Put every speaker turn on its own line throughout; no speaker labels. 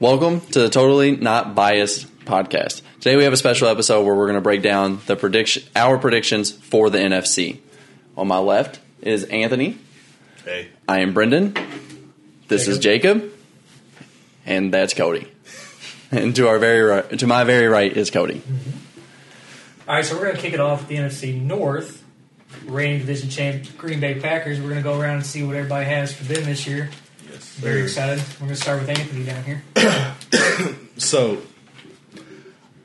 Welcome to the Totally Not Biased podcast. Today we have a special episode where we're going to break down the prediction, our predictions for the NFC. On my left is Anthony.
Hey.
I am Brendan. This is Jacob, and that's Cody. And to our very right, to my very right is Cody.
All right, so we're going to kick it off with the NFC North, reigning division champ Green Bay Packers. We're going to go around and see what everybody has for them this year.
Yes.
Very excited. We're going to start with Anthony down here.
So,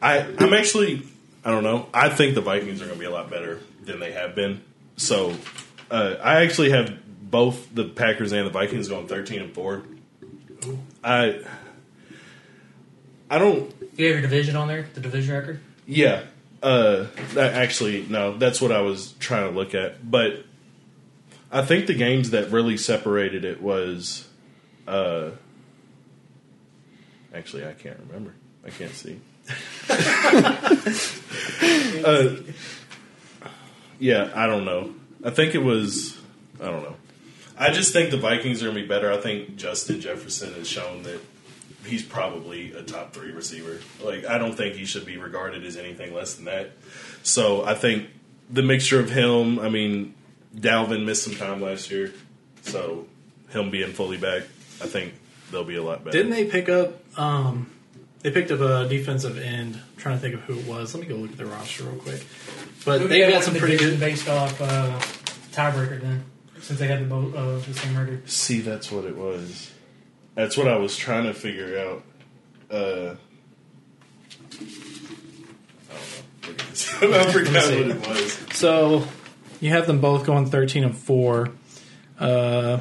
I I'm actually I don't know. I think the Vikings are going to be a lot better than they have been. So, uh, I actually have both the Packers and the Vikings going 13 and four. I I don't.
You have your division on there, the division record.
Yeah. Uh, that actually, no. That's what I was trying to look at, but I think the games that really separated it was. Uh, actually, I can't remember. I can't see. uh, yeah, I don't know. I think it was. I don't know. I just think the Vikings are going to be better. I think Justin Jefferson has shown that he's probably a top three receiver. Like, I don't think he should be regarded as anything less than that. So I think the mixture of him, I mean, Dalvin missed some time last year. So him being fully back, I think they'll be a lot better.
Didn't they pick up? Um, they picked up a defensive end. I'm trying to think of who it was. Let me go look at their roster real quick. But
Who
they
do you
got
have
some
in the
pretty
division
good.
based off uh, tiebreaker then, since they had the, bo- uh, the same record.
See, that's what it was. That's what I was trying to figure out. Uh, I don't know. I forgot what it was.
So you have them both going 13 and four. Uh,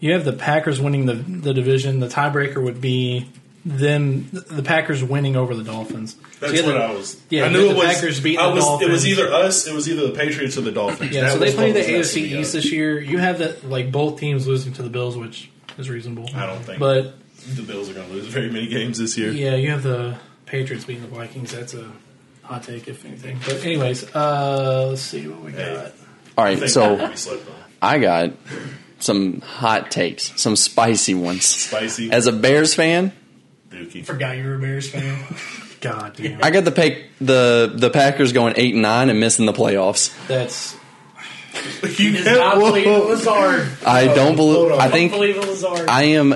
you have the Packers winning the the division. The tiebreaker would be them. The Packers winning over the Dolphins.
That's
So you have
what
the-
I was.
yeah,
I knew
the
it was.
Packers beat
I
the
was- It
Dolphins.
was either us. It was either the Patriots or the Dolphins.
Yeah,
That
so they
was
play
what
the
was messing
AFC
me up.
East this year. You have that like both teams losing to the Bills, which is reasonable.
I don't think-
but
The Bills are going to lose very many games this year.
Yeah, you have the Patriots beating the Vikings. That's a hot take, if anything. But anyways, uh, let's see what we
Hey.
got.
All
I
right,
think
so
we slept on.
I got some hot takes, some spicy ones.
Spicy
As a Bears fan,
Dookie.
Forgot you were a Bears fan.
God damn,
I got the pick the the Packers going eight and nine and missing the playoffs.
that's
You
Does
can't-
not believe in
whoa.
Lazard.
I don't believe.
Oh, hold on.
I think
Don't believe in Lazard.
I am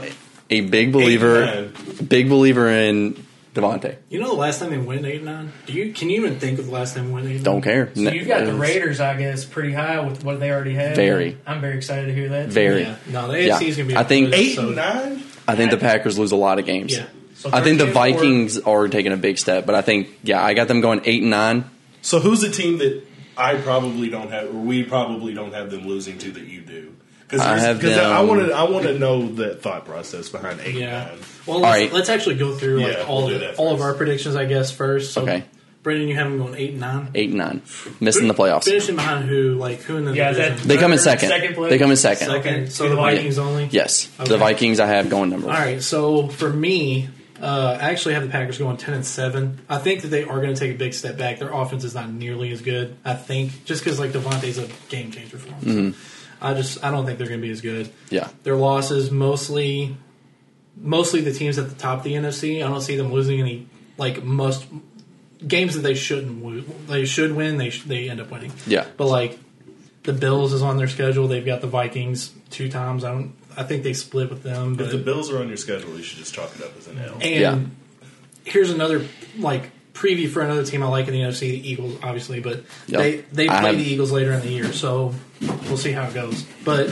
a big believer,
Eight
big believer in Devontae.
you know the last time they win eight nine. Do you can you even think of the last time they win eight?
Don't care. Uh,
so you've got the Raiders, I guess, pretty high with what they already have.
Very.
I'm very excited to hear that.
Very.
Yeah, no, the AFC is
Yeah.
gonna be.
I think-
good,
Eight
so-
and nine.
I think the Packers lose a lot of games.
Yeah,
So
I think the
13 and four.
Vikings are taking a big step, but I think yeah, I got them going eight and nine.
So who's the team that I probably don't have, or we probably don't have them losing to that you do? Because
I have
I
them-
want to, I want to know the thought process behind eight and
yeah.
nine.
Well, let's,
right.
let's actually go through like
Yeah,
all
we'll do
of,
that
all of
first.
our predictions, I guess. First, so,
Okay.
Brendan, you have them going eight and nine.
Eight and nine, missing the playoffs.
Finishing behind who? Like who in the
Yeah, is that
division?
They come in
third,
second.
place?
They come in second.
Second, so
Okay.
the Vikings only.
Yes, the
Okay.
Vikings I have going number.
All
one.
right, so for me, uh, I actually have the Packers going ten and seven. I think that they are going to take a big step back. Their offense is not nearly as good. I think just because like Devontae's a game changer for them. So I just I don't think they're going to be as good.
Yeah,
Their losses mostly, mostly the teams at the top of the NFC. I don't see them losing any like must games that they shouldn't lose. They should win. They sh- they end up winning.
yeah.
But like the Bills is on their schedule. They've got the Vikings two times. I don't. I think they split with them. But
If the Bills are on your schedule, you should just chalk it up as an L.
and
Yeah.
here's another like preview for another team I like in the NFC, the Eagles, obviously, but
Yep.
they they
I
play
have-
the Eagles later in the year, so we'll see how it goes. But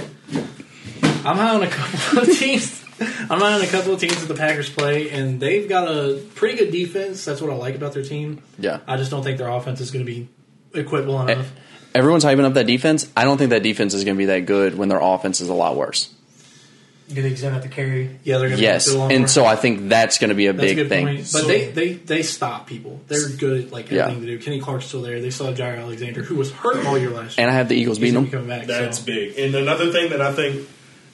I'm high on a couple of teams. I'm high on a couple of teams that the Packers play, and they've got a pretty good defense. That's what I like about their team.
Yeah. Eh,
I just don't think their offense is going to be equivalent enough.
Everyone's hyping up that defense. I don't think that defense is going to be that good when their offense is a lot worse.
Do they just have to carry?
Yeah, they're going to
Yes, and so I think that's going to be a
That's
big
a good
thing.
point. But
So-
they, they they stop people. They're good at like
Yeah.
everything to do. Kenny Clark's still there. They still have Jair Alexander, who was hurt all year last year.
And I have the Eagles
He's
beating
gonna
them.
be coming back.
That's
so.
big. And another thing that I think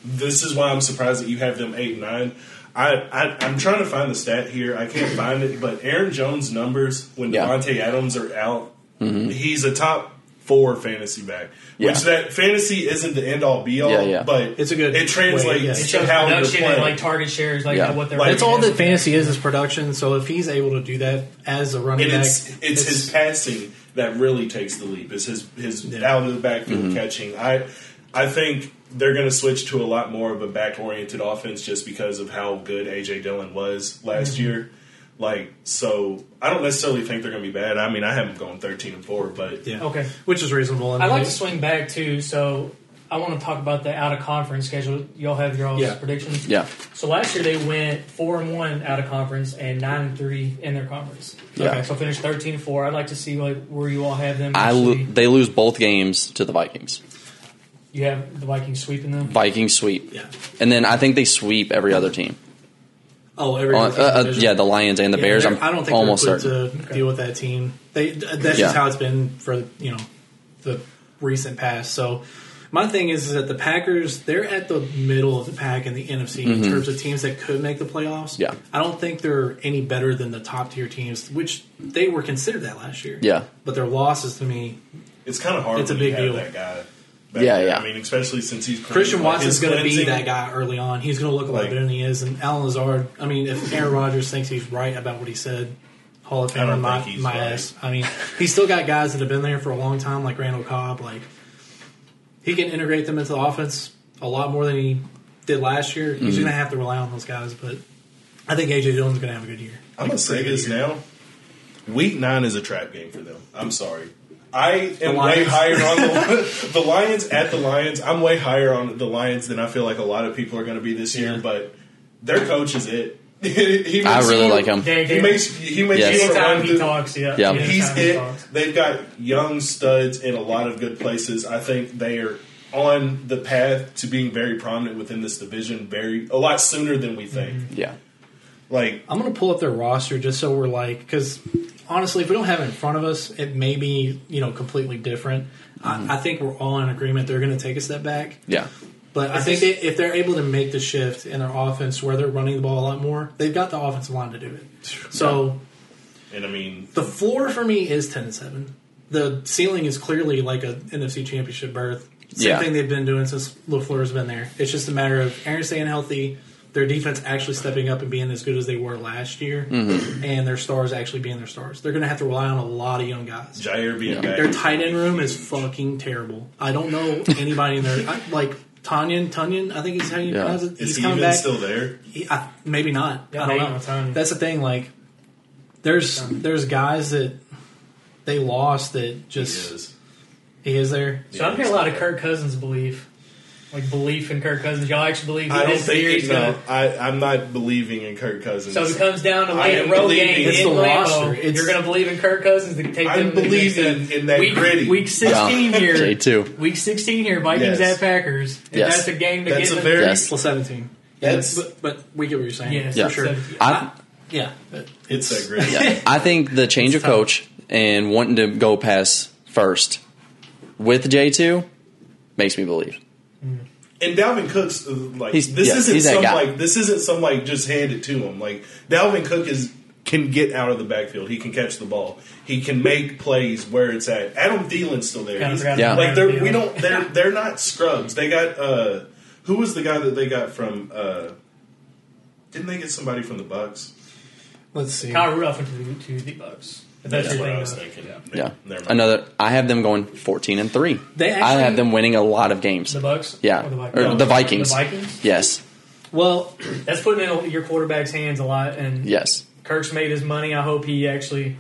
this is why I'm surprised that you have them eight and nine. I, I I'm trying to find the stat here. I can't find it, but Aaron Jones numbers when
Yeah. Mm-hmm.
Devontae Adams are out, he's a top for fantasy back, which
Yeah.
that fantasy isn't the end all be all,
Yeah, yeah.
but
It's a good
It translates
way, yeah.
It
to
shows
how they're
production and
playing.
like target shares, like
Yeah.
what they're.
Like,
That's all
rated
that fantasy is is production. So if he's able to do that as a running
and
back,
it's, it's his passing that really takes the leap. It's his his out of the backfield
Mm-hmm.
catching. I I think they're going to switch to a lot more of a back oriented offense just because of how good AJ Dillon was last
Mm-hmm.
year. Like so, I don't necessarily think they're going to be bad. I mean, I haven't gone thirteen and four, but
yeah,
Okay.
which is reasonable. And
I like to swing back too, so I want to talk about the out of conference schedule. Y'all have your own
Yeah.
predictions.
Yeah.
So last year they went four and one out of conference and nine and three in their conference.
Yeah.
Okay, so finished thirteen and four. I'd like to see like where you all have them.
I
actually.
lo- they lose both games to the Vikings.
you have the Vikings sweeping them.
Vikings sweep,
yeah.
and then I think they sweep every other team.
Oh, every
On-
other
uh, uh,
division.
yeah, the Lions and the
Yeah,
Bears.
they're-
I'm
I don't think
almost
they're
certain.
equipped to deal with that team. They th- that's
Yeah.
just how it's been for you know the recent past. So my thing is, is that the Packers they're at the middle of the pack in the NFC in terms of teams that could make the playoffs.
Mm-hmm. Yeah.
I don't think they're any better than the top tier teams, which they were considered that last year.
Yeah.
but their losses to me,
it's kind of hard.
It's a
when you
big
have
deal.
That guy. back
Yeah,
there.
yeah.
I mean, especially since he's playing,
Christian
like,
Watson's
his
going to be
cleansing-
that guy early on. He's going to look a lot
Like-
better than he is. And Alan Lazard, I mean, if Aaron Rodgers thinks he's right about what he said, Hall of
I don't
Famer, my,
think he's
my
right.
ass. I mean, he's still got guys that have been there for a long time, like Randall Cobb. Like, he can integrate them into the offense a lot more than he did last year. He's
Mm-hmm.
going to have to rely on those guys, but I think AJ Dillon's going to have a good year.
I'm gonna say this now. Week nine is a trap game for them. I'm sorry. I am way
Lions.
higher on the, the Lions at the Lions. I'm way higher on the Lions than I feel like a lot of people are going to be this year. But their coach is it. he
I
makes
really
you-
like him.
They-
He
they-
makes he makes
Yes.
you wanna
Anytime
run
he
through-
talks, yeah.
Yeah.
Anytime
He's
he
it.
talks.
They've got young studs in a lot of good places. I think they are on the path to being very prominent within this division. Very a lot sooner than we think.
Mm-hmm.
Yeah,
Like
I'm going to pull up their roster just so we're like, because honestly, if we don't have it in front of us, it may be you know completely different. I, I think we're all in agreement they're going to take a step back.
yeah,
But I think they, if they're able to make the shift in their offense where they're running the ball a lot more, they've got the offensive line to do it. So
and I mean
the floor for me is ten and seven. The ceiling is clearly like a NFC Championship berth. Same
Yeah.
thing they've been doing since Lafleur's been there. It's just a matter of Aaron staying healthy, their defense actually stepping up and being as good as they were last year,
Mm-hmm.
and their stars actually being their stars. They're going to have to rely on a lot of young guys.
Jair being back.
Their tight end room is fucking terrible. I don't know anybody in there. I, like Tanyan, Tanyan, I think he's how you
Yeah.
pronounce it.
Is
He's
he
coming
even
back.
still there?
He- I, maybe not.
Yeah,
I don't
they
know.
ain't gonna tell you.
That's the thing. Like, there's there's guys that they lost that
He
just he is,
is.
there.
So I'm getting a lot of Kirk Cousins belief, like belief in Kirk Cousins. Y'all actually believe
I don't
this year
think
he's
it,
gonna.
no. I, I'm not believing in Kirk Cousins.
So if it comes down to late
am
road
believing-
game
It's
in
the
Lambeau,
roster. It's-
you're going to believe in Kirk Cousins to take
I'm
them. to the next
believing
step.
in that
week,
gritty.
Week 16 here.
J two.
Week 16 here. Vikings
Yes.
at Packers. And
Yes.
That's a game to
That's
get
a
them-
very
Yes.
Well, seventeen.
That's-
but, but we get what you're saying.
Yes,
Yeah.
for sure.
I
Yeah,
it's that gritty.
I think the change of
tough.
coach and wanting to go pass first with J two makes me believe.
And Dalvin Cook's uh, like
He's-
this
yeah,
isn't
he's that
some
guy.
like this isn't some like just hand it to him. Like Dalvin Cook is can get out of the backfield. He can catch the ball. He can make plays where it's at. Adam Thielen's still there.
Kinda
He's-
forgot
Yeah.
about
Like
Adam
they're we
Thielen.
don't they're they're not scrubs. They got uh who was the guy that they got from uh didn't they get somebody from the Bucks?
let's see.
Kyle Rudolph went to the, to the Bucks. If that's
That's
your
what
thing,
I was
uh,
thinking.
Yeah,
Never mind.
another. I have them going fourteen and three.
They
I
actually-
have them winning a lot of games.
The Bucks?
Yeah.
Or the Vikings?
Or the Vikings.
The Vikings?
yes,
Well,
That's putting it in your quarterback's hands a lot. And
yes.
Kirk's made his money. I hope he actually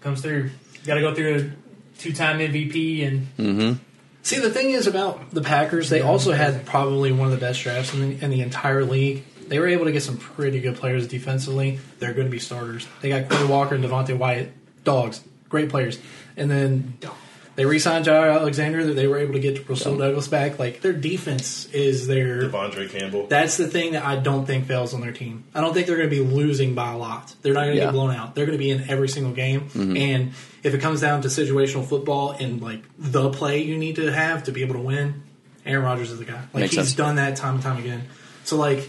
comes through. Got to go through a two time MVP and
See, the thing is about the Packers, they also had probably one of the best drafts in the, in the entire league. They were able to get some pretty good players defensively. They're going to be starters. They got Quay Walker and Devontae Wyatt, dogs, great players. And then they re-signed Jair Alexander. That they were able to get Russell Douglas back. Like their defense is their.
Devondre Campbell.
That's the thing that I don't think fails on their team. I don't think they're going to be losing by a lot. They're not going to
Yeah. Mm-hmm.
get blown out. They're going to be in every single game. And if it comes down to situational football and like the play you need to have to be able to win, Aaron Rodgers is the guy. Like
Makes
he's
sense.
done that time and time again. So like,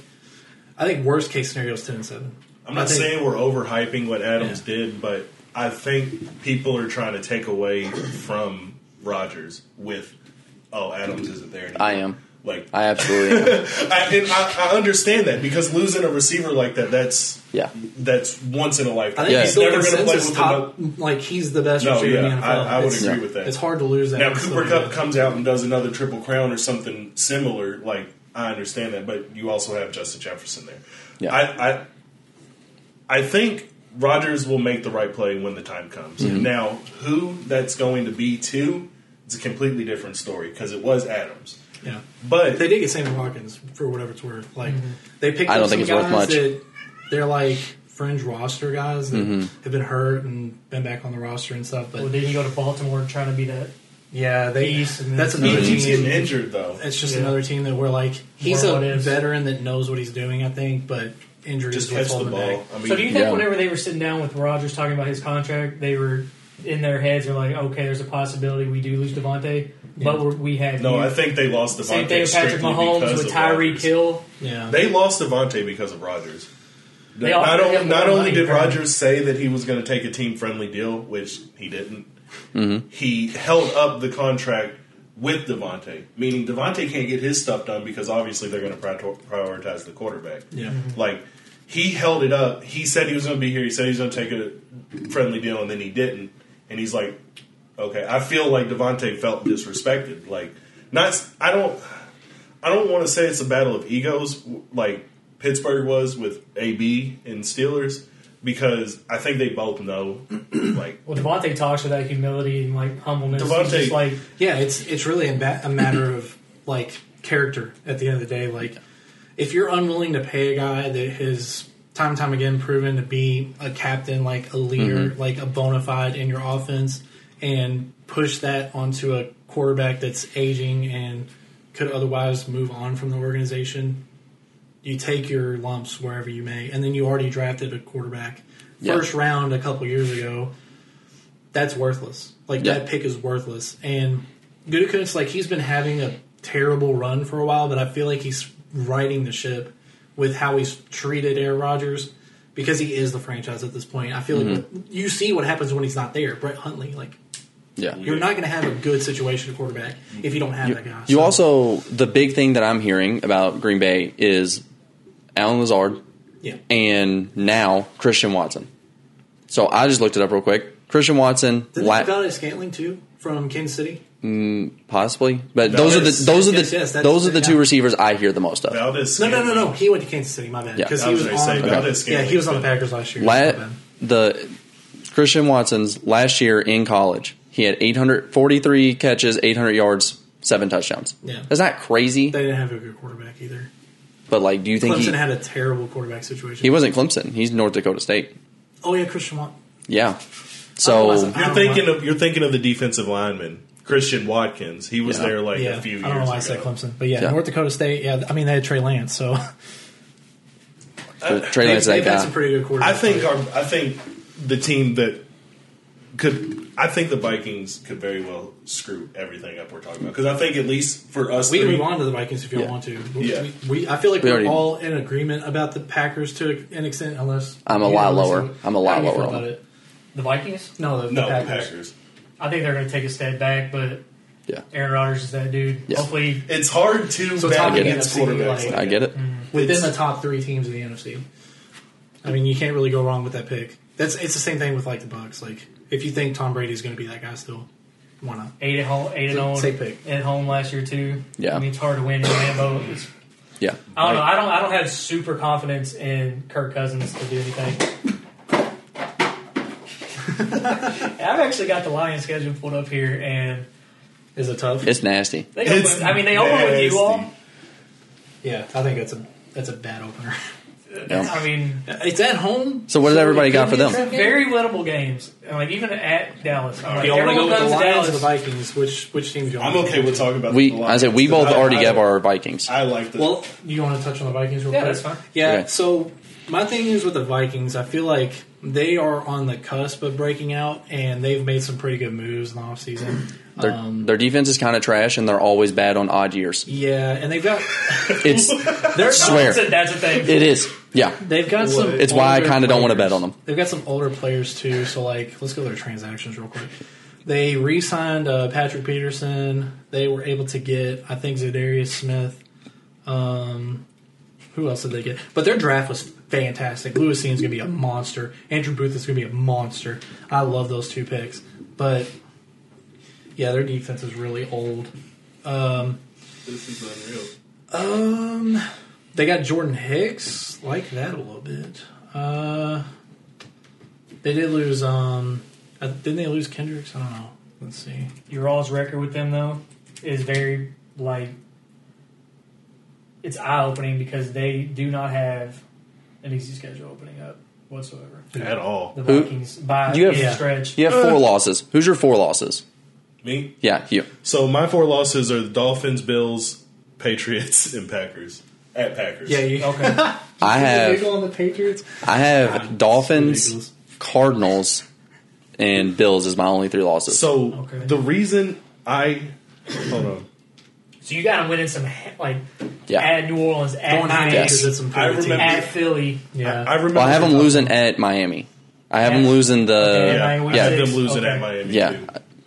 I think worst case scenario is ten and seven.
I'm not
I think-
saying we're overhyping what Adams did, but I think people are trying to take away from Rodgers with, oh, Adams isn't there anymore.
I am.
Like,
I
I,
absolutely am.
and I, I understand that because losing a receiver like that, that's
Yeah.
that's once in a lifetime.
I think
Yeah.
he's still
never going to play
consensus
with
top. Like he's the best
No,
receiver
yeah,
in the NFL.
I- I would
It's-
agree with that.
It's hard to lose that.
Now
It's
Cooper
still
Cup
good.
comes out and does another triple crown or something similar. Like I understand that, but you also have Justin Jefferson there.
Yeah.
I, I I think Rodgers will make the right play when the time comes. Now, who that's going to be to, it's a completely different story because it was Adams.
Yeah,
But
they did get Sammy Watkins for whatever it's worth. Like they picked
I
up
don't
some
think it's
guys
worth much.
that they're like fringe roster guys that
Mm-hmm.
have been hurt and been back on the roster and stuff. But
Well, didn't he go to Baltimore trying to be that?
yeah, they
He's-
that's
he
another
keeps getting
team.
injured though.
It's just
Yeah.
another team that we're like he's
More
a
what ifs.
veteran that knows what he's doing. I think, but injuries
Just
what's
catch the
holding him
ball.
back.
I mean,
So do you think
Yeah.
whenever they were sitting down with Rogers talking about his contract, they were in their heads are like, okay, there's a possibility we do lose Devontae, but we're, we had
no,
you.
I think they lost the
same thing with Patrick Mahomes with Tyreek Hill.
Yeah,
They lost Devontae because of Rodgers.
They
not
offered
only,
him
not
more
only
money
did
for him.
Rodgers say that he was going to take a team friendly deal, which he didn't, he held up the contract with Devontae, meaning Devontae can't get his stuff done because obviously they're going to prioritize the quarterback.
yeah.
Like, he held it up. He said he was going to be here. He said he was going to take a friendly deal, and then he didn't. And he's like, okay, I feel like Devontae felt disrespected. Like, not, I don't. I don't want to say it's a battle of egos like Pittsburgh was with AB and Steelers because I think they both know like
Well, Devontae talks with that humility and like humbleness. He's
Devontae-
just like
Yeah, it's it's really a, ba- a matter of like character at the end of the day. Like, if you're unwilling to pay a guy that has time and time again proven to be a captain, like a leader, like a bona fide in your offense, and push that onto a quarterback that's aging and could otherwise move on from the organization, you take your lumps wherever you may, and then you already drafted a quarterback
Yeah.
first round a couple years ago. That's worthless. Like
Yeah.
that pick is worthless. And Gutekunst, like he's been having a terrible run for a while, but I feel like he's riding the ship with how he's treated Aaron Rodgers because he is the franchise at this point. I feel
Mm-hmm.
like you see what happens when he's not there. Brett Huntley, like
Yeah.
you're not going to have a good situation quarterback if you don't have that guy.
You
So-
also the big thing that I'm hearing about Green Bay is Alan Lazard
yeah.
and now Christian Watson. So I just looked it up real quick. Christian Watson,
Did they
la-
pick out Scantling too from Kansas City?
possibly, but
No,
those are the
yes,
those are the
yes, yes, that's-
those are the
yeah.
two receivers I hear the most of.
Valdez.
No, no, no, no. He went to Kansas City. My bad.
Yeah.
Because
I
he
was
was,
gonna say,
on.
Valdez
Yeah,
Scantling
he was on the
fit.
Packers last year. My
La-
bad.
the Christian Watson's last year in college, he had 843 catches, 800 yards, seven touchdowns.
Yeah.
That's not crazy,
They didn't have a good quarterback either.
but like, do you think
Clemson
he,
had a terrible quarterback situation.
he wasn't Clemson? He's North Dakota State.
oh yeah, Christian Watt.
Yeah.
Otherwise,
So
I-
You're
don't
thinking
know.
of you're thinking of the defensive lineman Christian Watkins. He was
Yeah.
there like
yeah,
a few years.
I don't know why I said
ago.
Clemson, but yeah,
Yeah.
North Dakota State. Yeah, I mean they had Trey Lance, so
Trey
they,
Lance, uh, that
they've had
guy.
some pretty good quarterbacks.
I think uh, our, I think the team that could I think the Vikings could very well screw everything up we're talking about because I think at least for us
we can
three,
move on to the Vikings if you all
Yeah.
want to. We,
Yeah.
we, I feel like
We
we are
already-
all in agreement about the Packers to an extent, unless
I'm a
you
lot
know,
lower.
so-
I'm a lot
how do you feel
lower on
about
them.
it.
the Vikings.
No, the,
no
the Packers.
Packers.
I think they're going to take a step back, but
yeah,
Aaron Rodgers is that dude.
Yeah.
Hopefully,
It's hard to
So
bet
top
of the
against
NFC,
quarterbacks.
like-
I get it.
within
It's-
the top three teams in the NFC. I mean, you can't really go wrong with that pick. That's it's the same thing with like the Bucks. Like if you think Tom Brady's going to be that guy still, why not?
eight at home, eight and
Say-
on
say pick.
at home last year too.
Yeah.
I mean it's hard to win in Lambeau. It's-
Yeah.
I don't know. I don't. I don't have super confidence in Kirk Cousins to do anything. I've actually got the Lions schedule pulled up here, and
Is it tough?
It's nasty.
they open,
It's
I mean they open with
nasty.
you all.
yeah, I think that's a that's a bad opener.
Yeah.
I mean
It's at home.
So what does everybody
it
got for
could be a
them?
trap game.
very winnable games, and like even at Dallas. I'm like,
You want to go
everyone
with the
comes to
Lions or the
Dallas.
Vikings? Which which team do you want?
I'm okay with talking about
We,
the
I
Lions,
said we
'cause
both
I-
already
I-
gave our Vikings.
I like the
Well, you want to touch on the Vikings real
Yeah,
quick?
that's fine.
Yeah.
Okay.
So my thing is with the Vikings, I feel like they are on the cusp of breaking out, and they've made some pretty good moves in the offseason.
Their, their defense is kind of trash, and they're always bad on odd years.
Yeah, and they've got
It's
they're
swear
That's a, that's a thing.
it is. Yeah,
they've got some.
it's why I
older
kind of don't want to
players.
bet on them.
They've got some older players too. So like, let's go to their transactions real quick. They re-signed uh, Patrick Peterson. They were able to get, I think, Zadarius Smith. Um, who else did they get? But their draft was fantastic. Lewisine going to be a monster. Andrew Booth is going to be a monster. I love those two picks. But yeah, their defense is really old. Um,
This is unreal.
um, they got Jordan Hicks. Like that a little bit. Uh, they did lose. Um, uh, didn't they lose Kendricks? I don't know. Let's see.
Your all's record with them though is very like it's eye opening because they do not have an easy schedule opening up whatsoever.
At all.
The
Who-
Vikings by
You have-
the
Yeah.
stretch.
You have four losses. Who's your four losses?
Me?
Yeah, you.
So my four losses are the Dolphins, Bills, Patriots, and Packers. At Packers.
Yeah, you
Okay.
I have
on the Patriots.
I have Dolphins,
ridiculous.
Cardinals, and Bills is my only three losses.
So
Okay.
the reason I hold on.
so you got to win in some he- like
Yeah,
at New Orleans, at
Going high
Miami,
Yes.
yes. did some
I
pretty good
remember-
teams.
at Philly.
Yeah,
I remember
well, I have them losing at Miami. I have them
Yeah.
losing
Okay,
the
yeah.
Yeah, I
Yeah.
had them losing
Okay.
at Miami.
yeah
too.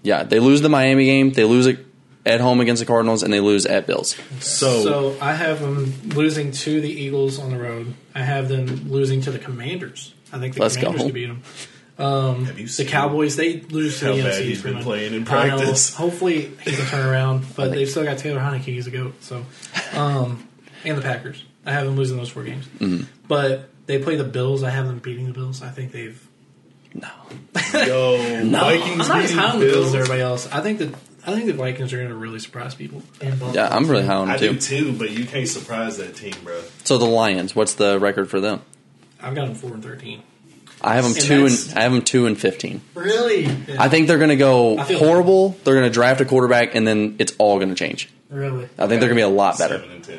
yeah. They lose the Miami game. They lose it at home against the Cardinals, and they lose at Bills.
So,
So I have them losing to the Eagles on the road. I have them losing to the Commanders. I think the
Let's
Commanders
go.
could beat them. Um,
Have you
the
seen
Cowboys they lose to
how
the
bad
NFC
he's been
pretty much.
playing in
I know.
practice?
Hopefully he can turn around, but they've still got Taylor Heineke. He's a goat. So, um, and the Packers. I have them losing those four games, but they play the Bills. I have them beating the Bills. I think they've.
No,
yo,
I'm
Vikings
not as
beating
high on the Bills
Bills.
as everybody else. I think that I think the Vikings are going to really surprise people.
And Buffalo.
yeah, I'm really high on
I
them
do
too.
too, but you can't surprise that team, bro.
So the Lions, what's the record for them?
I've got them four and thirteen.
I have them
And
two
that's-
and I have them two and fifteen.
Really,
I think they're going to go
I feel-
horrible. They're going to draft a quarterback, and then it's all going to change.
really.
I think they're going to be a lot better.
Seven and ten.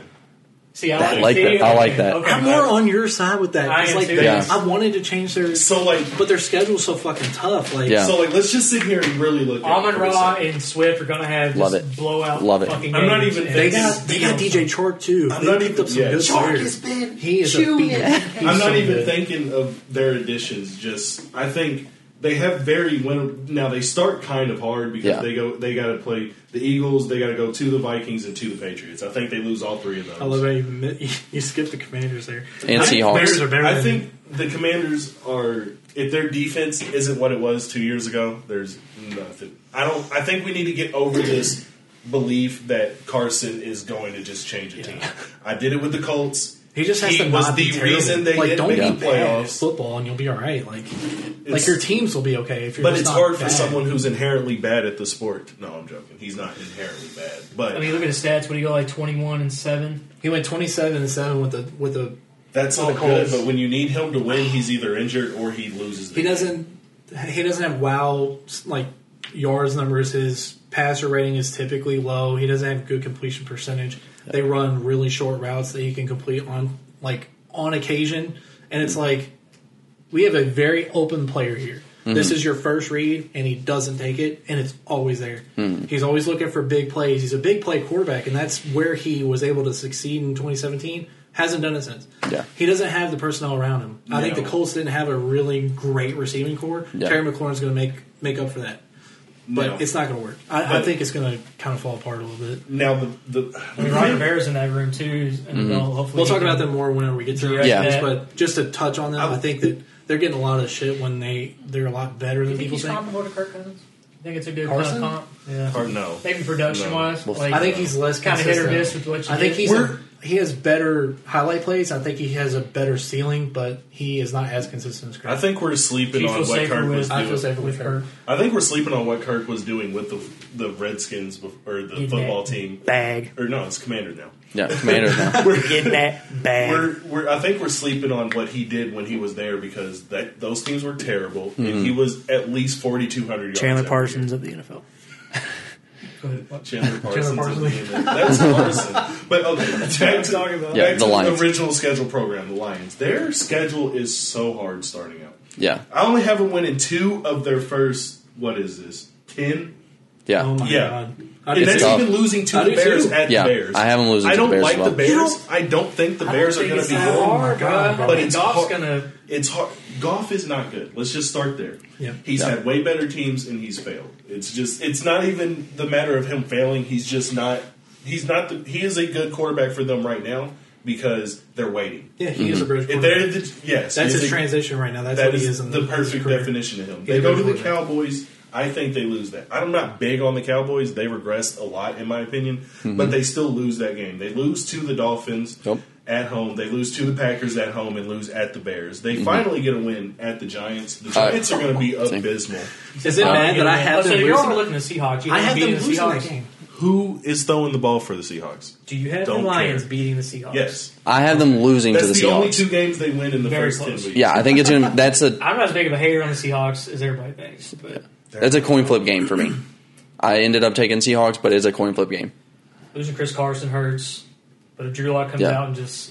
See, I
I
like,
like
see,
that. I
okay,
like that.
Okay.
I'm more on your side with that.
I
'cause,
am
like,
too.
Yeah.
I wanted to change their,
So like,
but their schedule's so fucking tough. Like,
Yeah.
so like, let's just sit here and really look. at it
Almond
for a
Raw
second.
and Swift are gonna have
Love
just
it.
blowout.
Love it.
Fucking
I'm not
games.
even-
And
they
It's
got they got DJ Chark too.
I'm
they
not
picked
even-
up some
yeah.
good
Chark
players.
has
he is a
chewing.
beast. He's
I'm
so
not even
good.
thinking of their additions. Just I think they have very win. Now they start kind of hard because
Yeah.
they go. They got to play the Eagles. They got to go to the Vikings and to the Patriots. I think they lose all three of those.
I love how you, admit- you, you skipped the Commanders there.
And
I think
Seahawks.
Bears are better
I
than-
think the Commanders are. If their defense isn't what it was two years ago, there's nothing. I don't. I think we need to get over this belief that Carson is going to just change a team. I did it with the Colts.
he just has
he
to
was
not
the
be terrible.
reason they
like
didn't
don't
make
be
the
bad at
playoffs.
football and you'll be all right. Like like
It's-
your teams will be okay if you're.
But
just
it's
not
hard for
bad.
someone who's inherently bad at the sport. No, I'm joking. He's not inherently bad,
I mean,
but
look at his stats. What do you go like twenty-one and seven?
He went twenty seven and seven with the with the.
that's all
the
good.
Colts.
But when you need him to win, he's either injured or he loses. The
He
game.
doesn't. He doesn't have wow like yards numbers. His passer rating is typically low. He doesn't have good completion percentage. They run really short routes that he can complete on like on occasion, and it's like we have a very open player here. This is your first read, and he doesn't take it, and it's always there. He's always looking for big plays. He's a big play quarterback, and that's where he was able to succeed in 2017. Hasn't done it since.
Yeah.
He doesn't have the personnel around him. I think the
No.
Colts didn't have a really great receiving core.
Yeah.
Terry McLaurin's going to make make up for that, but
Now,
it's not going to work. I, I
But-
think it's going to kind of fall apart a little bit.
now the the
I mean, Ron Rivera's in that room too, and
Mm-hmm.
they'll hopefully
We'll talk about them more whenever we get to it.
Yeah.
Yeah.
But just to touch on them, I, think that they're getting a lot of shit when they they're a lot better than
You think
people
he's
think.
comparable to Kirk Cousins? You think it's a good
Carson?
comp? Yeah.
or no.
Maybe production wise,
Well,
I think he's less
kind of hit or
consistent.
miss with what you
I think
get.
he's a, he has better highlight plays. I think he has a better ceiling, but he is not as consistent as
I
Kirk.
think we're sleeping
Do you
on
feel
what
safer
Kirk
with-
was
I feel
doing.
safer with
with
Kirk.
Kirk.
I think we're sleeping on what Kirk was doing with the the Redskins bef- or the
He's
football
back.
team.
bag.
Or no, it's Commander now.
Yeah, Commanders now.
Get that bag.
We're, we're, I think we're sleeping on what he did when he was there because that those teams were terrible, and he was at least forty two hundred yards.
Mm-hmm. Chandler
every year.
Parsons of the NFL.
Go ahead. What?
Chandler Parsons.
Parsons.
is the name. That's Parsons. But okay, back to,
talking about.
Yeah,
back
the
to
Lions.
original schedule program, the Lions. Their schedule is so hard starting out.
Yeah.
I only have them winning two of their first. What is this? Ten.
Yeah.
Oh my
Yeah.
god.
and that's
tough.
even losing to
I
the
do
Bears
too.
at
Yeah,
the Bears.
I have 'em losing
I
to the
don't
Bears
like
as well.
the Bears.
You
I don't think the Bears are going to be
that
good.
hard.
But
But
it's
it's Goff's
hard.
gonna.
It's hard. Goff is not good. Let's just start there.
Yeah.
He's
Yeah.
had way better teams and he's failed. It's just it's not even the matter of him failing. He's just not he's not the, he is a good quarterback for them right now because they're waiting.
Yeah, he is a British
If
quarterback.
they're the, yes,
That's
he is
his
a-
transition right now. That's
that
what he
is
is in
the,
his
perfect
career.
definition of him.
Yeah,
They go to the
quarterback.
Cowboys. I think they lose that. I'm not big on the Cowboys. They regressed a lot, in my opinion, but they still lose that game. They lose to the Dolphins
Mhm. Yep.
at home. They lose to the Packers at home and lose at the Bears. They
Mhm.
finally get a win at the Giants. The
right.
Giants are going to be abysmal.
Is it bad that I have
so
them
you're all
losing?
looking at Seahawks. You
I have
beating
them losing
Seahawks.
that game.
Who is throwing the ball for the Seahawks?
Do you have
Don't
the Lions
care.
beating the Seahawks?
Yes.
I have them losing
That's
to the,
the, only
Seahawks.
two games they win in the
Very
first
close.
10 weeks.
yeah, I think it's gonna. That's a
I'm not as big of a hater on the Seahawks as everybody thinks, but
that's a coin flip game for me. I ended up taking Seahawks, but it's a coin flip game.
losing Chris Carson hurts. But if Drew Lock comes
Yeah.
out and just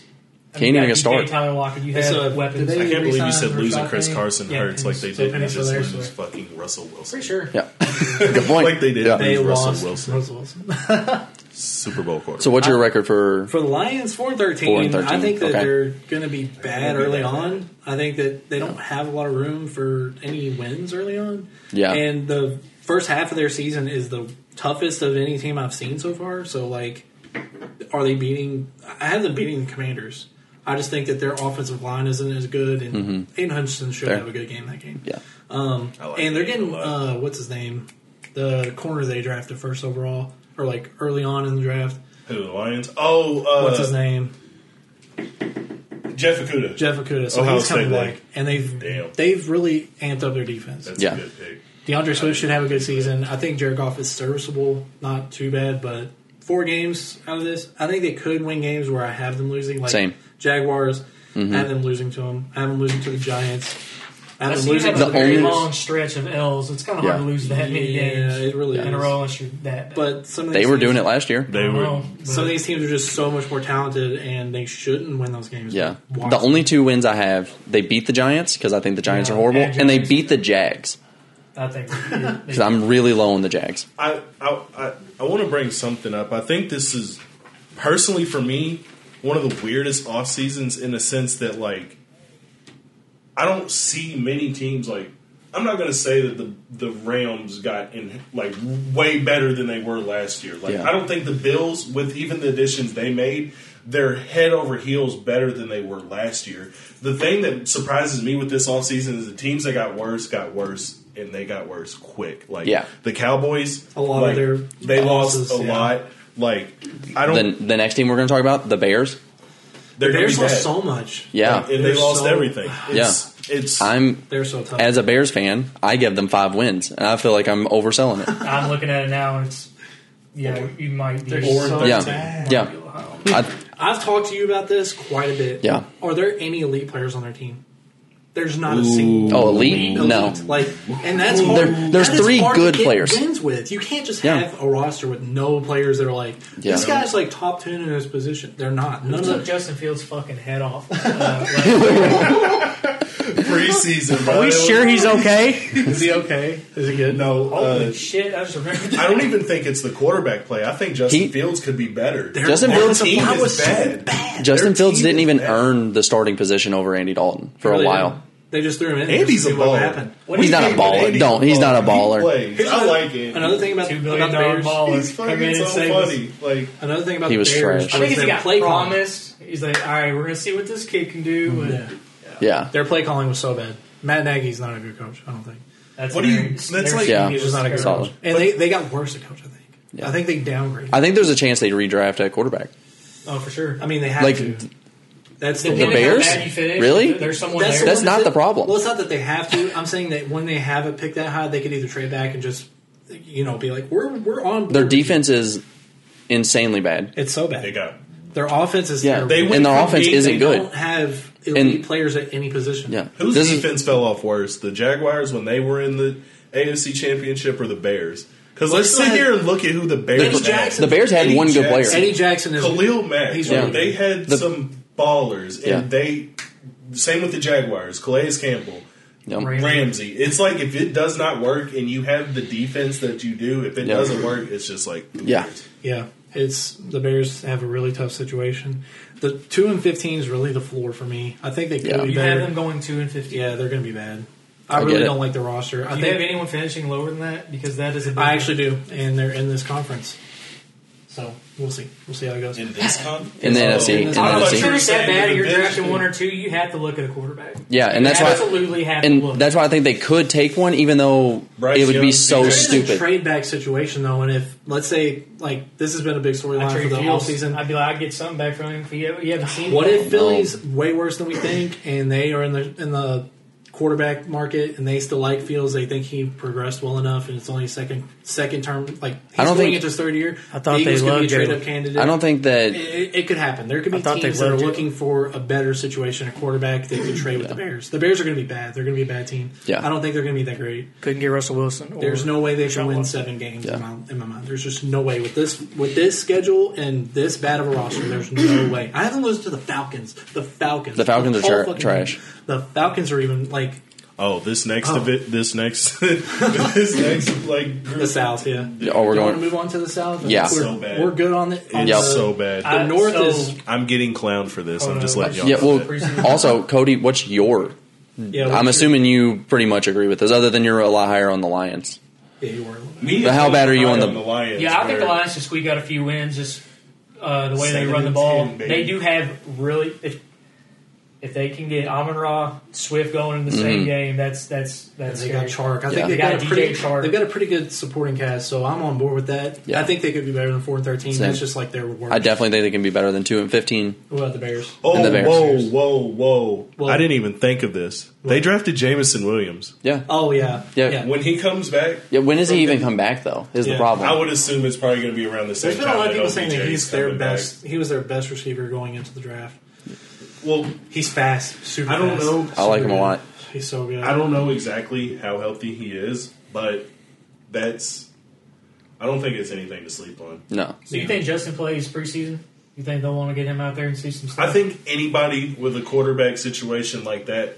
I
Can't even
you
get started.
got DK, Tyler Lockett, you
It's
have
a-
weapons.
did
I
they-
can't believe you
Resign
said
Rashad
losing Chris
Penny?
Carson
Yeah,
hurts like they
so
did. You
Penny's
just
still there,
lose
so-
fucking Russell Wilson.
pretty sure.
Yeah, good point.
Like they did
Yeah.
They
lose
lost
Russell Wilson.
Russell Wilson.
Super Bowl quarterback.
So what's your record for?
For the Lions, four and thirteen.
Four and 13,
I think that
okay.
they're going to be bad early on. I think that they don't have a lot of room for any wins early on.
Yeah.
And the first half of their season is the toughest of any team I've seen so far. So like, are they beating? I have them beating the Commanders. I just think that their offensive line isn't as good, and Aiden Hutchinson should
Fair.
have a good game that game.
Yeah,
Um,
I like
and
Aiden
they're
a
getting
lot.
uh, what's his name, the corner they drafted first overall, or like early on in the draft.
Who the Lions? Oh, uh,
What's his name?
Jeff Okuda.
Jeff Okuda. So
Ohio
he's coming
State
back,
Lake.
and they've
Damn.
they've really amped up their defense.
That's
Yeah.
a good pick.
DeAndre Swift should have a good season. I think Jared Goff is serviceable, not too bad, but four games out of this, I think they could win games where I have them losing, like
Same. Mm-hmm.
Jaguars. I have them losing to them. I have them losing to the Giants. I
I
have them
see you
losing
have
to
a
The
the
very
only-
Bears.
long stretch of L's. It's kind of hard
Yeah.
to lose that many
Yeah,
games
it really
in a
is.
row unless you're that. Bad.
But some of
they
these
were
teams-
doing it last year.
They
I don't
were.
know, but
Some of these teams are just so much more talented, and they shouldn't win those games.
Yeah,
Why?
the only two wins I have, they beat the Giants because I think the Giants
Yeah,
are horrible,
and
and they
Giants.
beat the Jags
I think they-
because I'm really low on the Jags.
I I I, I want to bring something up. I think this is personally for me one of the weirdest off seasons in the sense that like I don't see many teams like I'm not going to say that the the Rams got in like way better than they were last year. Like
Yeah.
I don't think the Bills with even the additions they made they're head over heels better than they were last year. The thing that surprises me with this offseason is the teams that got worse got worse and they got worse quick. Like
Yeah.
the Cowboys
A lot of
like,
their
they
losses,
lost a
yeah.
lot. Like I don't.
Then the next team we're going to talk about the Bears.
they're
the
gonna
Bears
be
lost
bad.
so much.
Yeah,
Like, and they
They're
lost
so-
everything. It's, it's
I'm
They're so tough.
as a Bears fan, I give them five wins, and I feel like I'm overselling it.
I'm looking at it now, and it's yeah, you might be.
They're
Or
so
Yeah.
bad.
Yeah, I,
I've talked to you about this quite a bit.
Yeah.
Are there any elite players on their team? There's not a single.
oh, elite? No,
Like, and that's
Ooh.
hard.
There- there's
that is
three
hard to
good
get
players.
Wins with you can't just
Yeah.
have a roster with no players that are like
Yeah.
this guy's like top ten in his position. They're not. None
Who
of
took
them.
Justin Fields' fucking head off? Uh, like,
preseason. Are
he's okay?
Is he okay? Is he good?
No.
holy
Uh,
shit! I just remembered.
I don't even think it's the quarterback play. I think Justin
He-
Fields could be better.
Their
Justin
offensive
Fields-
Team
line
is
was so
bad.
Justin
Their
Fields
team
didn't
is
even
bad.
earn the starting position over Andy Dalton for a
Really
while.
didn't. They just threw him in.
Andy's
Just
a
see What
baller.
happened?
What
He's
do you
not a
mean
baller.
Andy's
Don't- he's not a baller.
He plays. I like it.
Another thing about,
Two
about
billion
the
dollar
Bears.
ball.
He's
Come in
fucking
and
so
save us.
funny. Like
Another thing about
He was
the Bears.
trash.
I think
was
he's
their
got
play calling.
promise. He's like, all right, we're gonna see what this kid can do. but
Yeah.
Yeah,
Their play calling was so bad. Matt Nagy's not a good coach. I don't think.
That's
What do you-
very-
that's
very
like-
Yeah.
He's just not a good
Solid.
coach. And they, they got worse at coach, I think.
Yeah.
I think they downgraded.
I think there's a chance they redraft at quarterback.
Oh, for sure.
I mean, they have
Like
to. That's the,
Depending
the
on how
Bears?
bad you finish,
Really?
if There's someone
That's,
there.
That's not
that-
the problem.
Well, it's not that they have to. I'm saying that when they have it picked that high, they could either trade back and just, you know, be like, we're we're on. board
Their
with you.
defense is insanely bad.
It's so bad.
they got
their offense is
Yeah,
terrible.
They went
and their
from
offense
being-
isn't
They
good.
don't have elite
And-
players at any position.
Yeah,
Whose
this is
defense fell off worse, the Jaguars when they were in the AFC Championship or the Bears? Because let's
still
sit
had-
here and look at who the Bears
Eddie
had.
Jackson.
the Bears had
Eddie
one good
Jackson.
player.
Eddie Jackson is
Khalil Mack.
He's
bro,
really
They had
The-
some ballers, and
Yeah.
they same with the Jaguars. Calais Campbell.
Yep.
Ramsey.
Ramsey. It's like if it does not work and you have the defense that you do, if it
Yeah.
doesn't work, it's just like who
Yeah.
cares?
Yeah, it's the Bears have a really tough situation. The two and fifteen is really the floor for me. I think they could
Yeah.
be
You have
better.
them going two and fifty.
yeah, they're going to be bad. I,
I get
really
it.
don't like the roster. I
Do you
think
have anyone finishing lower than that? Because that is a big
I actually do, and they're in this conference. So we'll see. We'll see how it goes.
in this con.
In the
Oh.
NFC, in the
I
Oh,
thought
NFC.
you were
sure, it's that
saying
bad.
the
You're
division.
drafting one or two. You have to look at a quarterback.
Yeah, and
You
that's why.
absolutely have to look.
And that's why I think they could take one, even though
Bryce
it would be
Young,
so
There
There is a
stupid.
trade back situation though, and if let's say like this has been a big
I
storyline for
trade
the
Fields.
offseason.
I'd be like, I'd get something back from him. If you, you haven't seen
What
him.
if Philly's way worse than we think, and they are in the in the quarterback market, and they still like Fields. They think he progressed well enough, and it's only his second second term. Like he's
I don't
going
think-
into his third year.
I thought
the Eagles
they
could be a
loved
trade
him.
up candidate.
I don't think
It-
that.
It, it could happen. There could be
I thought they
teams that are
loved him.
looking for a better situation at quarterback that could trade with the Bears. The Bears are going to be bad. They're going to be a bad team.
Yeah.
I don't think they're going to be that great.
Couldn't get Russell Wilson. Or
There's no way they
Deshaun
can win
Watson.
seven games
Yeah.
in, my, in my mind. There's just no way with this with this schedule and this bad of a roster. There's no way. I haven't lost to the Falcons. The Falcons.
The Falcons are
All
tra-
fucking-
trash.
The Falcons are even like
Oh, this next
Oh.
event, this next, this next like group.
the South.
Oh,
Yeah.
we're
you want to
going.
move on to the South?
Yeah.
We're,
So bad.
we're good on the. On
It's
Yeah.
the
so bad.
the
I-
North
so-
is.
I'm getting clowned for this. I'm just letting y'all.
Yeah.
know that.
Well, also, Cody, what's your?
Yeah,
I'm
we're-
assuming you pretty much agree with this, other than you're a lot higher on the Lions.
Yeah, you were. a little bit.
Me
But
and
how
Philly
bad are you
high
on the-
Lions?
Yeah, I think the
where-
Lions should squeak out a few wins. Just uh, the way
Seven
they run the
and
ball,
ten, baby.
they do have really. If if they can get Amon Ra Swift going in the
Mm-hmm.
same game, that's that's
And
that's
they got
scary.
Chark. I
Yeah.
think
They
they've got,
got
a
DJ
pretty.
Chark.
They've got a pretty good supporting cast, so I'm on board with that.
Yeah.
I think they could be better than four and thirteen.
Same.
That's just like their worst.
I definitely think they can be better than two and fifteen.
What about the Bears?
and the
Oh,
Bears.
whoa, whoa, whoa!
Well-
I didn't even think of this. They
What?
drafted Jamison Williams.
Yeah.
Oh yeah,
Yeah.
When he comes back,
Yeah. When does he
Okay.
even come back? Though is the
Yeah,
problem.
I would assume it's probably going to be around the same
There's been
time.
a lot of people
OBJ
saying that he's
is
their
coming back.
best. He was their best receiver going into the draft.
Well,
He's fast, super.
I don't
fast,
know.
I like him a
super
lot.
good. He's so good.
I don't know exactly how healthy he is, but that's. I don't think it's anything to sleep on.
No.
So you think Justin plays preseason? You think they'll want to get him out there and see some stuff?
I think anybody with a quarterback situation like that,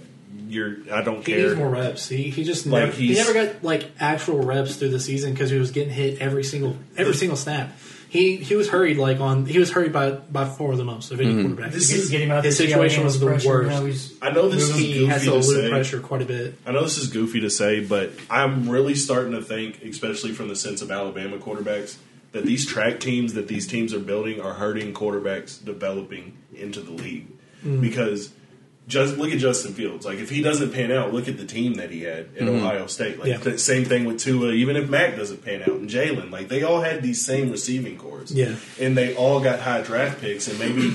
you're. I don't
He
care.
needs more reps. He he just
Like,
never, he
he's-
never got like actual reps through the season because he was getting hit every single every single snap. He he was hurried like on he was hurried by by far the most of any
Mm-hmm.
quarterback.
This
Get-
is-
get him out
his
there, see how he
situation was
handles
the
pressure,
worst.
how he's-
I know this is
he
goofy
has to
to
elude
say.
pressure quite a bit.
I know this is goofy to say, but I'm really starting to think, especially from the sense of Alabama quarterbacks, that these track teams that these teams are building are hurting quarterbacks developing into the league.
Hmm.
Because just look at Justin Fields. Like if he doesn't pan out, look at the team that he had at Ohio State. Like
Hmm. Yeah.
the same thing with Tua. Even if Mac doesn't pan out and Jalen, like they all had these same receiving cores.
Yeah.
and they all got high draft picks. And maybe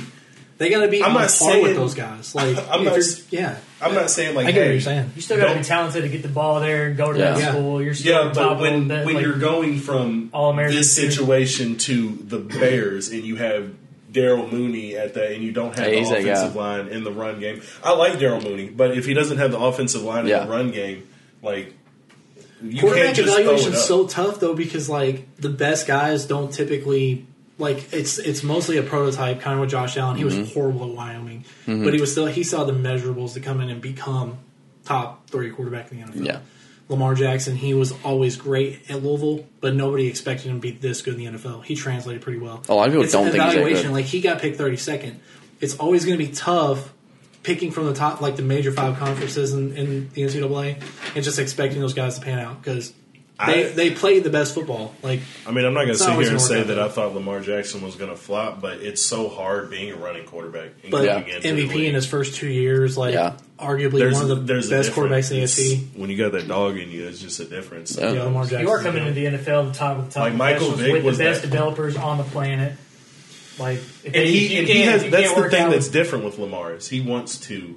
They got to be
I'm
on
not
par
saying-
with those guys. Like
I'm not
if you're-
s-
yeah,
I'm not saying like
I get what
hey,
you're saying.
you still got to be
Don't-
talented to get the ball there and go to that
Yeah.
school. You're still
Yeah,
on top
but
of
when
them,
when
like,
you're going from
All-American
this
team.
situation to the Bears, and you have Daryl Mooney at that, and you don't have
Hey,
the
he's that guy.
offensive line in the run game. I like Daryl Mooney, but if he doesn't have the offensive line in
Yeah.
the run game, like you can't
quarterback
just throw it up.
evaluation's so tough though because like the best guys don't typically like it's it's mostly a prototype kind of with Josh Allen. He
Mm-hmm.
was horrible at Wyoming, but he was still he saw the measurables to come in and become top three quarterback in the NFL.
Yeah.
Lamar Jackson, he was always great at Louisville, but nobody expected him to be this good in the NFL. He translated pretty well.
A lot of people
It's
don't think he's that
evaluation.
good.
Like he got picked thirty second. It's always going to be tough picking from the top, like the major five conferences in, in the NCAA, and just expecting those guys to pan out because they
I-
they play the best football. Like
I mean, I'm not going to
It's
sit
always
here and
gonna
say
work out
that
though.
I thought Lamar Jackson was going to flop, but it's so hard being a running quarterback. And
but
Yeah.
into the
MVP
league.
in his first two years, like
Yeah.
arguably
there's
one of the
there's a
best
difference.
quarterbacks in the AFC.
It's- When you got that dog in you, it's just a difference.
Yeah.
Yeah, Lamar Jackson.
you are coming into the NFL, the top of the top
Like, Michael
professionals
Vick
with
was
the best
that.
developers on the planet. Like, if
and
they-
he,
you
and
can't-
he has
if you
that's
can't
the
work
thing
out
that's
with-
different with Lamar is he wants to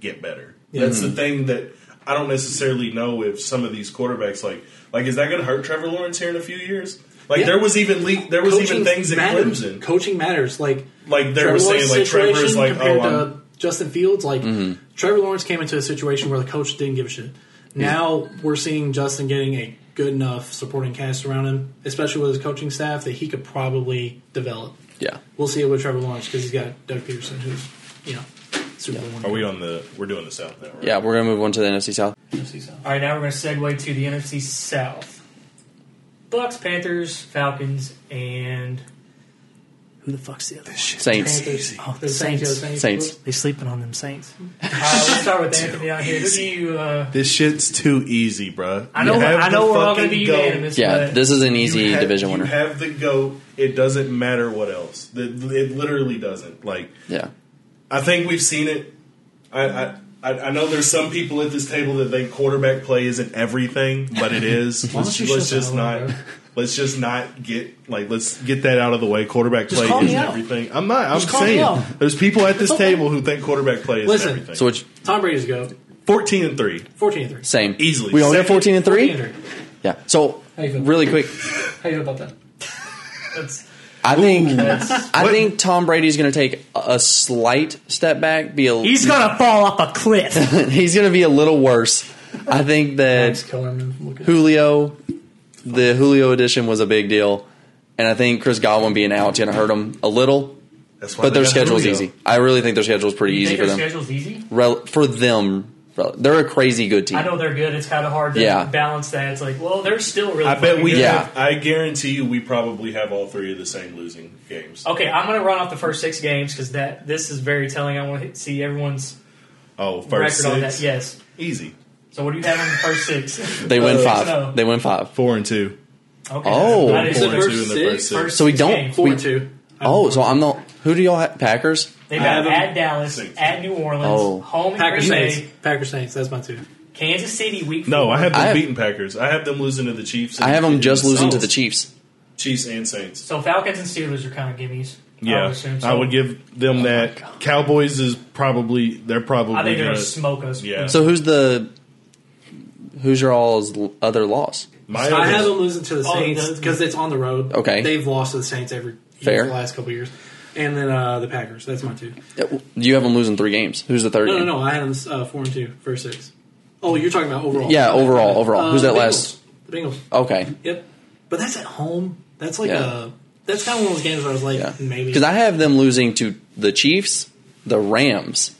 get better. That's
Mm-hmm.
the thing that I don't necessarily know if some of these quarterbacks like like is that going to hurt Trevor Lawrence here in a few years? Like
Yeah.
there was even le- there was even
Coaching
things in
matters.
Clemson.
Coaching matters. Like
Like they were saying
Lawrence's
like Trevor's
situation
like oh
compared
I'm,
to Justin Fields, like Trevor Lawrence came into a situation where the coach didn't give a shit. Now we're seeing Justin getting a good enough supporting cast around him, especially with his coaching staff, that he could probably develop.
Yeah.
We'll see it with Trevor Lawrence because he's got Doug Peterson, who's you know super.
are
wonderful.
we on the we're doing the south now? Right?
Yeah. We're gonna move on to the NFC South.
NFC South.
All right, now we're going to segue to the NFC South. Bucks, Panthers, Falcons, and
Who the fuck's the other?
Saints.
Panthers.
Oh,
The Saints.
Saints.
the Saints.
Saints.
They sleeping on them Saints.
uh, let's start with Anthony out here. Who do you? Uh,
This shit's too easy, bruh.
I know.
You have
I know
the
we're all going
fucking
to be
goat.
unanimous.
Yeah,
but
this is an easy
You have-
division winner.
You have the goat. It doesn't matter what else. The- It literally doesn't. Like
yeah.
I think we've seen it. I, I I I know there's some people at this table that think quarterback play isn't everything, but it is.
Why
let's
don't you
let's
shut
just
the hell
not.
up, bro?
Let's just not get like let's get that out of the way. Quarterback
Just
play
call me
isn't
out.
everything. I'm not. I'm
Just call me
saying
out.
there's people at this
It's okay.
table who think quarterback play isn't
Listen.
everything.
So
So
which
Tom Brady's go
14 and three,
fourteen and three.
same
Easily.
We only got
Second.
fourteen and three.
14 and
Yeah. So
How you feel?
really quick,
How you feel about that?
that's-
I think I
What?
think Tom Brady's going to take a a slight step back. Be a,
He's gonna fall off a cliff.
he's going to be a little worse. I think that
Max Kellerman. Look at
Julio, the Julio edition was a big deal, and I think Chris Godwin being out going to hurt him a little.
That's why
But
they
their
got
schedule's
Julio.
easy. I really think their schedule's pretty
you
easy
think
for
their
them.
schedule's easy.
Rel- for them, rel- they're a crazy good team.
I know they're good. It's kind of hard to
Yeah.
balance that. It's like, well, they're still really.
I bet
fucking
we
good.
Yeah.
have. I guarantee you, we probably have all three of the same losing games.
Oh,
Okay, I'm going to run off the first six games because that this is very telling. I want to see everyone's
Oh, first
record
six,
on that. Yes.
easy.
So what do you have on the first six?
They win
Uh,
five.
no.
They win five.
Four and two.
Okay.
Oh.
That is
Four
the
Is it
and
first-
two in the first six.
first
So we
six
don't-
games.
four
we-
and two.
Oh, so I'm the who do y'all have? Packers?
They
I have
got
them-
at Dallas,
Saints.
at New Orleans,
Oh.
home at
Packers
Green
Saints.
Bay,
Packers Saints. That's my two.
Kansas City week.
No,
four.
I have them
I have-
beating Packers. I have them losing to the Chiefs. and-
I have them
and
just losing to the
Saints.
Chiefs.
Chiefs and Saints.
So Falcons and Steelers are kind of gimmies. I
Yeah, I
would,
would,
assume. So
give
Oh
them that. Cowboys is probably they're probably
I think they're
gonna,
gonna smoke us. Mm.
yeah.
So who's the who's your all's l- other loss?
my
I
other-
have them losing to the
Oh,
Saints
the-
because it's on the road.
Okay.
They've lost to the Saints every
Fair.
year for the last couple years. And then uh, the Packers. That's my two.
You have them losing three games. Who's the third?
No, no,
game?
no. I had them uh, four and two, first six. Oh, you're talking about overall?
Yeah, overall, overall.
Uh,
Who's that
the Bengals.
last?
The Bengals.
Okay,
Yep. But that's at home. That's like
Yeah.
a. That's kind of one of those games where I was like,
yeah,
maybe.
because I have them losing to the Chiefs, the Rams,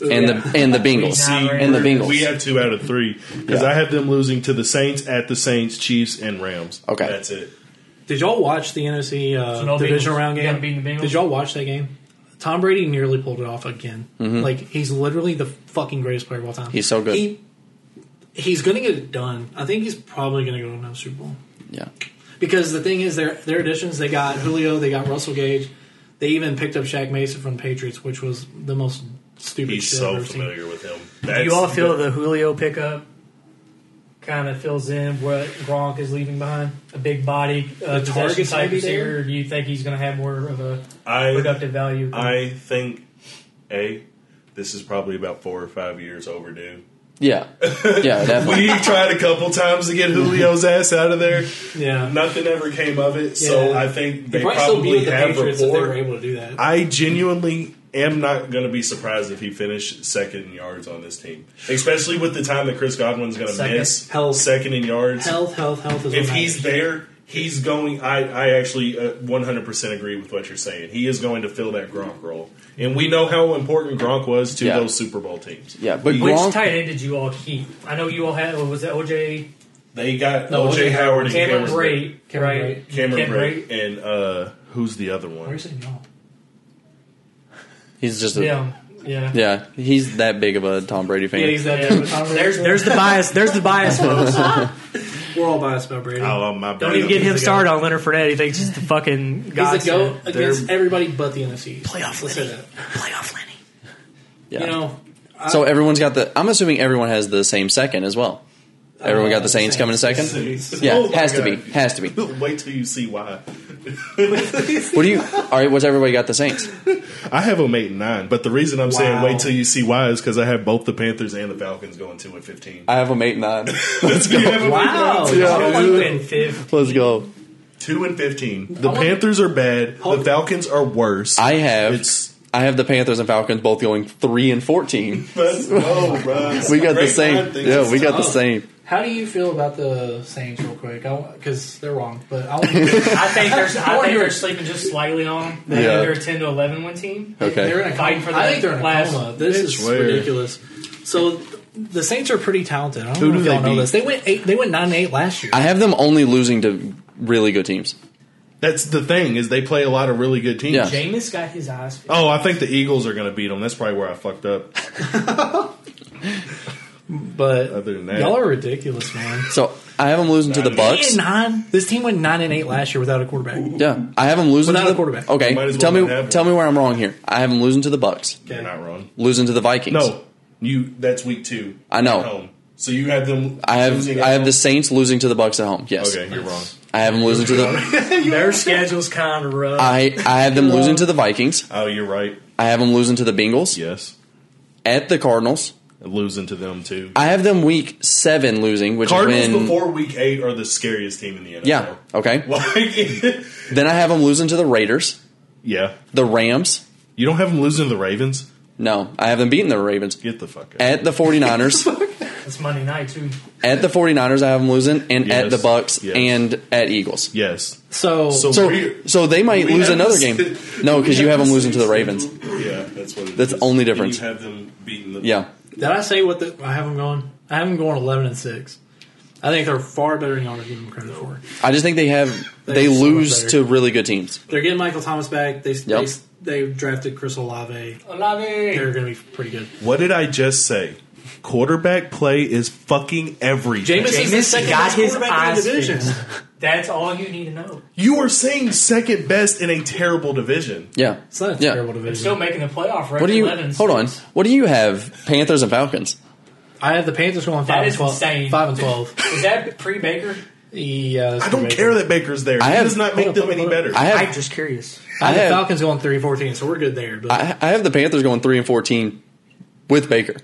and the and the Bengals.
Nah,
and the Bengals.
We have two out of three because
Yeah.
I have them losing to the Saints at the Saints, Chiefs, and Rams.
Okay.
that's it.
Did y'all watch the NFC uh,
So no
divisional
Bengals.
round
You
game?
gotta beat the Bengals.
Did y'all watch that game? Tom Brady nearly pulled it off again. Like he's literally the fucking greatest player of all time.
Mm-hmm. He's so good.
He, he's going to get it done. I think he's probably going to go to another Super Bowl
Yeah,
because the thing is, their their additions. They got Julio. They got Russell Gage. They even picked up Shaq Mason from the Patriots, which was the most stupid.
He's
shit I've
so
ever seen.
familiar with him.
Do
That's
you all feel the Julio pickup kind of fills in what Gronk is leaving behind? A big body, uh,
The
possession
targets
type
maybe there?
receiver. Or do you think he's going to have more of a
I
productive value?
I think a this is probably about four or five years overdue.
yeah, yeah,
We
definitely.
tried a couple times to get Julio's ass out of there.
Yeah,
Nothing ever came of it, so
Yeah.
I think
They'd
they probably
with
have
if they were
rapport.
able to do that.
I genuinely am not going to be surprised if he finished second in yards on this team, especially with the time that Chris Godwin's going to
Second.
miss.
Hell.
Second in yards.
health, health, health is
If
what
he's
matters.
there, he's going. I I actually uh, 100% agree with what you're saying. He is going to fill that Gronk role, and we know how important Gronk was to
Yeah.
those Super Bowl teams.
Yeah, but
Which
Gronk,
tight end did you all keep? I know you all had. what Was it OJ?
They got
No,
OJ
OJ
Howard and
Cameron
Cameron Bray.
Bray,
Cameron
right?
Bray.
Cameron Bray
Bray.
and uh, who's the other one?
Where's it y'all?
he's just a, yeah.
Yeah, yeah.
he's that big of a Tom Brady fan.
Yeah, he's that.
Yeah.
There's,
There's the bias. There's the bias, folks.
we're all biased about Brady.
Oh my!
Don't even get him started on Leonard Fournette. He thinks he's the fucking god.
he's a goat against
They're-
everybody but the NFC.
Playoff
Let's say that.
Playoff Lenny.
yeah.
You know, I-
so everyone's got the. I'm assuming everyone has the same second as well. Everyone got the
Uh,
Saints, coming in second. Yeah,
Oh,
Oh
has to be, has to be.
Wait till you see why.
What do you? All right, what's everybody got the Saints?
I have them eight and nine, but the reason I'm saying
Wow.
wait till you see why is because I have both the Panthers and the Falcons going two and fifteen.
I have them eight nine. Let's
You have
go.
them
Wow.
eight and
Yeah.
nine?
I don't like being fifth.
Let's go.
Two and fifteen. The
I want-
Panthers are bad. The
Hold-
Falcons are worse.
I have
It's-
I have the Panthers and Falcons both going three and fourteen.
Let's go, bro.
We got the
Great
same.
mind thinking.
Yeah, we got the
tough.
same.
how do you feel about the Saints, real quick? Because they're wrong, but I want to.
I think they're. I
wanna
think
hear
they're
it.
sleeping just slightly on. They
Yeah.
They're a ten to eleven win team.
Okay.
They're in a
Fighting
coma.
for
I
the
think they're in a
last-
coma. This
Bitch,
is
where?
ridiculous. So the Saints are pretty talented. I don't
Who
know
do
if y'all
they
know
beat?
this. They went eight. They went nine and eight last year.
I have them only losing to really good teams.
That's the thing is they play a lot of really good teams.
Yeah.
Jameis got his eyes. fixed.
Oh, I think the Eagles are going to beat them. That's probably where I fucked up.
but
Other than that-
y'all are ridiculous, man.
So I have them losing to the
Eight
Bucks.
and nine. This team went nine and eight last year without a quarterback.
Yeah, I have them losing
Without
to the
a quarterback.
Okay,
Might as
tell
well
me
not have one.
tell me where I'm wrong here. I have them losing to the Bucks,
You're not wrong.
losing to the Vikings.
No, you. That's week two.
I know.
At home. So you have them.
I have
losing at
I have
home?
the Saints losing to the Bucks at home. Yes,
Okay, you're wrong.
I have them losing to the
Their schedule's kind of rough.
I I have them losing to the Vikings.
Oh, you're right.
I have them losing to the Bengals
Yes,
at the Cardinals.
losing to them too.
I have them week seven losing, which
Cardinals
is when
before week eight are the scariest team in the NFL.
yeah okay.
Like,
Then I have them losing to the Raiders,
yeah.
the Rams.
You don't have them losing to the Ravens.
No, I have them beating the Ravens
Get the fuck out.
at the 49ers.
It's Monday night too.
at the 49ers, I have them losing, and at
Yes,
the Bucks
yes.
and at Eagles.
yes.
So,
So,
So,
we-
so they might
we
lose
have
another
the
game.
same-
No,
we
because you have them
the
losing to
same
the Ravens.
schedule. Yeah, that's what. It
That's
is.
the only
And
difference.
You have them beating the.
Yeah,
did I say what the, I have them going? I have them going eleven and six. I think they're far better than y'all are giving them credit for.
I just think they have they
They're so much
lose
better.
to really good teams.
They're getting Michael Thomas back. They
Yep.
they, they drafted Chris Olave. They're
Oh. Olave.
going to be pretty good.
What did I just say? Quarterback play is fucking everything.
Jameis is the
Jameis
second
got
best
his
quarterback in the
eyes
division.
fixed. That's all you need to know.
You are saying second best in a terrible division.
Yeah,
It's not a
yeah.
terrible
They're
division.
still making the playoff record.
What do you
11
hold on? What do you have? Panthers and Falcons.
I have the Panthers going five
That
and
is
twelve.
insane.
Five and twelve. uh,
Is that pre Baker?
yeah, that's
I don't
pretty
care
big.
that Baker's there.
I
he
have-
does not make
hold up,
them any
hold up.
better.
I
I'm
have
just curious.
I
I
have the
have-
Falcons going three and fourteen, so we're good there. But
I, I have the Panthers going three and fourteen with Baker,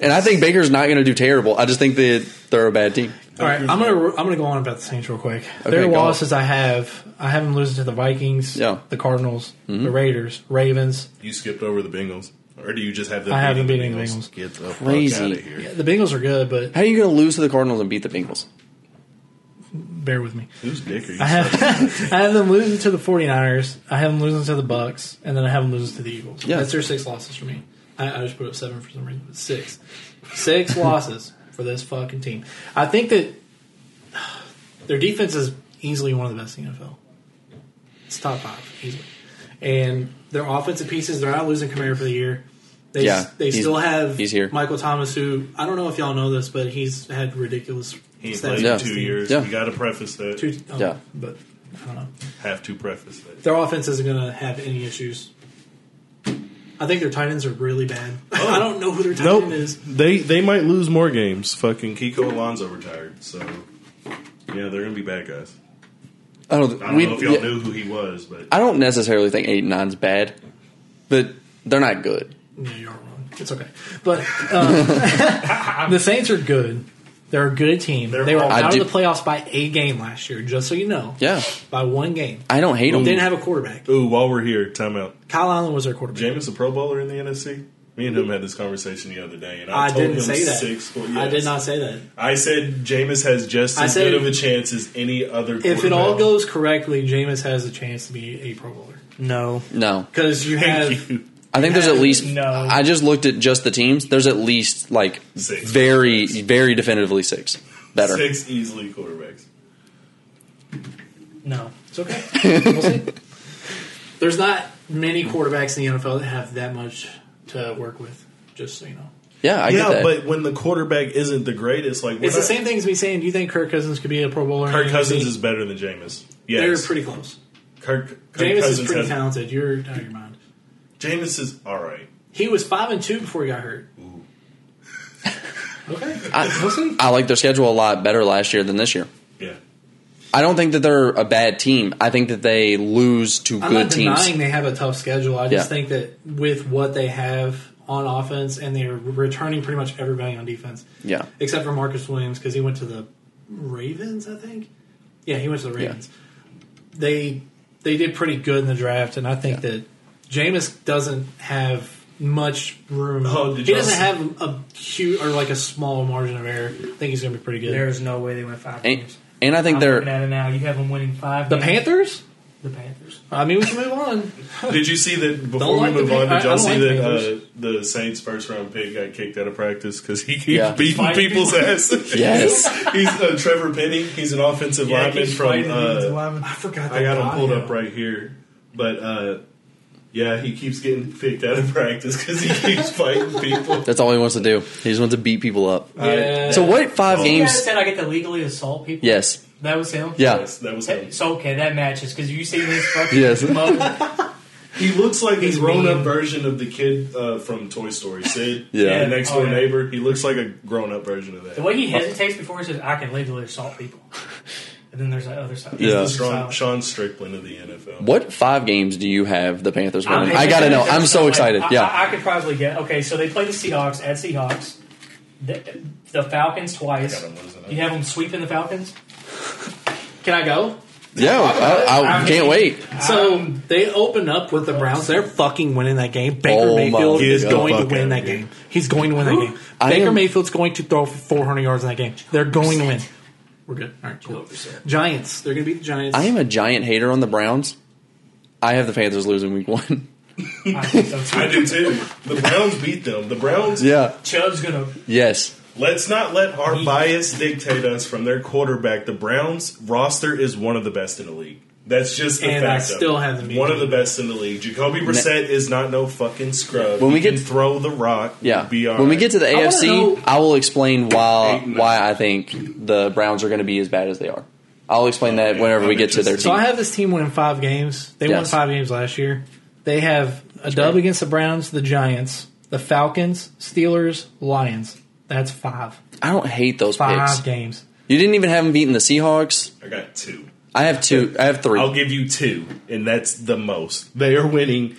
and I think Baker's not going to do terrible. I just think that they're a bad team.
all right, I'm gonna I'm gonna go on about the Saints real quick. Their
go.
losses I have I have them losing to the Vikings,
Yeah. Mm-hmm.
the Cardinals, the Raiders, Ravens.
you skipped over the Bengals, or do you just have them?
I have them
the
beating the Bengals.
Get the
Crazy.
fuck out of here.
Yeah, the Bengals are good, but
How are you going to lose to the Cardinals and beat the Bengals?
bear with me.
Who's dick are you?
I have I have them losing to the 49ers. I have them losing to the Bucks, and then I have them losing to the Eagles.
Yeah.
That's their six losses for me. I, I just put up seven for some reason. But six, six losses for this fucking team. I think that their defense is easily one of the best in the NFL. It's top five easily, and their offensive pieces. They're not losing Kamara for the year. They,
Yeah,
they
he's-
still have
he's here.
Michael Thomas, who I don't know if y'all know this, but he's had ridiculous.
he ain't
stats
played
for
Yeah.
in
his
two
team.
years.
Yeah.
You got to preface that.
Two, oh,
Yeah.
but I don't know.
Have to preface that.
Their offense isn't going to have any issues. I think their tight ends are really bad.
Oh.
I don't know who their tight end is.
They they might lose more games. Fucking Kiko Alonso retired, so yeah, they're gonna be bad guys.
I don't.
I don't
we,
know if y'all
yeah,
knew who he was, but
I don't necessarily think eight and nine's bad, but they're not good.
No, you're wrong. It's okay. But um, the Saints are good. They're a good team.
They're
they were
all-
I
out
do-
of the playoffs by a game last year, just so you know.
Yeah,
By one game.
I don't hate them.
Didn't have a quarterback.
ooh, while we're here, timeout.
Kyle Allen was their quarterback.
Jameis a Pro Bowler in the NFC. Me and him had this conversation the other day, and I,
I
told
didn't
him
say that.
six. well,
I
yes.
did not say that.
I said Jameis has just
I
as
said-
good of a chance as any other.
If it all
quarterback.
goes correctly, Jameis has a chance to be a Pro Bowler.
No.
no,
Because you have.
Thank you.
I think there's at least.
No.
I just looked at just the teams. There's at least like
Six.
very, very definitively six better.
Six easily quarterbacks.
No.
It's okay. We'll see. There's not many quarterbacks in the NFL that have that much to work with. Just so you know,
Yeah, I get
yeah,
that.
but when the quarterback isn't the greatest, like we're
it's the
not-
same thing as me saying, "Do you think Kirk Cousins could be a Pro Bowler?" in
Kirk
the
Cousins
NFC?
is better than Jameis.
they're
Yes,
pretty close.
Kirk, Kirk
Jameis is
Cousins
pretty
has-
talented. You're out of your mind.
Jameis is all right.
He was five and two before he got hurt. okay, we'll see.
I like their schedule a lot better last year than this year.
Yeah,
I don't think that they're a bad team. I think that they lose to
I'm
good
not
teams.
denying they have a tough schedule. I
Yeah.
just think that with what they have on offense, and they're returning pretty much everybody on defense.
Yeah.
except for Marcus Williams because he went to the Ravens, I think. Yeah, he went to the Ravens. They they did pretty good in the draft, and I think
Yeah.
that Jameis doesn't have much room.
Oh, did
he
y'all
doesn't
see-
have a huge or like a small margin of error. I think he's going to be pretty good.
There's no way they went five
And,
games.
and I think
I'm looking
they're
at it now. You have them winning five.
the
games.
Panthers.
the Panthers.
I mean, we can move on.
Did you see that before
Don't like
we move
the
on?
Pan- I-
Did y'all
I don't
see
like
that
Panthers.
uh, the Saints' first round pick got kicked out of practice because he keeps
Yeah.
beating
Fighting
people's
people.
ass?
Yes.
he's uh, Trevor Penny. He's an offensive
Yeah,
lineman
he's
from.
fighting against
Uh,
linemen.
I forgot. That
I got him
guy.
pulled up right here, but uh, yeah, he keeps getting picked out of practice because he keeps fighting people.
That's all he wants to do. He just wants to beat people up.
Uh,
Yeah.
So what five
You guys
games?
said I get to legally assault people.
Yes.
that was him.
Yeah.
Yes, that was him.
Hey, So okay, that matches because you see this fucking
Yes.
mug.
He looks like a
He's
grown up
mean.
version of the kid uh, from Toy Story, Sid.
Yeah.
The next
Oh,
door
yeah.
neighbor. He looks like a grown up version of that.
The way he hesitates before he says, "I can legally assault people," and then there's that other side.
Yeah.
the strong,
Silent.
Sean Strickland of the NFL.
What five games do you have the Panthers winning?
I'm
I gotta know.
excited.
I'm so
Like,
excited.
I,
Yeah.
I, I could probably get okay. So they play the Seahawks at Seahawks, the, the Falcons
I
twice.
got 'em losing.
You have them sweeping the Falcons. Can I go?
Yeah. I, I
I'm-
can't wait.
So Um, they open up with the Browns. They're fucking winning that game. Baker
Oh my
Mayfield is
God.
going to
Fuck
win
outta
that
here.
game. He's going to win that game.
I
Baker
am-
Mayfield's going to throw for 400 yards in that game. They're going to win. We're good. All right, cool. Giants. They're going to beat the Giants.
I am a giant hater on the Browns. I have the Panthers losing week one.
I think so too.
I do too. The Browns beat them. The Browns.
Yeah.
Chubb's gonna.
Yes.
Let's not let our bias dictate us from their quarterback. The Browns roster is one of the best in the league. That's just the
And I
fact. of
still
it.
have them beating
one of the best in the league. Jacoby Brissett is not no fucking scrub.
When we
He can
get-
throw the rock,
Yeah.
Be all
When we
right.
get to the
wanna
AFC,
know-
I will explain why
Eight and
why I think the Browns are going to be as bad as they are. I'll explain that
Okay,
whenever we
I'm
get to their
interested.
team.
So I have this team winning five games. They won
Yes.
five games last year. They have a dub against the Browns, the Giants, the Falcons, Steelers, Lions. That's five.
I don't hate those
Five
picks.
games.
You didn't even have them beating the Seahawks.
I got two.
I have two. I have 3
I'll give you two, and that's the most. They are winning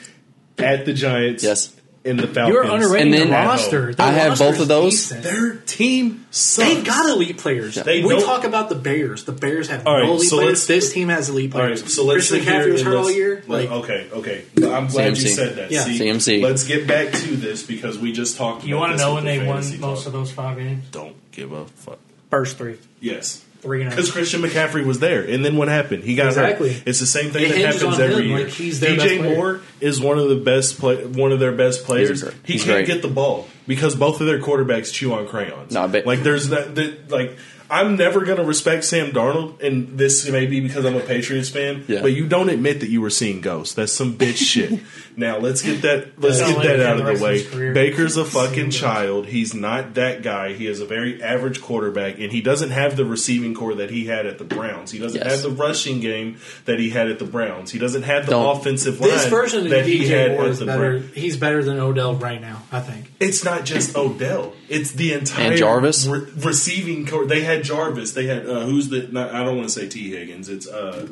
at the Giants.
Yes.
in the Falcons.
You're underrating
And then-
the roster. Their
I have both
roster's
of those.
decent.
Their team sucks.
They've got elite players.
They
we
don't-
talk about the Bears. The Bears have
All right,
no elite
so
players.
let's-
This team has elite
All right,
players.
so let's sit
Christian
here
McCaffrey was
and
hurt all
let's-
year.
let-
Like,
okay, okay. I'm glad you
CMC.
said that.
Yeah.
See,
CMC.
Let's get back to this because we just talked.
You
want to
know when they won most of those five games?
Don't give a fuck.
First three,
Yes,
three and
because
a
Christian McCaffrey was there, and then what happened? He got
Exactly.
hurt. It's the same thing
It
that
hinges
happens
on
every
him,
year.
like, he's their best
DJ
player.
Moore is one of the best play, one of their best players.
great-
he
he's
can't
great.
get the ball because both of their quarterbacks chew on crayons.
No, I bet-
like there's that, that like. I'm never going to respect Sam Darnold, and this may be because I'm a Patriots fan.
Yeah.
But you don't admit that you were seeing ghosts. That's some bitch shit. Now let's get that let's
Don't
get
let
that
him
out of
rest
the way.
his career.
Baker's a
Seeing
fucking
ghosts.
child. He's not that guy. He is a very average quarterback, and he doesn't have the receiving core that he had at the Browns. He doesn't
Yes.
have the rushing game that he had at the Browns. He doesn't have the
Don't.
offensive line
this version of
that he had
DJ Moore
at
is
the
better.
Browns.
He's better than Odell right now. I think.
It's not just Odell. It's the entire
And Jarvis?
re- receiving core. They had Jarvis. They had uh, who's the? Not, I don't want to say T Higgins. It's uh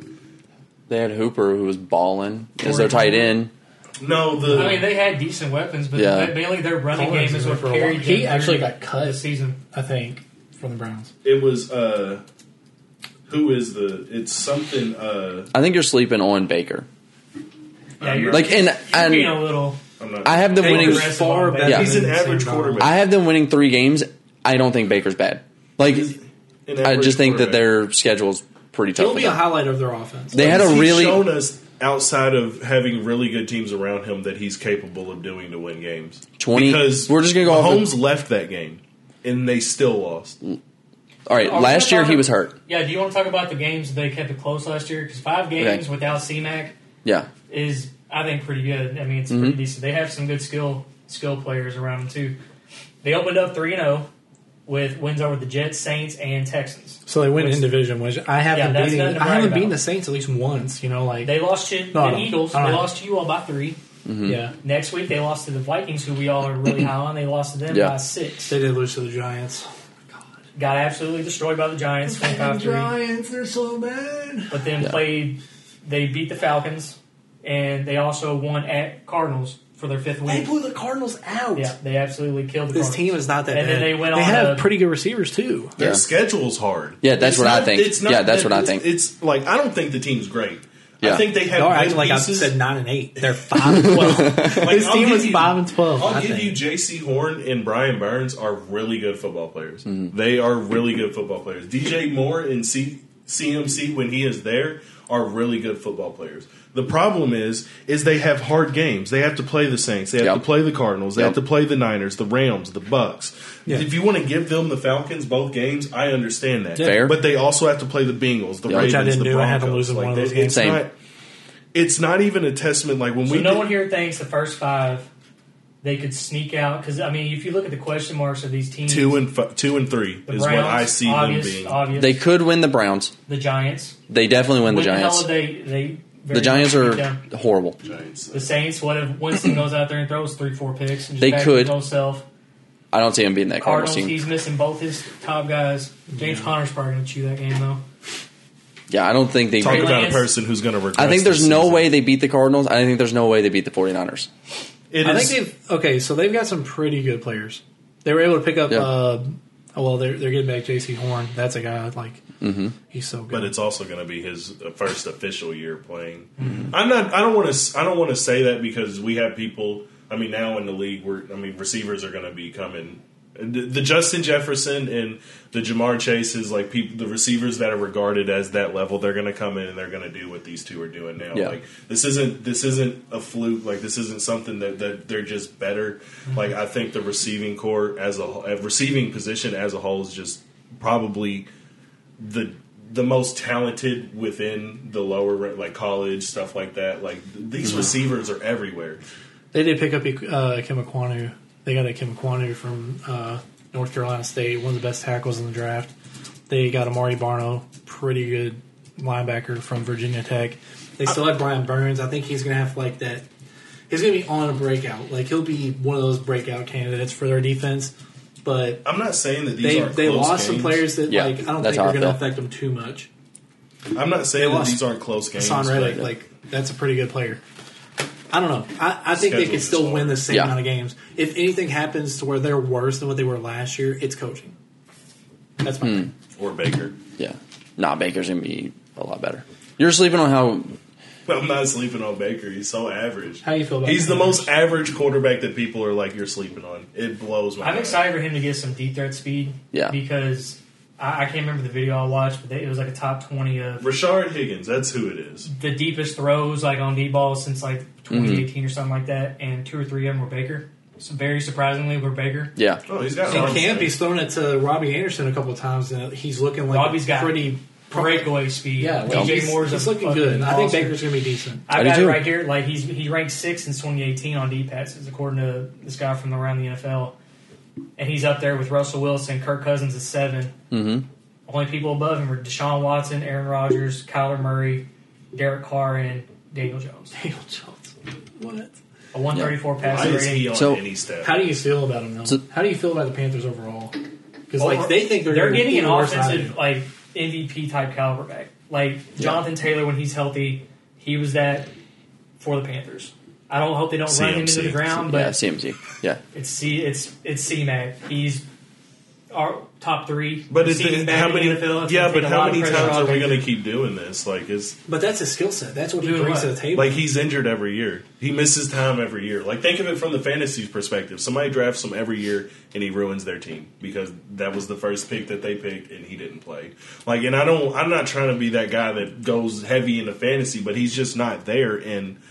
They had Hooper, who was balling as their tight end.
no the.
I mean, they had decent weapons, but
Yeah.
mainly their running
Collins
game
is
is
there
what
for a while.
carried.
He
them
actually
through
got cut.
the season.
I think from the Browns.
it was uh who is the? It's something uh.
I think you're sleeping on Baker.
Yeah, you're,
Like, and
you're being
and
a little.
I'm not.
I have them
Baker's
winning.
Aggressive
far
on
better.
Yeah.
He's an
than Sam
average
Darnold.
quarterback.
I have them winning three games. I don't think Baker's bad. Like
an
I
average
just think that
quarterback.
their schedule's pretty tough.
He'll
for
be a
them.
highlight of their offense.
They had a
He's
really
shown us outside of having really good teams around him that he's capable of doing to win games.
20
because
we're just gonna go off
Mahomes left that game and they still lost.
all right.
Are we
Last year
gonna talk
he
ab-
was hurt.
Yeah, do you want to talk about the games they kept it close last year? Because five games without CMAC
Yeah,
is, I think, pretty good. I mean, it's pretty decent. They have some good skill skill players around them too. They opened up three and zero with wins over the Jets, Saints, and Texans.
So they win
Which-
in division, which I
Yeah,
haven't
that's
beaten.
nothing to
I
brag
haven't beaten
about.
the Saints at least once. You know, like
They lost to
No, I
the
don't-
Eagles.
I
They
don't know.
lost to you all by three.
yeah,
Next week they lost to the Vikings, who we all are really high on. They lost to them
Yeah.
by six.
they did lose to the Giants.
Got absolutely destroyed by the Giants, twenty five three.
they're so bad.
But then
Yeah.
played, they beat the Falcons, and they also won at Cardinals for their fifth
They
win.
blew the Cardinals out.
Yeah, they absolutely killed the
This
Cardinals.
team is not that
And
bad.
then they went on
have
a-
pretty good receivers too.
Their
Yeah.
schedule's hard.
Yeah, that's
It's
what I
not-
think.
it's not
Yeah, that's
that-
what I think.
It's like I don't think the team's great.
Yeah.
I think they have
Y'all are
good
acting like I
pieces.
said nine and eight. They're five and twelve.
Like,
this
I'll
team
give
was
you-
five and twelve.
I'll
I
give
think.
you J.C. Horn and Brian Burns are really good football players.
Mm-hmm.
They are really good football players. DJ Moore and C- CMC when he is there are really good football players. The problem is, is they have hard games. They have to play the Saints. They have
Yep.
to play the Cardinals. They
Yep.
have to play the Niners, the Rams, the Bucks.
Yeah.
If you want to give them the Falcons both games, I understand that.
Yeah.
Fair.
But they also have to play the Bengals, the
Yeah.
Ravens,
Which
I didn't
the
do. I
Broncos.
had them losing
like,
one of those
it-
games.
It's
Same.
not. It's not even a testament. Like when
So
we
no
did-
one here thinks the first five they could sneak out because I mean, if you look at the question marks of these teams,
two and f- two and three
the
is
Browns,
what I see
obvious,
them being.
Obvious,
They could win the Browns.
the Giants.
They definitely win the
When the
Giants.
hell did they? They very
the Giants
much
are
beat them?
horrible.
Giants.
The Saints, what if Winston goes out there and throws three, four picks? And just
They
back
could.
Himself.
I don't see them beating that Cardinals
Cardinals,
team.
he's missing both his top guys. James Conner's probably going to chew that game, though.
Yeah, I don't think they.
Talk
Trey
about a
Lance.
person who's going to regret.
I think there's no way they beat the Cardinals. I think there's no way they beat the 49ers.
It
I
is-
think they've okay. So they've got some pretty good players. They were able to pick up.
Yeah.
Uh, oh, well, they're they're getting back J.C. Horn. That's a guy I like. He's so good.
but it's also going to be his first official year playing.
Mm-hmm.
I'm not. I don't want to. I don't want to say that because we have people. I mean, now in the league, we're. I mean, receivers are going to be coming. The, the Justin Jefferson and the Jamar Chases, like people, the receivers that are regarded as that level, they're going to come in and they're going to do what these two are doing now.
Yeah.
Like this isn't this isn't a fluke. Like this isn't something that, that they're just better.
Mm-hmm.
Like I think the receiving core as a whole- uh, receiving position as a whole is just probably the the most talented within the lower ra- like college stuff like that. Like th- these
Mm-hmm.
receivers are everywhere.
they did pick up uh, Kimikwanu. They got a Kimikwanu from uh, North Carolina State, one of the best tackles in the draft. They got Amari Barno, pretty good linebacker from Virginia Tech. They still have Brian Burns. I think he's going to have like that. He's going to be on a breakout. Like he'll be one of those breakout candidates for their defense. But
I'm not saying that these
they
are
they
close
lost some
games.
players that
Yeah,
like I don't
that's
think
how I
are going to
feel.
affect them too much.
I'm not saying
They
that
lost
these aren't close games.
Hassan
but-
Reddick, like that's a pretty good player. I don't know. I, I think they
Schedule's
could still
just
win the same
Yeah.
amount of games. If anything happens to where they're worse than what they were last year, it's coaching. That's
Hmm.
my thing.
or Baker.
Yeah, nah, Baker's gonna be a lot better. You're sleeping on how
I'm not sleeping on Baker. He's so average.
How you feel about
He's the
him?
most average quarterback that people are like you're sleeping on. It blows my
I'm
mind.
excited for him to get some deep threat speed.
Yeah.
Because I, I can't remember the video I watched, but they, it was like a top 20 of
Rashard Higgins, that's who it is.
the deepest throws like on D ball since like
Mm-hmm.
2018 or something like that, and two or three of them were Baker. So very surprisingly, were Baker.
yeah.
Oh, he's got
And
arms
Camp,
there.
he's thrown it to Robbie Anderson a couple of times, and he's looking like
Robbie's got
pretty.
Breakaway speed.
Yeah, like
DJ
he's,
Moore's
he's
a
looking
fucking
good. I think
monster.
Baker's going to be decent.
I
I've
do
got
too.
it right here. Like he's he ranked sixth in 2018 on D passes, according to this guy from around the NFL, and he's up there with Russell Wilson. Kirk Cousins is 7
Mhm.
Only people above him are Deshaun Watson, Aaron Rodgers, Kyler Murray, Derek Carr, and Daniel Jones.
Daniel Jones. What?
A 134
Why
passer
is
rating.
he on
So-
any step?
How do you feel about him now?
So-
How do you feel about the Panthers overall? Because
Over-
like they think they're,
they're
gonna
getting
be
an
worse than I
offensive
do.
like MVP type caliber back. Like Jonathan Taylor when he's healthy, he was that for the Panthers. I don't hope they don't run him into
CMC.
the ground,
yeah,
but
CMC. Yeah,
It's C. It's it's C-Mac. He's our top three.
But it's,
receiving back
how
in
many?
the NFL. It's
yeah,
gonna
but
take a
how
lot of
many
pressure
times
off
are we
him.
going to keep doing this? Like, it's
But that's his skill set. That's what he
Doing
brings
what?
to the table.
like he's injured every year. He misses time every year. Like, think of it from the fantasy perspective. Somebody drafts him every year, and he ruins their team because that was the first pick that they picked, and he didn't play. Like, and I don't. I'm not trying to be that guy that goes heavy into fantasy, but he's just not there. And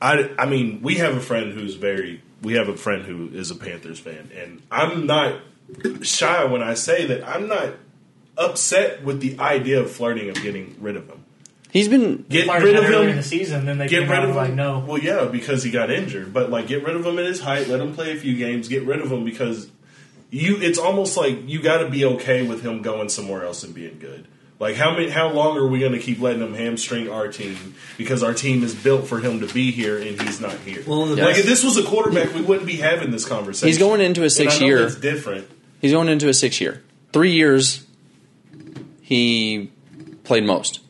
I, I mean, we have a friend who's very. We have a friend who is a Panthers fan, and I'm not shy when I say that I'm not upset with the idea of flirting of getting rid of him.
he's been.
Get
Fired
rid
him
of
earlier in
him.
the season, then they
Get
came
rid
out
of him.
and like no.
Well, yeah, because he got injured. But like, get rid of him at his height. Let him play a few games. Get rid of him because you. It's almost like you got to be okay with him going somewhere else and being good. Like how many? How long are we going to keep letting him hamstring our team because our team is built for him to be here and he's not here?
Well, the
like
best-
if this was a quarterback, we wouldn't be having this conversation.
He's going into his
And I
sixth
know
year.
that's different.
He's going into his sixth year. Three years, he played most.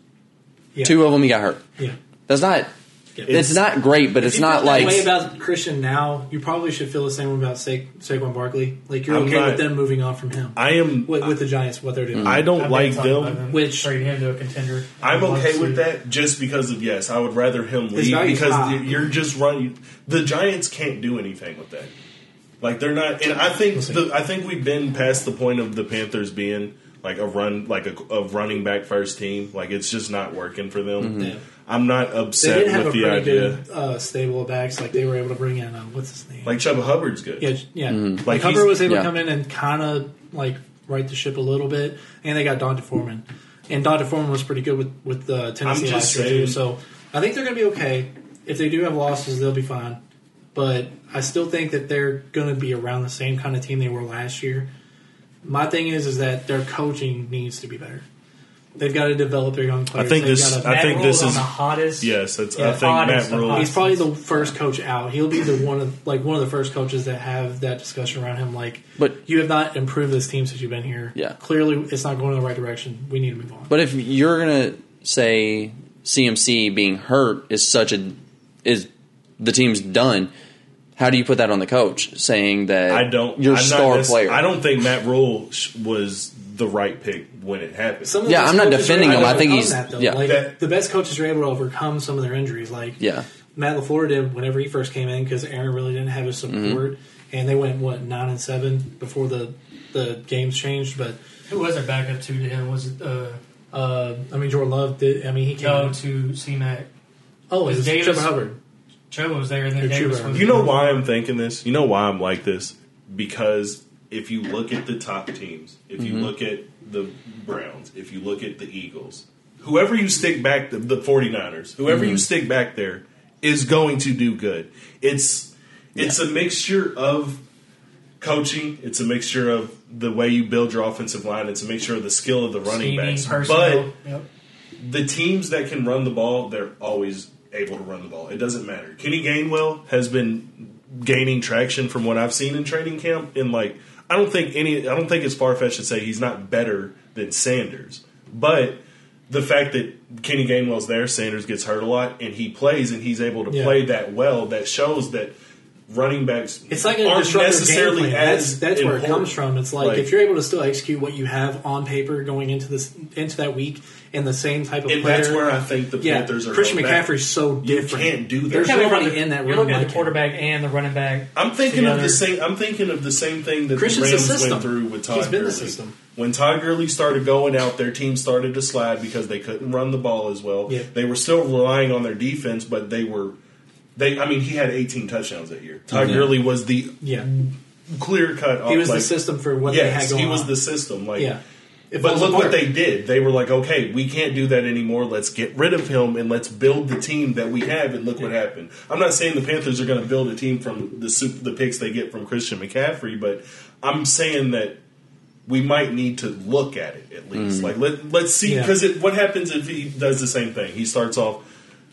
Yeah.
Two of them, he got hurt.
yeah.
That's not.
Yeah.
It's, not great, but it's
If you
not
feel that
like
way about Christian now. You probably should feel the same about Sa- Saquon Barkley. Like you're
I'm
okay
not-
with them moving on from him
I am.
with, with the Giants, what they're doing.
I don't like
I've been talking
them.
about
Which-
trade him to a contender.
I'm
I'd love
okay
to
with
see.
that just because of yes, I would rather him leave
value's
because
high.
you're just running. The Giants can't do anything with that. Like they're not, and I think the, I think we've been past the point of the Panthers being like a run like a, a running back first team. Like it's just not working for them.
Yeah.
I'm not
They
upset
did have a
with the
pretty
idea.
good uh, stable of backs. Like they were able to bring in uh, what's his name?
Like Chuba Hubbard's good.
yeah, yeah.
Like,
Like
he's-
Hubbard was able
yeah.
to come in and kind of like right the ship a little bit, and they got Dante Foreman, and Dante Foreman was pretty good with with uh, Tennessee
just
last year
saying-
too. So I think they're going to be okay. If they do have losses, they'll be fine. But I still think that they're going to be around the same kind of team they were last year. My thing is, is that their coaching needs to be better. They've got to develop their young players.
think
They've
this-
gotta-
I
Matt
think
Rule
this
on
is-
the hottest.
Yes, it's, I
Yeah,
think Matt
honest,
Rule.
He's probably the first coach out. He'll be the one of like one of the first coaches that have that discussion around him. Like,
But-
you have not improved this team since you've been here.
Yeah.
clearly it's not going in the right direction. We need to move on.
But if you're gonna say CMC being hurt is such a is the team's done, how do you put that on the coach saying that
I don't.
your
I'm not
star
necess-
player?
I don't think Matt Rule sh- was the right pick when it happened.
Some of
Yeah,
those
I'm not
coaches
defending
are able
him. I
to
think
overcome
he's-
that, though.
yeah.
Like,
That-
the best coaches are able to overcome some of their injuries. Like
Yeah.
Matt Lafleur did whenever he first came in because Aaron really didn't have his
Mm-hmm.
support, and they went what nine and seven before the the games changed. But
Who was their backup to to him? Was it uh,
uh, I mean, Jordan Love did. I mean, he came.
no to C Mac?
oh, it
was
was
Davis-
Trevor Hubbard.
Chuba was there, and then
Or
Davis
Chuba.
was.
You know why I'm thinking this? You know why I'm like this? Because if you look at the top teams, if you look at the Browns, if you look at the Eagles, whoever you stick back, the, the 49ers, whoever you stick back there is going to do good. It's it's a mixture of coaching, it's a mixture of the way you build your offensive line, it's a mixture of the skill of the running
scheming,
backs.
personnel.
But
Yep.
the teams that can run the ball, they're always able to run the ball. It doesn't matter. Kenny Gainwell has been gaining traction from what I've seen in training camp, and like I don't think any, I don't think it's far fetched to say he's not better than Sanders, but. The fact that Kenny Gainwell's there, Sanders gets hurt a lot, and he plays, and he's able to
Yeah.
play that well. That shows that running backs
It's like a
aren't
disruptive
necessarily
game plan.
as
That's, that's where it
important.
comes from. It's like,
Like-
if you're able to still execute what you have on paper going into this into that week and the same type of
And
player.
that's where I think the
yeah,
Panthers are.
Christian
held back.
McCaffrey's so
You
different.
can't do that.
There's
You're
nobody
looking at
in that
the- You're
room
looking at
like
the
him.
quarterback and the running back.
I'm thinking of the
together.
same. I'm thinking of the same thing that
Christian's
the
the
Rams
system.
went through with Todd
He's been the
Gurley.
system.
When Todd Gurley started going out, their team started to slide because they couldn't run the ball as well.
Yeah.
They were still relying on their defense, but they were. They, I mean, he had 18 touchdowns that year. Todd Gurley was the
Yeah,
clear cut.
he was the system for what they had
Yes,
going
he was
on.
the system. Like,
yeah, It
but
falls
look what
apart.
they did. They were like, okay, we can't do that anymore. Let's get rid of him and let's build the team that we have. And look what happened. I'm not saying the Panthers are going to build a team from the soup, the picks they get from Christian McCaffrey, but I'm saying that we might need to look at it at least. Like let let's see
Yeah.
because it what happens if he does the same thing? He starts off.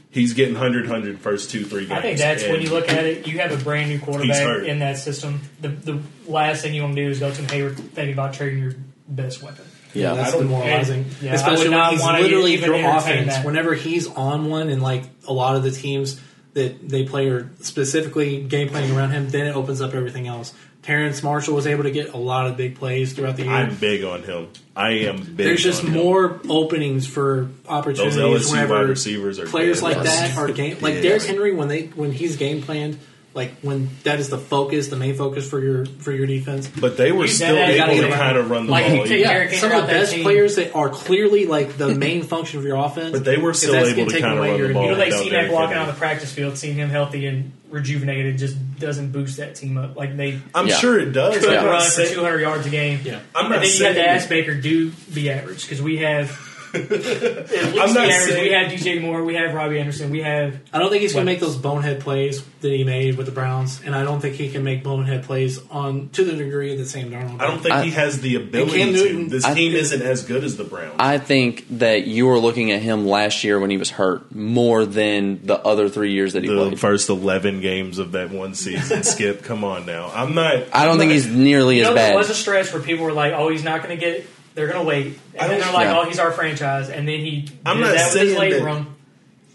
He's getting 100 100 first two, three games.
I think that's when
and
you look at it. You have a brand new
hurt.
quarterback in that system. The, the last thing you want to do is go to him, hey, we're thinking about trading your best weapon.
Yeah.
that's
I don't-
demoralizing.
Yeah, I
Especially
would
when
not
he's
wanna
literally
even
your
entertain
offense.
that.
Whenever he's on one, and like a lot of the teams that they play are specifically game planning around him, then it opens up everything else. Terrence Marshall was able to get a lot of big plays throughout the year.
I'm big on him. I am big.
There's just
on him.
more openings for opportunities.
LSU
whenever
wide receivers are
players
dead.
like
Yes.
that are game like Derrick Henry when they when he's game planned, like when that is the focus, the main focus for your for your defense.
But they were
You
still
gotta-
able
gotta
to
get
kind of
around.
run the
Like,
ball.
you take
even.
Derrick Henry
some of
off
the
that
best
team.
players that are clearly like the main function of your offense.
But they were
if
still
that's
able
getting
to
taken
kinda
away,
run the
you're gonna
ball.
be-
You know, like
without
seeing
Derrick
that walking
Henry.
out of the practice field, seeing him healthy and rejuvenated just doesn't boost that team up. Like they
I'm
Yeah.
sure it does.
could
I'm, not
run for
saying,
200 yards a game.
Yeah.
I'm not
and then you
saying
have to
that-
ask Baker, do be average because we have at least
not
the average.
saying-
We have DJ Moore, we have Robbie Anderson, we have
I don't think he's going to make
Weapons.
those bonehead plays that he made with the Browns, and I don't think he can make bonehead plays on to the degree that Sam Darnold.
I don't think
I-
he has the ability
Cam
to.
Newton-
This
I-
team isn't as good as the Browns.
I think that you were looking at him last year when he was hurt more than the other three years that he
the
played.
first 11 games of that one season, Skip, come on now. I'm not.
I don't think he's nearly
You
as
know, there was a
bad.
stretch where people were like, "Oh, he's not going to get. They're going to wait."
I
And
don't-
then they're like,
Yeah.
"Oh, he's our franchise." And then he
I'm
did
not
that with his
saying
leg
that-
room,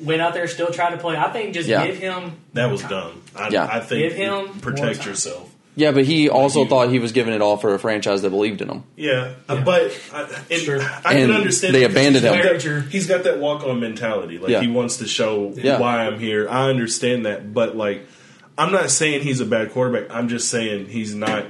went out there, still tried to play. I think just
Yeah.
give him.
That was dumb. I,
Yeah.
I think
Give him more
protect
time.
yourself.
Yeah, but he also
you-
thought he was giving it all for a franchise that believed in him.
Yeah, Uh,
Yeah.
but I, and
Sure.
I can
And
understand
they
it 'cause
abandoned
he's
him.
got that- he's got that walk on mentality. Like
Yeah.
he wants to show
Yeah.
why I'm here. I understand that, but like I'm not saying he's a bad quarterback. I'm just saying he's not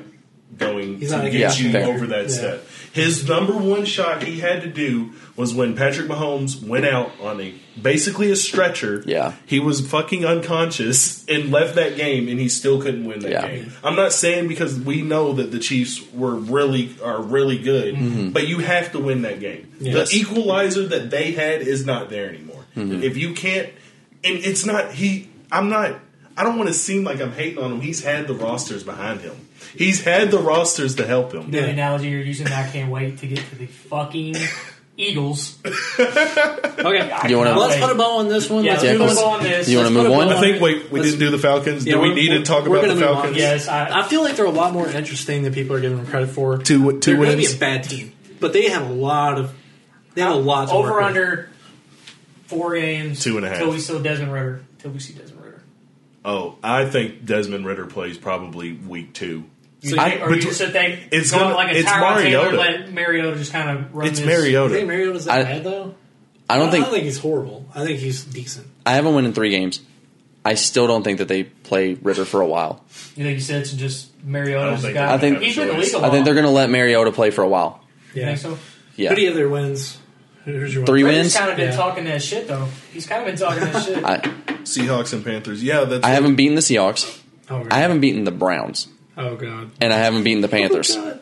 going
He's
to
not a
get
game
you
changer.
over that
Yeah.
step. His number one shot he had to do was when Patrick Mahomes went out on a basically a stretcher.
Yeah.
He was fucking unconscious and left that game and he still couldn't win that
Yeah.
game. I'm not saying because we know that the Chiefs were really are really good, but you have to win that game.
Mm-hmm. Yes. Mm-hmm.
The equalizer that they had is not there anymore. If you can't and it's not he I'm not I don't want to seem like I'm hating on him. He's had the rosters behind him. He's had the rosters to help him.
The analogy you're using, I can't wait to get to the fucking Eagles.
Okay.
You wanna-
Well, let's put a bow on this one.
Yeah,
let's
let's
move
move
on.
on this.
You wanna
Let's
move
put a bow
on?
I think. Wait, we
Let's-
didn't do the Falcons.
Yeah,
do we
we're-
need to talk
we're
about the
gonna move on.
Falcons?
Yes, I,
I feel like they're a lot more interesting than people are giving them credit for.
Two- two
they're gonna
wins.
be a bad team, but they have a lot of they
Uh,
have a lot to work
over
with.
under four games.
Two and a half.
Till we see Desmond Ritter. Till we see Desmond Ritter.
Oh, I think Desmond Ritter plays probably week two.
So
I-
you, are you
but-
just that they
it's
going
gonna-
like a
it's
Tyrod Taylor,
Mariota.
let Mariota just kind of run
It's
this.
You think
Mariota.
Mariota's that
I-
bad though?
I don't think
he's horrible. I think he's decent.
I haven't won in three games. I still don't think that they play Ritter for a while.
You think he said it's just
I don't
Mariota's
think
guy?
they have a
he's been in the
choice.
league a
I think
lot.
they're going to let Mariota play for a while.
You
Yeah.
think so?
Yeah,
Who do you have there wins? Who- Who's your
Three
one?
wins.
He's kind of been
Yeah.
talking that shit though. He's kind of been talking that shit.
I,
Seahawks and Panthers. Yeah, that's.
I haven't beaten the Seahawks.
Oh, God.
I haven't beaten the Browns,
Oh god.
and I haven't beaten the Panthers.
Oh, God.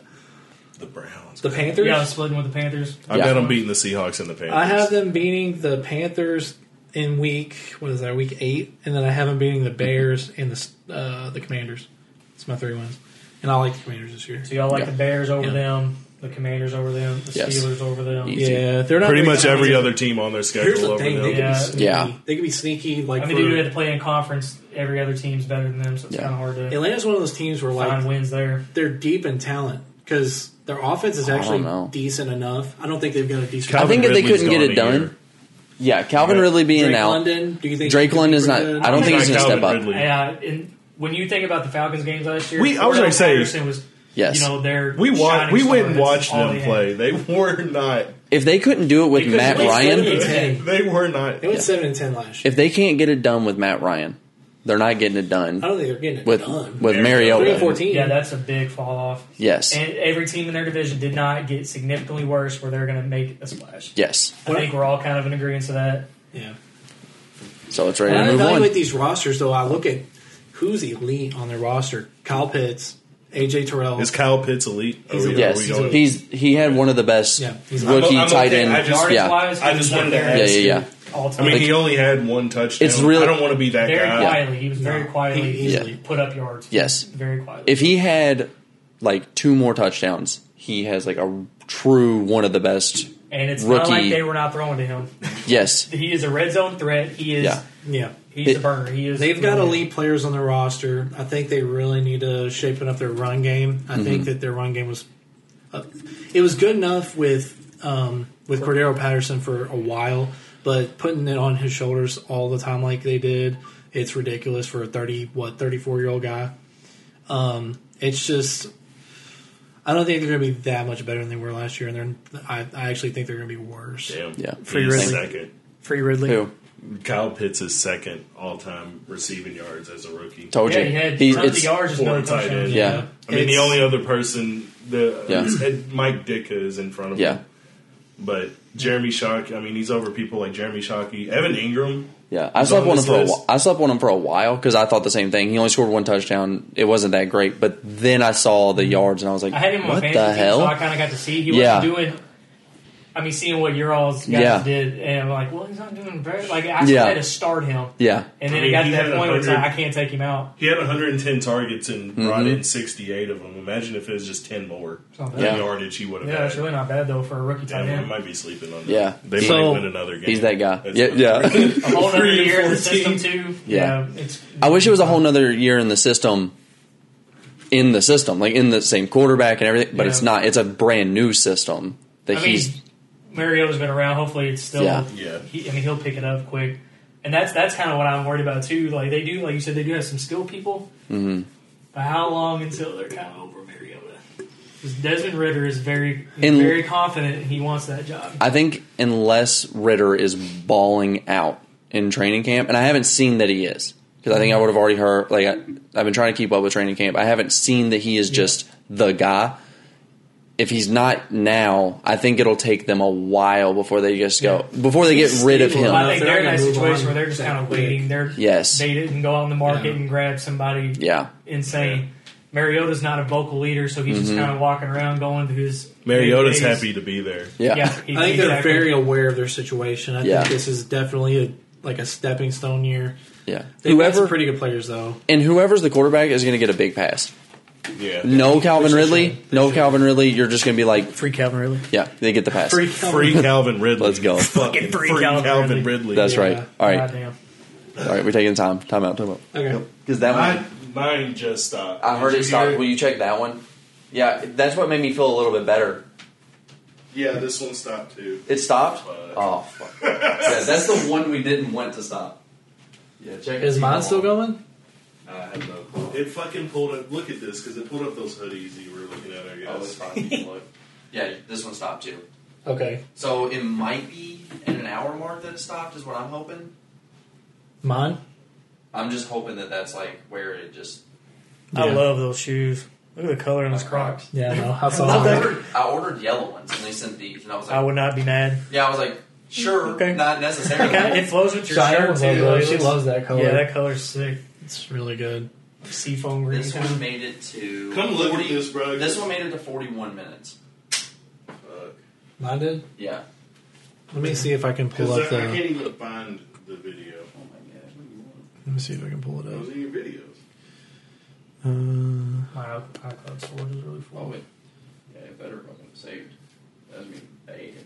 the Browns.
The Panthers.
yeah, splitting with the Panthers.
I
Yeah.
bet I'm beating the Seahawks and the Panthers.
I have them beating the Panthers in week what is that week eight, and then I have them beating the Bears and the uh, the Commanders. It's my three wins, and I like the Commanders this year.
So y'all like
Yeah.
the Bears over
Yeah.
them, the Commanders over them, the
Yes.
Steelers over them.
Yeah.
Yeah, they're not
pretty
very
much every
talented.
other team on their
Here's
schedule
the
over
thing:
them.
they could
Yeah.
be sneaky.
Yeah.
They could be sneaky. Like
I mean,
for-
they do have to play in conference. Every other team's better than them, so it's
Yeah.
kind of hard to
Atlanta's one of those teams where like
find wins there.
they're deep in talent because their offense is
I don't
actually
know.
decent enough. I don't think they've got a decent.
I think if they
Ridley's
couldn't get
gone
it
a
done,
year.
yeah, Calvin
Yeah.
Ridley being
Drake
out,
London. Do you think
Drake London's
is
not- I don't
It's
think
not
he's gonna
Calvin
step up.
Ridley.
Yeah, and when you think about the Falcons games last year,
We- I was
Cordell
gonna say-
Patterson was
Yes.
you know their
We wa-
shining
We
star.
went and
That's
watched
all
them
they had.
play. They were not.
if they couldn't do it with
They couldn't
Matt
play
Ryan,
seven.
Ten.
They were not.
They went
Yeah.
seven and ten last year.
if they can't get it done with Matt Ryan, they're not getting it done
I don't think they're getting it
with
Oh, done.
with
They're
three and
Mariota.
fourteen.
Yeah, that's a big fall off.
Yes,
And every team in their division did not get significantly worse where they're going to make a splash.
yes.
I think we're all kind of in agreement to that.
yeah.
So it's ready
When I
to move
evaluate
on.
these rosters, though, I look at who's elite on their roster: Kyle Pitts, AJ Terrell.
Is Kyle Pitts elite? Are
He's
we- are
elite.
Yes,
we going-
he's he had one of the best
Yeah, he's- I'm o-
rookie
I'm okay.
tight
I
end.
just-
Yardage
Yeah.
wise,
I just wanted to
Yeah,
add-
yeah,
Yes,
yeah.
All time.
I mean,
Like-
he only had one touchdown.
It's real-
I don't want to be that
very
guy.
quietly. He was very
No,
quietly.
he easily.
put up yards.
Yes.
very quietly.
If he had like two more touchdowns, he has like a true one of the best.
and it's not
rookie-
like they were not throwing to him.
Yes,
He is a red zone threat. He is.
Yeah.
yeah,
He's a burner. He is.
they've got elite players on their roster. I think they really need to shape up their run game. I
Mm-hmm.
think that their run game was, uh, it was good enough with um, with Cordero Patterson for a while, but putting it on his shoulders all the time like they did, it's ridiculous for a thirty what thirty four year old guy. Um, it's just. I don't think they're going to be that much better than they were last year, and they're, I, I actually think they're going to be worse.
Damn.
Yeah.
Free
Free Ridley.
second.
Free Ridley.
who
Kyle Pitts is second all time receiving yards as a rookie.
told you?
Yeah, he had
He's-
tons of
it's-
yards. Just
Poor
no
tight
touchdowns.
end.
Yeah.
I mean, the
It's-
only other person, the
Yeah.
is- and Mike Ditka is in front of
Yeah.
him. But Jeremy Shockey, I mean, he's over people like Jeremy Shockey, Evan Ingram.
Yeah, I
He's
slept
on
on him
this
for a
list.
while. I slept on him for a while because I thought the same thing. He only scored one touchdown. It wasn't that great, but then I saw the yards and I was like,
I had him on
"What
fantasy
the
team, so I
hell?"
kind of got to see he
Yeah.
wasn't doing. I mean, seeing what your all's guys
Yeah.
did, and I'm like, well, he's not doing very. Like, I
Yeah.
had to start him,
Yeah,
and
I
then
mean,
it got
he
to that
had
point where it's like,
100
I can't take him out.
He had 110 targets and
Mm-hmm.
brought in 68 of them. Imagine if it was just 10 more
It's not
Yeah.
bad.
yardage he would have
Yeah,
had.
it's really not bad though for a rookie tight
Damn, we
end.
might be sleeping on that.
Yeah.
They
He-
So,
might win another game.
he's that guy.
That's
yeah,
not-
yeah.
A whole other
Three and
year in the
14.
system too.
Yeah.
it's.
I wish it was a whole nother year in the system, in the system, like in the same quarterback and everything. But
Yeah.
it's not. It's a brand new system that
I mean,
he's.
Mariota's been around. Hopefully, it's still.
Yeah.
Yeah.
He, I mean, he'll pick it up quick, and that's that's kind of what I'm worried about too. Like they do, like you said, they do have some skilled people.
Mhm.
But how long until they're kind of over Mariota? Because Desmond Ritter is very he's
And-
very confident he wants that job.
I think unless Ritter is bawling out in training camp, and I haven't seen that he is because I think I would have already heard. Like I, I've been trying to keep up with training camp. I haven't seen that he is just the guy. if he's not now, I think it'll take them a while before they just go before they get
He's
rid of
stable
him.
enough.
I think they're in that
They're gonna move
situation
on
where they're just
that
kind of
quick.
waiting. They're
Yes.
they didn't go out on the market
Yeah.
and grab somebody
Yeah.
insane. Mariota's not a vocal leader, so he's
Mm-hmm.
just kind of walking around going to his.
Mariota's
days.
happy to be there.
Yeah.
he-
I think they're
exactly.
very aware of their situation. I
Yeah.
think this is definitely a like a stepping stone year.
Yeah.
They've got some
Whoever
pretty good players though.
and whoever's the quarterback is going to get a big pass.
Yeah.
No Calvin
Appreciate
Ridley,
that.
no Calvin Ridley. You're just going to be like,
Free Calvin really.
yeah, they get the pass.
Free
Free Calvin Ridley.
Let's go.
Fucking free,
free Calvin
Calvin,
Ridley.
Ridley.
That's
Yeah.
right. All right,
Goddamn.
all right. We're taking time. Time out. Time out.
Okay.
Because that
Mine, mine just stopped.
I heard
Did
it
you
stop.
hear
Will you check that one? Yeah, that's what made me feel a little bit better.
Yeah, this one stopped too.
It stopped.
Uh,
Oh, fuck. yeah, that's the one we didn't want to stop. Yeah, check.
Is
it.
mine still going?
I have no clue. It fucking pulled up. Look at this because it pulled up those hoodies you were looking at. I
Oh, it's
guess.
Yeah, this one stopped too.
Okay.
So it might be at an hour mark that it stopped. Is what I'm hoping.
Mine?
I'm just hoping that that's like where it just.
I
Yeah.
love those shoes. Look at the color on those
I-
Crocs.
Yeah, no. I
I
saw that.
ordered, I ordered yellow ones and they sent these, and I was
I
like,
would not be mad.
yeah, I was like, sure,
Okay.
not necessarily.
Kinda- it flows with your
Cheyenne
shirt
loves
too.
that
though.
color. She loves that color.
Yeah, that color's sick.
it's really good.
Seafoam green.
This
kinda.
one made it to.
Come look at this, bro.
This one made it to 41 minutes.
Uh,
Mine did?
Yeah.
Let me see if I can pull
Because
up the
I, I
Let
can't even find the video.
Oh my gosh.
me see if I can pull it
It was
up.
in your videos.
Uh,
My iCloud storage is really full.
Oh wait. Yeah, it better wasn't saved. That was me. I ate it.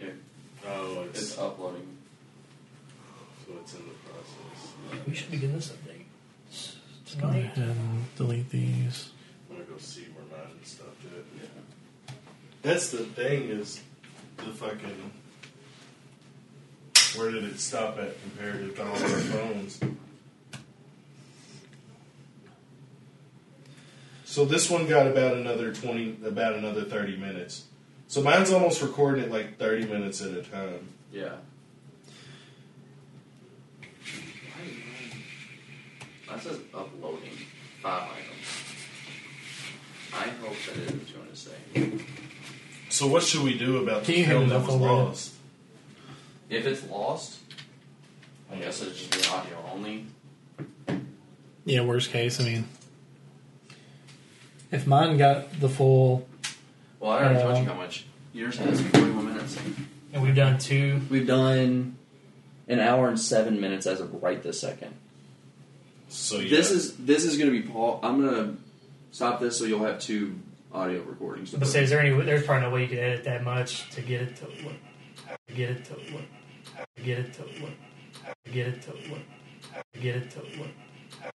Yeah,
Oh, it's,
it's uploading.
so it's in the process.
We should begin this update
go
tonight.
ahead and delete these.
I'm gonna go see where mine and stuff did. Yeah. That's the thing is the fucking where did it stop at compared to all our phones? So this one got about another twenty, about another thirty minutes. So mine's almost recording it like thirty minutes at a time.
Yeah. That says uploading five items. I hope that it is what you want to say.
So what should we do about
Can
the
you hand
film
it
that
up
was
over there?
lost?
If it's lost, I guess it'd just be audio only.
Yeah, worst case. I mean, if mine got the full,
Well, I already told you
Um,
how much. Yours has 41 minutes.
And we've done two.
We've done an hour and seven minutes as of right this second.
So yeah.
This is this is going to be Paul. I'm going to stop this so you'll have two audio recordings.
But say, is there any? There's probably no way you could edit that much to get it to what? To get it to what? To get it to what? To get it to what? To get it to what?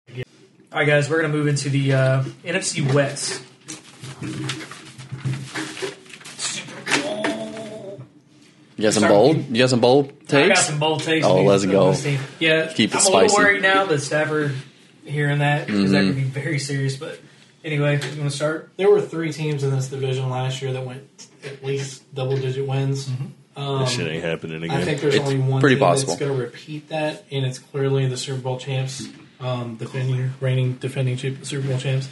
To get- All right, guys, we're gonna move into the uh, NFC West.
You got some
Sorry.
bold. You got some bold
I got
takes.
some bold takes.
Oh,
on
let's
this-
go.
on this team. Yeah,
Keep it
I'm a little
spicy. Mm-hmm.
worried now that Stafford hearing that because that could be very serious. But anyway, you want to start?
there were three teams in this division last year that went at least double digit wins. Um,
ain't happening
I think there's
It's
only one
pretty
team
possible.
that's going to repeat that, and it's clearly the Super Bowl champs, um, defending, reigning, defending chu- Super Bowl champs.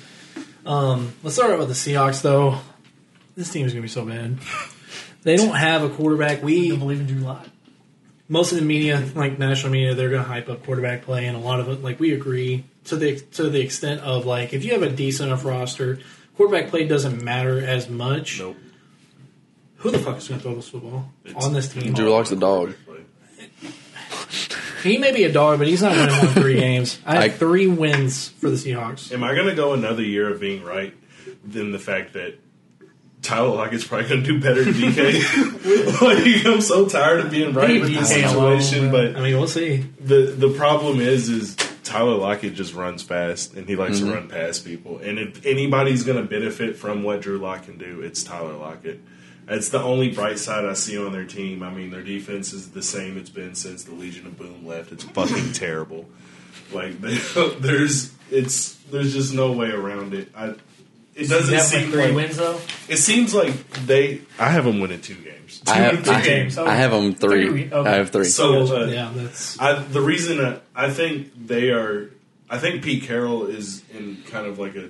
Um, let's start out with the Seahawks, though. This team is going to be so bad. They don't have a quarterback.
You
We
don't believe in July?
most of the media, like national media, they're going to hype up quarterback play, and a lot of it, like we agree to the to the extent of like if you have a decent enough roster, quarterback play doesn't matter as much.
Nope.
Who the fuck is going to throw this football
It's-
on this team?
Drew Locke's the dog.
He may be a dog, but he's not winning more than three games. I have
I-
three wins for the Seahawks.
Am I going to go another year of being right than the fact that Tyler Lockett's probably going to do better than DK? like, I'm so tired of being right with this
DK alone,
situation.
I
But
mean, we'll see.
the the problem is, is Tyler Lockett just runs fast and he likes
Mm-hmm.
to run past people. And if anybody's going to benefit from what Drew Lock can do, it's Tyler Lockett. That's the only bright side I see on their team. I mean, their defense is the same it's been since the Legion of Boom left. It's fucking terrible. Like there's it's there's just no way around it. I it doesn't
You have like
seem
three
like
wins though.
it seems like they I have them winning two games.
I have
Two
I,
games, okay.
I have them three.
Three, okay.
I have three.
So uh,
Yeah, that's
I the uh, reason I, I think they are I think Pete Carroll is in kind of like a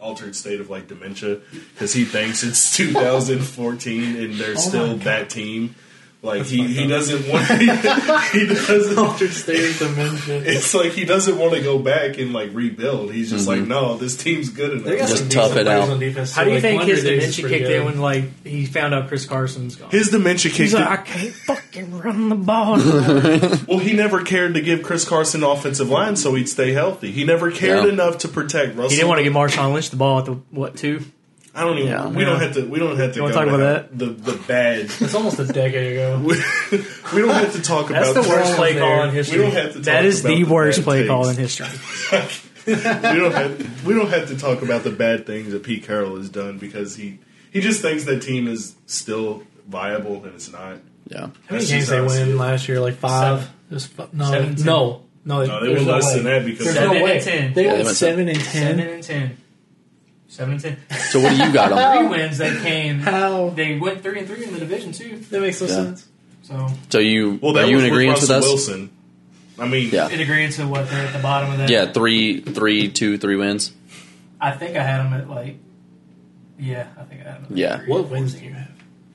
altered state of like dementia because he thinks it's 2014 and they're still that team. Like he, he doesn't want he doesn't
Altered state of dementia.
it's like he doesn't want to go back and like rebuild. He's just like, no, this team's good enough.
They got
Just
some
tough
decent
it
players
out.
on defense,
How
so,
do you
like,
think
Wonder
his
Days is
dementia
pretty
kicked in
good.
when like he found out Chris Carson's gone?
His dementia kicked
He's like,
in.
I can't fucking run the ball.
Well, he never cared to give Chris Carson offensive line so he'd stay healthy. He never cared
Yeah.
enough to protect Russell.
He didn't want to give Marshawn Lynch the ball at the what two?
I don't even.
Yeah.
We don't have to. We don't have to.
You wanna
go
talk about
down The the bad.
It's almost a decade ago.
we we don't have to talk
That's
about
the worst play
there.
call in
We
history.
We don't have to. Talk
that is
about
the worst
bad
play
things.
call in history.
we don't have. We don't have to talk about the bad things that Pete Carroll has done because he he just thinks that team is still viable and it's not.
Yeah.
How many
That's
games
just
they
how I see
win
it.
last year? Like five.
Seven.
It was fu- no,
Seven, ten.
no, no.
No, they
there's
went
no
less
way.
than that because
there's
Seven
no way.
and ten.
They
Yeah, they
went
went
seven and ten.
Seven and ten. Seven and ten.
So what do you got on?
Three wins. They came.
How?
They went three and three in the division too.
That makes no
Yeah.
sense.
So
So you
Well,
are
that
you
was
in
with
agreement with
Russell
us?
Wilson. I mean,
Yeah.
it agreed to what they're at the bottom of that.
Yeah, three, three, two, three wins.
I think I had them at like. Yeah, I think I had them.
Yeah.
What wins do you have?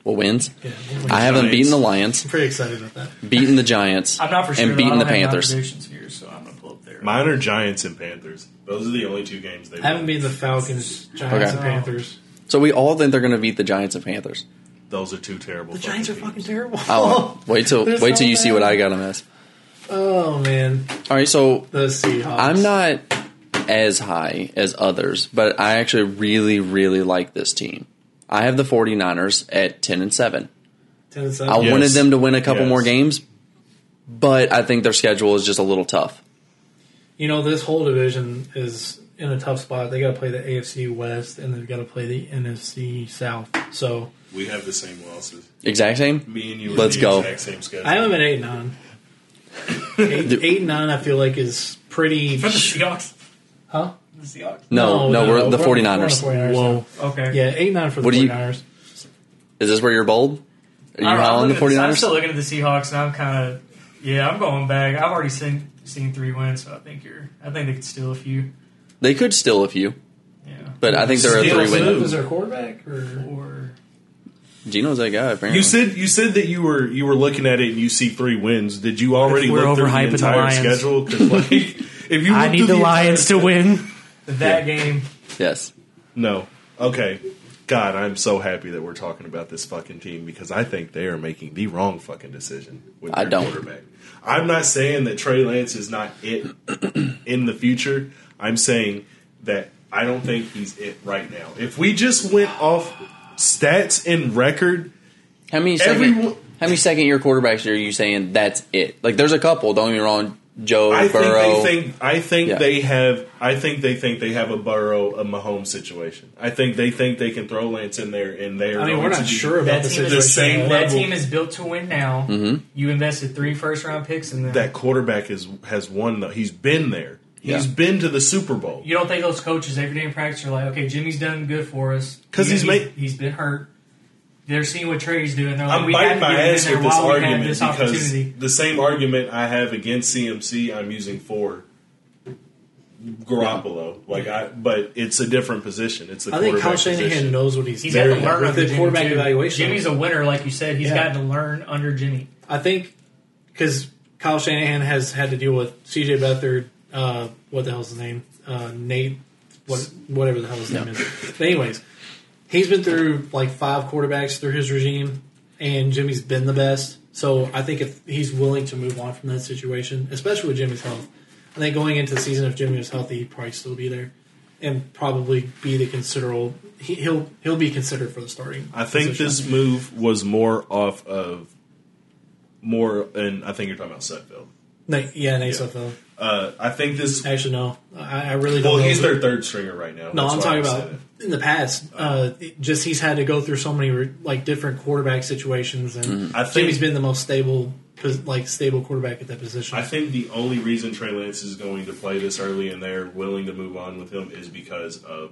Well, wins.
Yeah, what wins?
I haven't
Giants.
beaten the Lions,
I'm pretty excited about that.
beaten the Giants,
I'm not for sure.
and
though.
beaten
I
the
don't have my
Panthers.
predictions here, so I'm gonna pull up there.
mine are Giants and Panthers. Those are the only two games they
I haven't
won.
beaten the Falcons, Giants, and
Okay.
Panthers.
So we all think they're going to beat the Giants and Panthers.
Those are two terrible.
The Giants are
teams.
fucking terrible.
Oh, well, wait till
They're
wait
so
till you see
bad.
what I got on this.
Oh man,
All right, so
the Seahawks.
I'm not as high as others, but I actually really, really like this team. I have the 49ers at 10 and 7.
ten and
I
seven.
Yeah.
wanted them to win a couple
Yes.
more games, but I think their schedule is just a little tough.
You know this whole division is in a tough spot. They got to play the AFC West and they've got to play the NFC South. So
We have the same losses.
Exact same?
Me and you. are
Let's
the
go.
Exact same schedule.
I have them at eight and nine. Eight, eight and nine, I feel like is pretty.
For the Seahawks.
Huh?
The Seahawks.
No, no, we're the
we're-
49ers.
we're the 49ers
Whoa.
now.
Okay.
Yeah, eight and nine for the
What do you-
49ers.
Is this where you're bold? Are you
I'm-
high
I'm
on the
looking at- I'm still
49ers?
looking at the Seahawks, and I'm kind of yeah. I'm going back. I've already seen seen three wins, so I think you're. I think they could steal a few.
They could steal a few,
Yeah.
but I think they're a
Steal
three win.
who?
Is there a quarterback? Or?
Or
Geno's that guy, apparently.
You said you said that you were you were looking at it and you see three wins. Did you already
We're
look through the
overhyping the
entire
Lions.
schedule? 'Cause, like, if you
I
look
need
through
the
entire
Lions to
schedule-
win.
that game.
yes.
No. Okay. God, I'm so happy that we're talking about this fucking team because I think they are making the wrong fucking decision with
I
their
don't.
quarterback. I'm not saying that Trey Lance is not it in the future. I'm saying that I don't think he's it right now. If we just went off stats and record,
How many second,
Everyone-
how many second year quarterbacks are you saying that's it? Like there's a couple, don't get me wrong, Joe
I
Burrow.
think they think I think
Yeah.
they have I think they think they have a Burrow a Mahomes situation. I think they think they can throw Lance in there and they are
I mean,
going
we're
to
not
be-
sure about
That
the
team,
situation.
the
is,
same
that
level.
team is built to win now.
Mm-hmm.
You invested three first round picks in them.
that quarterback is has won though. He's been there. He's
Yeah.
been to the Super Bowl.
you don't think those coaches every day in practice are like, okay, Jimmy's done good for us
'Cause he's
he's,
made-
he's been hurt. They're seeing what Trey's doing. They're like,
I'm
we got
biting
to get
my
him in
ass
there
with this
while we have
argument
this
because
opportunity.
the same argument I have against CMC, I'm using for Garoppolo. Like I, but it's a different position. It's the
I think Kyle
quarterback
Shanahan
position.
knows what he's,
He's had to
doing
learn
with
under
the
Jimmy
quarterback
too.
evaluation.
Jimmy's a winner, like you said. He's
Yeah.
got to learn under Jimmy.
I think because Kyle Shanahan has had to deal with C.J. Beathard, uh, what the hell's his name, uh, Nate, what, whatever the hell his name is. But anyways, he's been through like five quarterbacks through his regime, and Jimmy's been the best. So I think if he's willing to move on from that situation, especially with Jimmy's health, I think going into the season, if Jimmy was healthy, he'd probably still be there. And probably be the considerable. He, he'll he'll be considered for the starting.
I think
position.
this move was more off of more, and I think you're talking about Sudfeld.
Na- yeah, Nate Sudfeld.
Uh, I think this.
Actually, no. I, I really don't.
Well,
know
he's
who-
their third stringer right now.
No,
That's
I'm
why
talking
I
about
said it.
in the past. Uh, it- just he's had to go through so many re- like different quarterback situations, and
Mm-hmm.
I think-
Jimmy's been the most stable, pos- like stable quarterback at that position.
I think the only reason Trey Lance is going to play this early and they're willing to move on with him is because of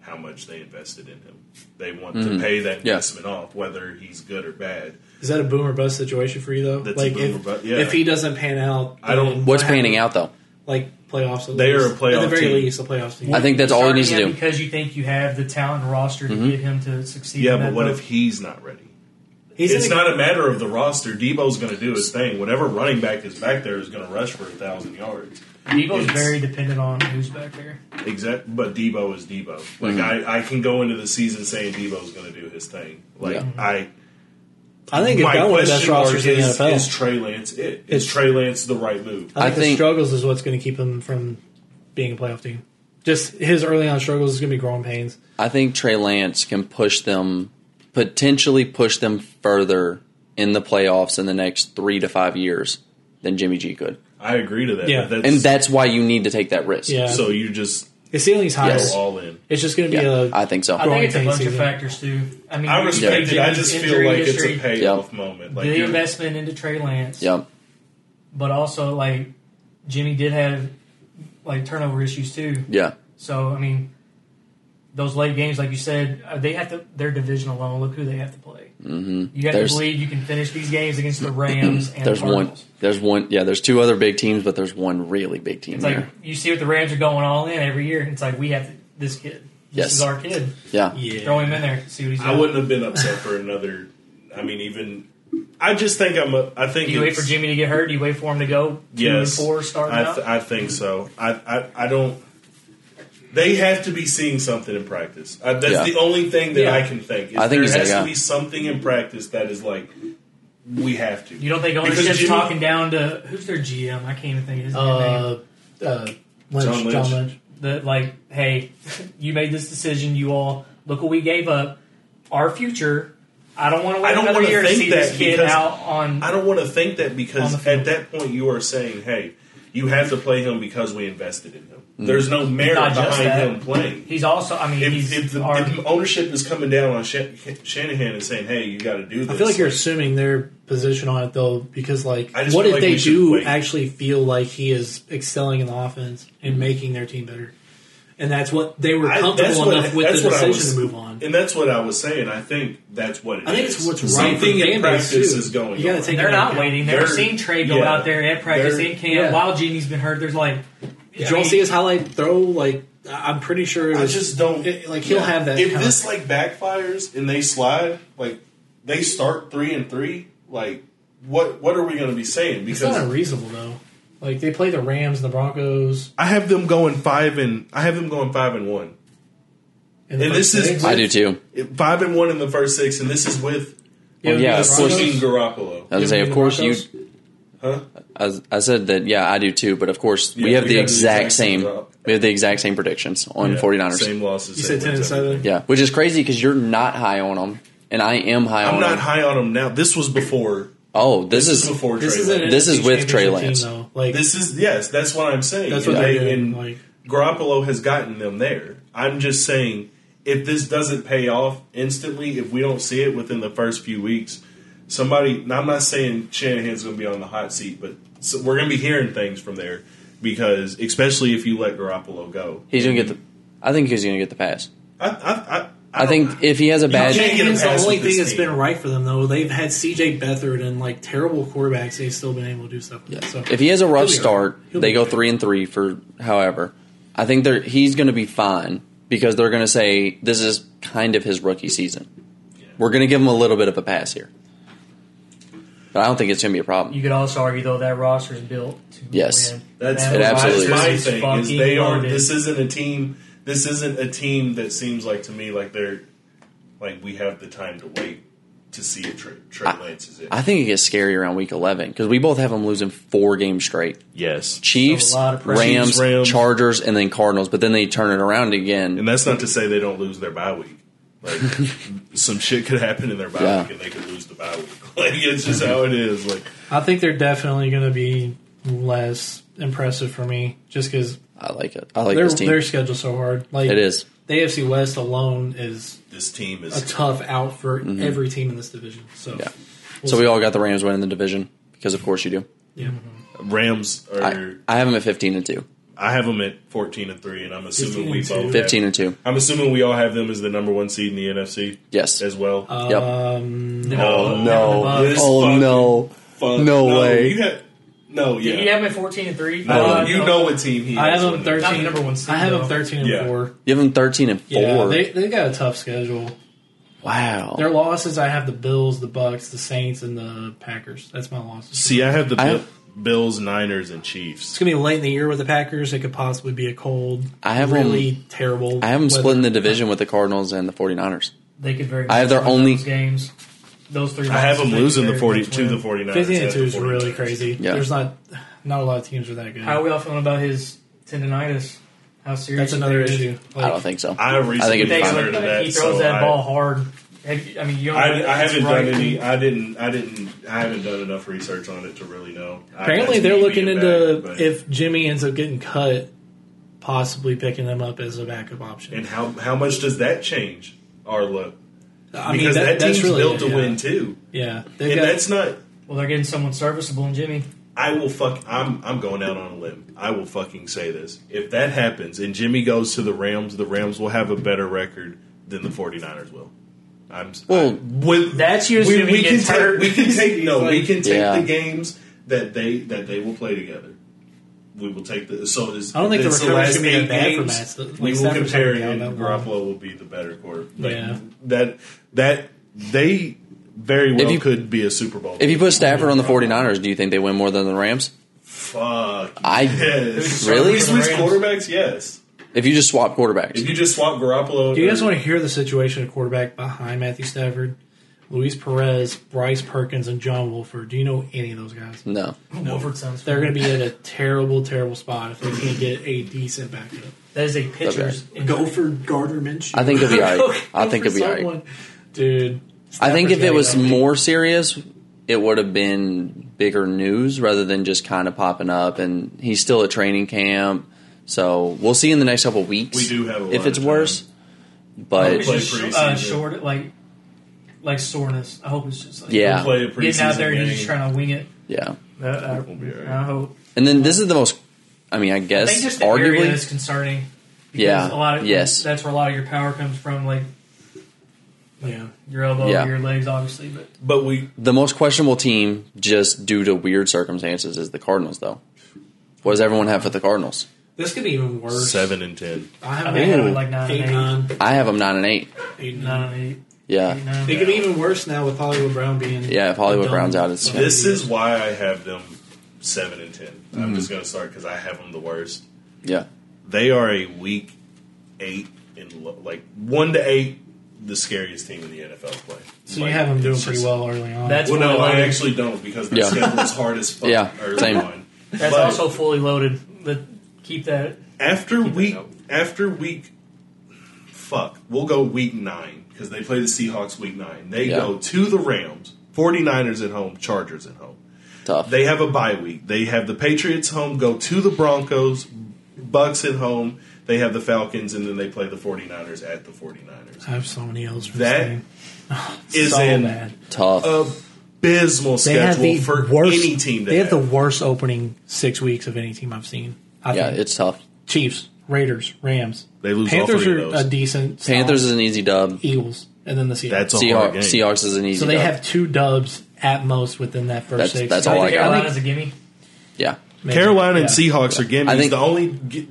how much they invested in him. They want to pay that
Yeah.
investment off, whether he's good or bad.
Is that a boom or bust situation for you though?
That's a
like
boom
if,
or bust, yeah.
if he doesn't pan out,
I don't-
then
What's
what happened?
panning out though?
Like playoffs. At
They are
least.
a playoff
At the very
team.
least, a playoff team.
I think that's all he
Starting
needs to
him
do. Mm-hmm.
because you think you have the talent roster to get him to succeed.
Yeah,
in
but
that
what
role.
if he's not ready?
He's
it's
in the-
not a matter of the roster. Debo's going to do his thing. Whatever running back is back there is going to rush for a thousand yards.
Eagles
It's-
very dependent on who's back there?
Exact, but Debo is Debo. Like
Mm-hmm.
I, I can go into the season saying Debo's going to do his thing. Like
Yeah.
I,
I think it's
my
down one of the best
question mark
rosters in the
is,
NFL.
is Trey Lance it? Is
It's- Uh,
Trey Lance the right move?
I think,
I think-
the struggles is what's going to keep him from being a playoff team. Just his early on struggles is going to be growing pains.
I think Trey Lance can push them, potentially push them further in the playoffs in the next three to five years than Jimmy G could.
I agree to that.
Yeah.
but that's,
And that's why you need to take that risk.
Yeah,
so you just
his ceiling's high.
go
Yes.
all in.
It's just going to be
Yeah,
a.
I think so.
I think it's a
Growing
bunch
season.
of factors too. I mean,
I
you
respect
take
it. I
Jimmy's
just feel
injury
like
history,
it's a payoff moment. Like
the
you're-
investment into Trey Lance.
Yeah.
But also, like Jimmy did have like turnover issues too.
Yeah.
So I mean, those late games, like you said, uh, they have to. Their division alone. Look who they have to play. Mm-hmm. You have
There's-
to believe you can finish these games against the Rams and
There's
the
one.
Cardinals.
There's one. Yeah. There's two other big teams, but there's one really big team
It's
there.
like you see what the Rams are going all in every year. It's like we have to, this kid. This
Yes.
is our kid.
yeah.
yeah.
Throw him in there. See what he's.
I
got.
wouldn't have been upset for another. I mean, even I just think I'm. A, I think
Do you wait
it's-
for Jimmy to get hurt? Do you wait for him to go two
Yes,
and four starting
I,
out?
th- I think so. I, I I don't. They have to be seeing something in practice. Uh, that's
Yeah.
the only thing that
Yeah.
I can think. Is
I think
there
he's
has
that
to
guy.
be something in practice that is like we have to.
you don't think
Because
ownership's
Jimmy-
talking down to who's their GM? I can't even think of his name.
Uh, uh, Lynch,
John
John
Lynch.
Lynch.
That like, hey, you made this decision. You all look what we gave up. Our future. I don't want to
I
wait
don't
another
wanna
year to
think
see this
that
kid
because
out on.
I don't want to think that
On
because
the field.
at that point you are saying, "Hey, you have to play him because we invested in him."
Mm.
There's no merit
Not just
behind
that.
him playing.
He's also. I mean,
If,
he's
if, the,
our,
if ownership is coming down on Shan- Shanahan and saying, "Hey, you got to do this,"
I feel like you're assuming their position on it though, because like,
I just
what
feel
if
like we
they
should
do
wait.
actually feel like he is excelling in the offense and making their team better? And that's what they were
Mm-hmm. I-
comfortable enough with
that's
the
what I
decision
was-
to move on.
And that's what I was saying. I think that's what it is.
I think it's what's right
Something
for the
in
fan base,
practice
too.
is going
You gotta
on.
take-
They're not
Yeah.
waiting. They're,
They're-
seeing Trey go
yeah.
out there at practice
They're-
in camp
yeah.
while Jimmy's been hurt. There's like,
Did
I
y'all
mean,
see his highlight throw? Like, I- I'm pretty sure it
I
was
just don't
It- like, he'll have that
If
kind
this
of-
like backfires and they slide, like they start three and three, like what what are we going to be saying?
It's
Because
not unreasonable though. Like they play the Rams and the Broncos.
I have them going five and I have them going five and one,
In the
And
first
this is-
six.
I do too.
It- five and one in the first six, and this is with
It would be
Yeah,
the
of course.
Broncos.
fucking Garoppolo.
I was
Give
gonna say,
me
of
the
course you.
Broncos.
Huh?
I, I said that. Yeah, I do too. But of course, we
Yeah,
have
we
the
have the
exact
exact same
same.
drop.
We have the exact same predictions on
Yeah,
49ers.
Same losses.
You
same
said ten and
wins,
seven.
everything.
Yeah, which is crazy because you're not high on them, and I am high
I'm
on
not
them.
high on them now. This was before.
Oh, this,
This
is
is before
This
Trey
is an
Lance.
This is
NFC
with Trey
championship
Lance.
Team, though. Like
This is yes, that's what I'm saying.
That's what
And
they're
they-
doing,
and
like-
Garoppolo has gotten them there. I'm just saying, if this doesn't pay off instantly, if we don't see it within the first few weeks, somebody. Now I'm not saying Shanahan's going to be on the hot seat, but so we're going to be hearing things from there because, especially if you let Garoppolo go,
he's gonna get the. I think he's gonna get the pass.
I, I, I,
I, think if he has a bad,
can't- get a
Shanahan's the
pass
only
with
thing
this
that's
team.
been right for them though. They've had C.J. Beathard and like terrible quarterbacks. They've still been able to do stuff. With it. So
if he has a rough
He'll be
start,
alright. He'll
they
be
go
alright.
three and three for however. I think they're he's gonna be fine because they're gonna say this is kind of his rookie season. We're gonna give him a little bit of a pass here, but I don't think it's gonna be a problem.
You could also argue though that roster is built to
Yes.
win.
That's
That
It absolutely
roster
my
is
thing. Is
fucking
they are.
loaded.
This isn't a team. This isn't a team that seems like to me like they're like we have the time to wait to see if Trey, Trey Lance is it.
I think it gets scary around week eleven because we both have him losing four games straight.
yes,
Chiefs,
So a lot of pressure.
Rams,
Chiefs, Rams.
Chargers, and then Cardinals. But then they turn it around again.
and that's not to say they don't lose their bye week. Like some shit could happen in their bye
Yeah.
week and they could lose the bye week. Like it's just how it is. Like
I think they're definitely going to be less impressive for me, just because
I like it. I like
their
this team.
their schedule's so hard. Like
It is.
The AFC West alone is
this team
a
is.
tough out for every team in this division. So
Mm-hmm. Yeah. So we all got the Rams winning the division because, of course, you do.
yeah.
Oh, Rams
I,
are.
I have them at fifteen and two.
I have them at fourteen and three, and I'm assuming we
15 and
both
two.
Fifteen and two.
I'm assuming we all have them as the number one seed in the NFC
Yes.
as well.
Yep.
Um,
They're
Oh,
above- they're above.
This fucking-
Oh, no.
Fuck.
No way.
You had, No, yeah.
You have him at 14 and uh, 3?
No, you know what team he is.
I have them
when-
thirteen.
the number one seed,
I have them
though.
thirteen and
Yeah.
four.
You have them thirteen and four.
Yeah, they they got a tough schedule.
wow.
Their losses, I have the Bills, the Bucks, the Saints, and the Packers. That's my losses.
See, I have the
I
Bill-
have-
Bills, Niners, and Chiefs.
It's gonna be late in the year with the Packers. It could possibly be a cold.
I have
really terrible.
I have them
weather.
splitting the division with the Cardinals and the 49ers.
They could very
I have their
much win
only-
those games. Those three.
I have
losses,
them
they could
losing the
very
forty
much
to the
win.
49ers.
Fifteen and
at the
two is really
49ers.
crazy.
Yeah.
There's not not a lot of teams are that good.
How are we all feeling about his tendonitis? How serious?
That's another
is it?
issue.
I don't think so.
I recently
it'd be
They-
fine.
found
Thanks,
out
like,
that.
he throws
so
that
I,
ball hard. Have you- I mean, you don't
I, I
it's
haven't
right.
done any. I didn't. I didn't. I haven't done enough research on it to really know. I-
Apparently,
that's
they're
me
looking
being
into
bad, but-
if Jimmy ends up getting cut, possibly picking him up as a backup option.
and how how much does that change our look?
I mean,
Because
that,
that,
that's
team's
really
built
it,
to
yeah.
win too,
Yeah, they've
and
got-
that's not.
Well, they're getting someone serviceable in Jimmy.
I will fuck. I'm I'm going out on a limb. I will fucking say this. If that happens and Jimmy goes to the Rams, the Rams will have a better record than the 49ers will. I'm
Well,
I'm- with,
that's your
we,
Jimmy
we can
gets
take
hurt.
we can take no we can take
Yeah.
the games that they that they will play together. We will take the so is,
I don't think the
it's
recovery
last
should be that
eight
bad for
games,
Matt's- the- like,
we will
Stafford's
compare
not down
and
that long.
Garoppolo will be the better quarter. Like,
Yeah.
that that they very well
you-
could be a Super Bowl.
If you put Stafford on the 49ers, do you think they win more than the Rams?
fuck
I-
yes.
Really?
If we switch
For the Rams.
quarterbacks, yes.
If you just swap quarterbacks,
If you just swap Garoppolo,
Do you guys want to hear the situation at quarterback behind Matthew Stafford? Luis Perez, Bryce Perkins, and John Wolford. Do you know any of those guys?
no.
Wolford sounds.
They're going
to
to be in a terrible, terrible spot if they can't get a decent backup.
That is a pitcher's.
Go for Gardner Minshew.
I think it'll be all right. I
Go
think
for
it'll be all right.
someone. Dude.
I think if
Stafford's
it was
gotta go.
more serious, it would have been bigger news rather than just kind of popping up. And he's still at training camp, so we'll see in the next couple weeks.
We do have a lot
if it's
of time.
worse,
I hope
but
it's
Play
just,
preseason.
uh, short, like like soreness. I hope it's just like
Yeah.
play a preseason
getting out there and
game.
you're just trying to wing it.
yeah.
Uh, I,
We'll be all right.
I hope.
And then this is the most. I mean, I
I
guess
think just the area is
arguably,
concerning. because
Yeah.
a lot of
Yes.
that's where a lot of your power comes from, like
Yeah.
your elbow,
Yeah.
your legs, obviously. But
but we
the most questionable team, just due to weird circumstances, is the Cardinals. Though, what does everyone have for the Cardinals?
This could be even worse.
seven and ten.
I
I
have
think I had
Ooh.
it like nine,
eight,
and eight,
nine,
I have them nine and eight.
eight, nine.
nine, and eight,
Yeah,
eight, nine.
It could be even worse now with Hollywood Brown being.
Yeah, if Hollywood
a dumb
Brown's out, it's-
fucking
This
idiot.
is why I have them seven and 10 i I'm just gonna start because I have them the worst.
yeah.
They are a week eight and lo- like one to eight, the scariest team in the NFL play.
So
Like,
you have them doing
it's
pretty
just-
well early on.
That's
Well, no, I
why like-
actually don't because the
Yeah.
schedule is hard as fuck.
Yeah,
early
same.
on.
That's
But-
also fully loaded. But keep that.
after
it
week
up.
after week fuck we'll go week nine because they play the seahawks week nine they
Yeah.
go to the rams 49ers at home chargers at home
Tough.
they have a bye week they have the patriots home go to the broncos bucks at home they have the falcons and then they play the 49ers at the 49ers
I have so many L's for
That
this game.
is
so
an
bad.
tough.
Oh. abysmal schedule for any team to
They have
have.
the worst opening six weeks of any team I've seen. I
yeah,
think.
it's tough.
Chiefs, Raiders, Rams.
They lose all
Panthers
three of
are
those.
a decent. solid-
Panthers is an easy dub.
Eagles, and then the Seahawks.
That's a hard
Seahawks,
game.
Seahawks is an easy.
so they
dub.
have two dubs at most within that first
That's-
six.
that's
I
all I
think
got.
Carolina's a gimme.
yeah.
Maybe.
Carolina and
Yeah.
Seahawks are gimmies.
I think-
the only g-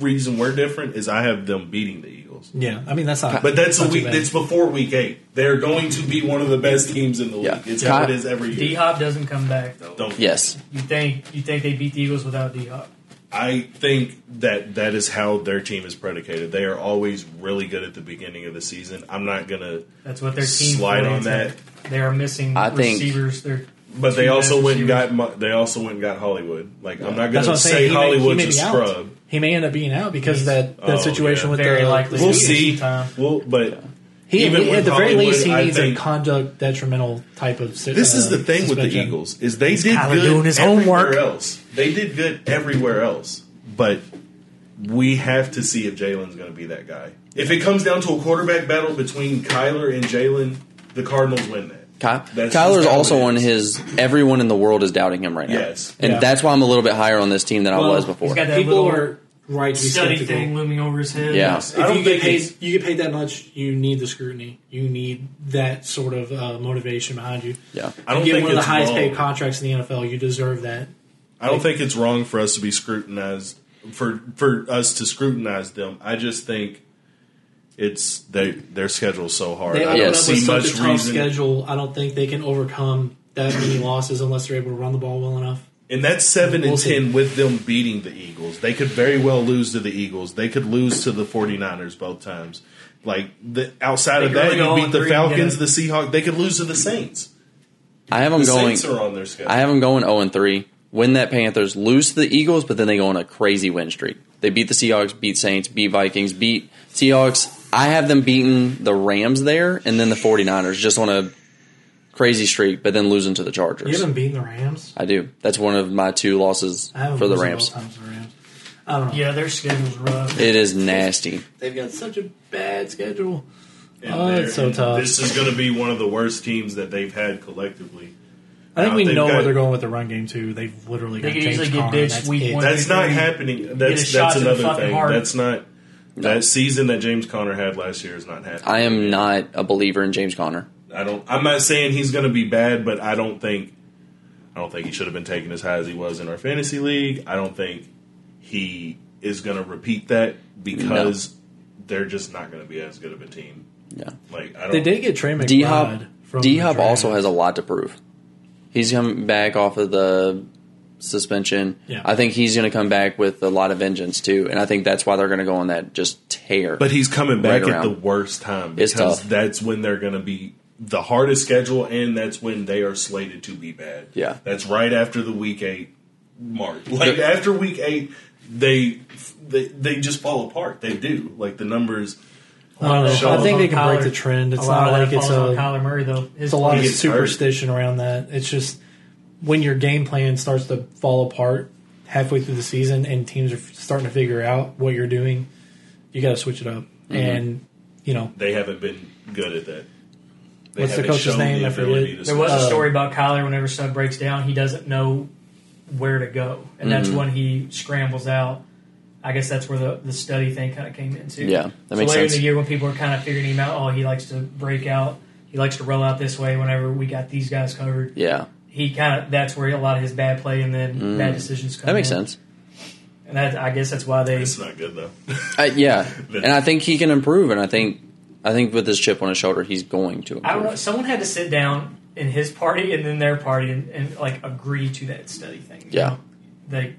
reason we're different is I have them beating the Eagles.
Yeah, I mean that's not.
But that's a
not too
week.
bad.
It's before week eight. They're going to be one of the best teams in the league.
Yeah.
It's
Yeah.
how it is every
D
year.
uh,
Hop doesn't come back though.
Don't-
Yes.
You think you think they beat the Eagles without D Hop?
I think that that is how their team is predicated. They are always really good at the beginning of the season. I'm not gonna,
That's what their team
Slide on
is at. They are missing
I think-
receivers. They're
but they
Two
also
best
went and
receivers.
got. Mo- They also went and got Hollywood. Like I'm not
that's what
gonna
I'm
say
saying. He may- he may,
Hollywood's a
be out.
scrub.
He may end up being out because
He's-
that that
Oh,
situation
yeah.
with
Very
the,
likely.
the
We'll
Seahawks.
see. We'll, but
He,
Even
at
with
the very
Hollywood,
least, he
I
needs a
think-
conduct detrimental type of. si-
This is
uh,
the thing with the
suspension.
Eagles is they did
Kyler
good
doing his
everywhere
homework.
else. They did good everywhere else, but we have to see if Jalen's going to be that guy. If it comes down to a quarterback battle between Kyler and Jalen, the Cardinals win that.
Ky-
That's
Kyler's
just how
also
it
on
is.
his. Everyone in the world is doubting him right now.
Yes.
and
Yeah.
that's why I'm a little bit higher on this team than I
Well,
was
he's
before.
got that
People
little
are right to be
study
skeptical.
thing looming over his head.
Yeah.
If
I don't
you get
think
paid,
it's-
you get paid that much. You need the scrutiny. You need that sort of uh, motivation behind you.
yeah,
I don't
you get
think
one of the
it's
highest
low.
paid contracts in the NFL. You deserve that.
I don't think it's wrong for us to be scrutinized for for us to scrutinize them. I just think it's they their schedule's so hard.
They
I
open
Yeah,
don't
up with
see
such a
much
tough
reason,
schedule. I don't think they can overcome that many losses unless they're able to run the ball well enough.
and that's seven
We'll
and
see.
ten with them beating the Eagles. They could very well lose to the Eagles. They could lose to the 49ers both times. Like the outside
They
of
could
that,
really go
you
on
beat the
three and get
Falcons,
it.
the Seahawks. They could lose to the Saints.
I have them
The
going.
Saints are on their schedule.
I have them going zero and three. Win that Panthers, lose to the Eagles, but then they go on a crazy win streak. They beat the Seahawks, beat Saints, beat Vikings, beat Seahawks. I have them beating the Rams there and then the 49ers just on a crazy streak, but then losing to the
You
Chargers.
haven't beaten the Rams.
I do. That's one of my two losses
I haven't
for the
lost
Rams.
all times to the Rams. I don't know.
Yeah, their schedule's rough.
It is nasty.
They've got such a bad schedule.
And
Oh, it's
they're-
so tough.
This is going to be one of the worst teams that they've had collectively.
I think
Now
we
they've
know
got-
where they're going with the run game too. They've literally
They
got
could
James
easily get
Conner.
bitched
That's
week
it.
one.
That's
Three,
not
three.
happening. That's
shot
that's
to the
another
fucking
thing.
heart.
That's not that season that James Conner had last year is not happening.
I am not a believer in James Conner.
I don't. I'm not saying he's going to be bad, but I don't think. I don't think he should have been taken as high as he was in our fantasy league. I don't think he is going to repeat that because they're just not going to be as good of a team.
Yeah.
Like I don't.
They did get Trey McBride.
D Hop
from
D Hop
the
also
draft.
has a lot to prove. He's coming back off of the suspension.
Yeah.
I think he's going to come back with a lot of vengeance too, and I think that's why they're going to go on that just tear.
But he's coming back
Right
at
around.
the worst time
It's
because
tough.
that's when they're going to be the hardest schedule, and that's when they are slated to be bad.
Yeah.
that's right after the week eight mark. Like after week eight, they they they just fall apart. They do. Like the numbers.
I don't know.
Show
I think
up.
they can break
Kyler-
the trend. It's
a lot
not
of
like
that
it's
falls on
a
Kyler Murray though. His
it's a lot of
He gets hurt.
superstition around that. It's just when your game plan starts to fall apart halfway through the season and teams are starting to figure out what you're doing, you got to switch it up.
Mm-hmm.
And you know,
They haven't been good at that. They
What's the
haven't
coach's
shown
name? I forget.
ability to
There
There was
switch.
a story about Kyler whenever stuff breaks down, he doesn't know where to go. And that's
Mm-hmm.
when he scrambles out. I guess that's where the, the study thing kind of came into.
Yeah, that makes
so later
sense.
in the year when people are kind of figuring him out, oh, he likes to break out. He likes to roll out this way whenever we got these guys covered.
yeah,
He kind of that's where a lot of his bad play and then bad decisions come.
Mm. that makes
in.
sense.
And that, I guess that's why they
It's not good though.
Uh, yeah, and I think he can improve, and I think I think with this chip on his shoulder, he's going to. Improve.
I don't know. Someone had to sit down in his party and then their party and, and like agree to that study thing. you
Yeah.
know? they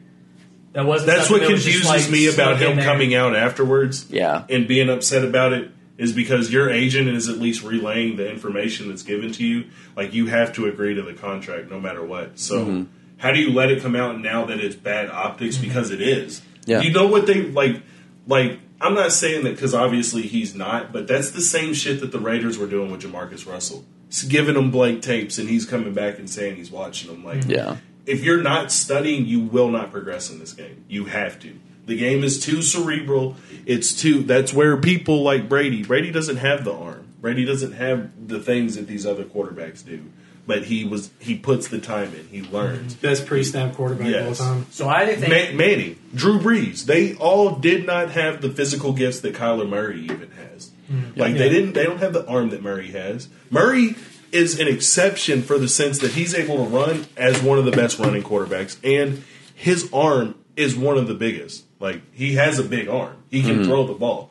that wasn't.
That's
something
what
that was
confuses
just, like,
me about
snuck in
him
there.
coming out afterwards.
Yeah.
and being upset about it is because your agent is at least relaying the information that's given to you. Like you have to agree to the contract no matter what. So
Mm-hmm.
how do you let it come out now that it's bad optics because it is?
Yeah.
You know what they like like I'm not saying that because obviously he's not, but that's the same shit that the Raiders were doing with Jamarcus Russell, It's giving him blank tapes, and he's coming back and saying he's watching them. Like,
Yeah.
if you're not studying, you will not progress in this game. You have to. The game is too cerebral. It's too. That's where people like Brady. Brady doesn't have the arm. Brady doesn't have the things that these other quarterbacks do. But he was. He puts the time in. He learns.
best pre-snap quarterback of all
Yes.
time.
So I didn't think.
Ma- Manning, Drew Brees, they all did not have the physical gifts that Kyler Murray even has. Like
Mm. Yeah.
they didn't. They don't have the arm that Murray has. Murray is an exception for the sense that he's able to run as one of the best running quarterbacks, and his arm is one of the biggest. Like he has a big arm. He
Mm-hmm.
can throw the ball.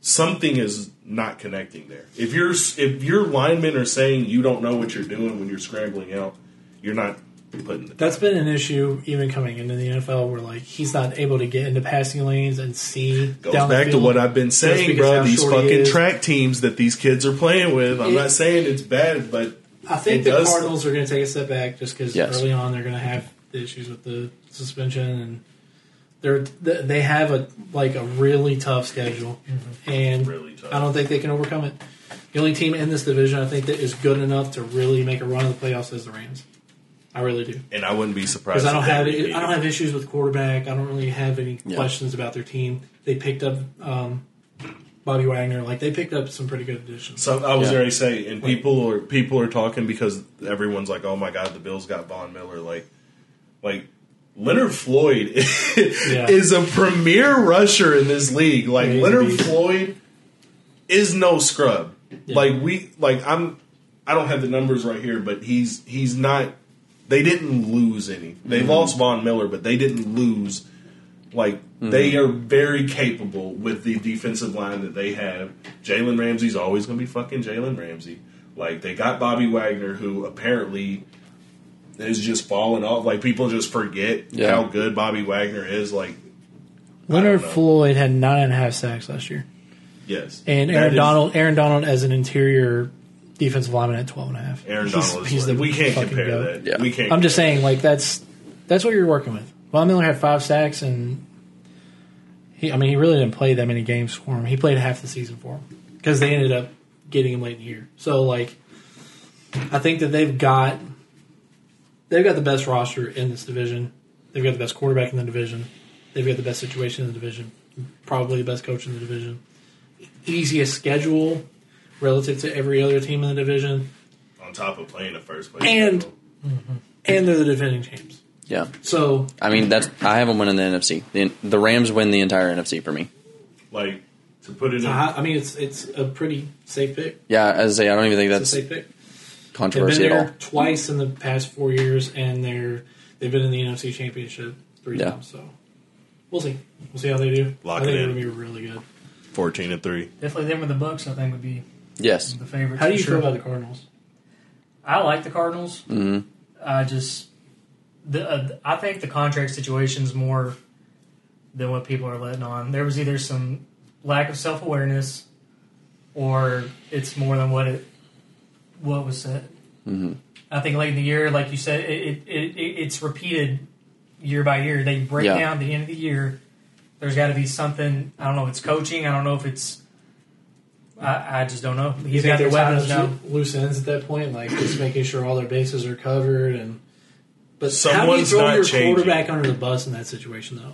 Something is not connecting there. If you're if your linemen are saying you don't know what you're doing when you're scrambling out, you're not putting the
That's been an issue even coming into the NFL where like he's not able to get into passing lanes and see
Goes
down the
back to
field.
what I've been saying,
because how
bro. These
short he
fucking
is.
track teams that these kids are playing with. I'm
It-
not saying it's bad, but
I think
It
the
does-
Cardinals are going to take a step back just because
Yes.
early on they're going to have the issues with the suspension and they're th- they have a like a really tough schedule and
Mm-hmm. Really tough.
I don't think they can overcome it. The only team in this division I think that is good enough to really make a run of the playoffs is the Rams. I really do
and I wouldn't be surprised.
because I don't
if they
have
repeat
I don't have issues with quarterback. I don't really have any
Yeah.
questions about their team. They picked up um, Bobby Wagner. Like they picked up some pretty good additions.
Some, I was
Yeah.
already saying, and people are people are talking because everyone's like, "Oh my god, the Bills got Von Miller." Like, like Leonard Floyd is a premier rusher in this league. Like
Yeah, he's a
Leonard
beast.
Floyd is no scrub.
Yeah.
Like we, like I'm, I don't have the numbers right here, but he's he's not They didn't lose any. They
Mm-hmm.
lost Von Miller, but they didn't lose. Like
Mm-hmm.
they are very capable with the defensive line that they have. Jalen Ramsey's always going to be fucking Jalen Ramsey. Like they got Bobby Wagner, who apparently is just falling off. Like people just forget
Yeah.
how good Bobby Wagner is. Like
Leonard
know.
Floyd had nine and a half sacks last year,
yes,
and
That
Aaron
is-
Donald. Aaron Donald as an interior defensive lineman at twelve and a half.
Aaron
He's-
Donald. Is
he's
like-
the
we can't
fucking
compare that.
goat.
Yeah.
We can't.
I'm just saying, like that's that's what you're working with. Von Miller had five sacks, and he, I mean, he really didn't play that many games for him. He played half the season for him because they ended up getting him late in the year. So, like, I think that they've got they've got the best roster in this division. They've got the best quarterback in the division. They've got the best situation in the division. Probably the best coach in the division. Easiest schedule relative to every other team in the division,
on top of playing the first place.
And-
schedule.
and they're the defending champs.
Yeah.
So
I mean, that's I have them winning the NFC. The, the Rams win the entire NFC for me.
like to put it in,
It's a high- I mean, it's it's a pretty safe pick.
Yeah, as I say, I don't even think
It's a
that's
safe pick. They've been
controversy at all.
there twice in the past four years, and they're they've been in the NFC Championship three
Yeah.
times. So we'll see. We'll see how they do.
Lock
I
it
think
in.
they're gonna be really good.
fourteen and three.
Definitely them or the Bucks, I think, would be
Yes.
the favorites.
How do you
for sure.
feel about the Cardinals?
I like the Cardinals.
hmm
I just the uh, I think the contract situation's more than what people are letting on. There was either some lack of self awareness, or it's more than what it what was said.
Mhm.
I think late in the year, like you said, it, it, it it's repeated year by year. They break
Yeah.
down at the end of the year. There's got to be something. I don't know if it's coaching. I don't know if it's. I, I just don't know.
You
He's
think
got the
they're tying
weapons
up
now.
loose ends at that point, like just making sure all their bases are covered and. But how do you
Someone's
throw
not
your
changing.
quarterback under the bus in that situation, though?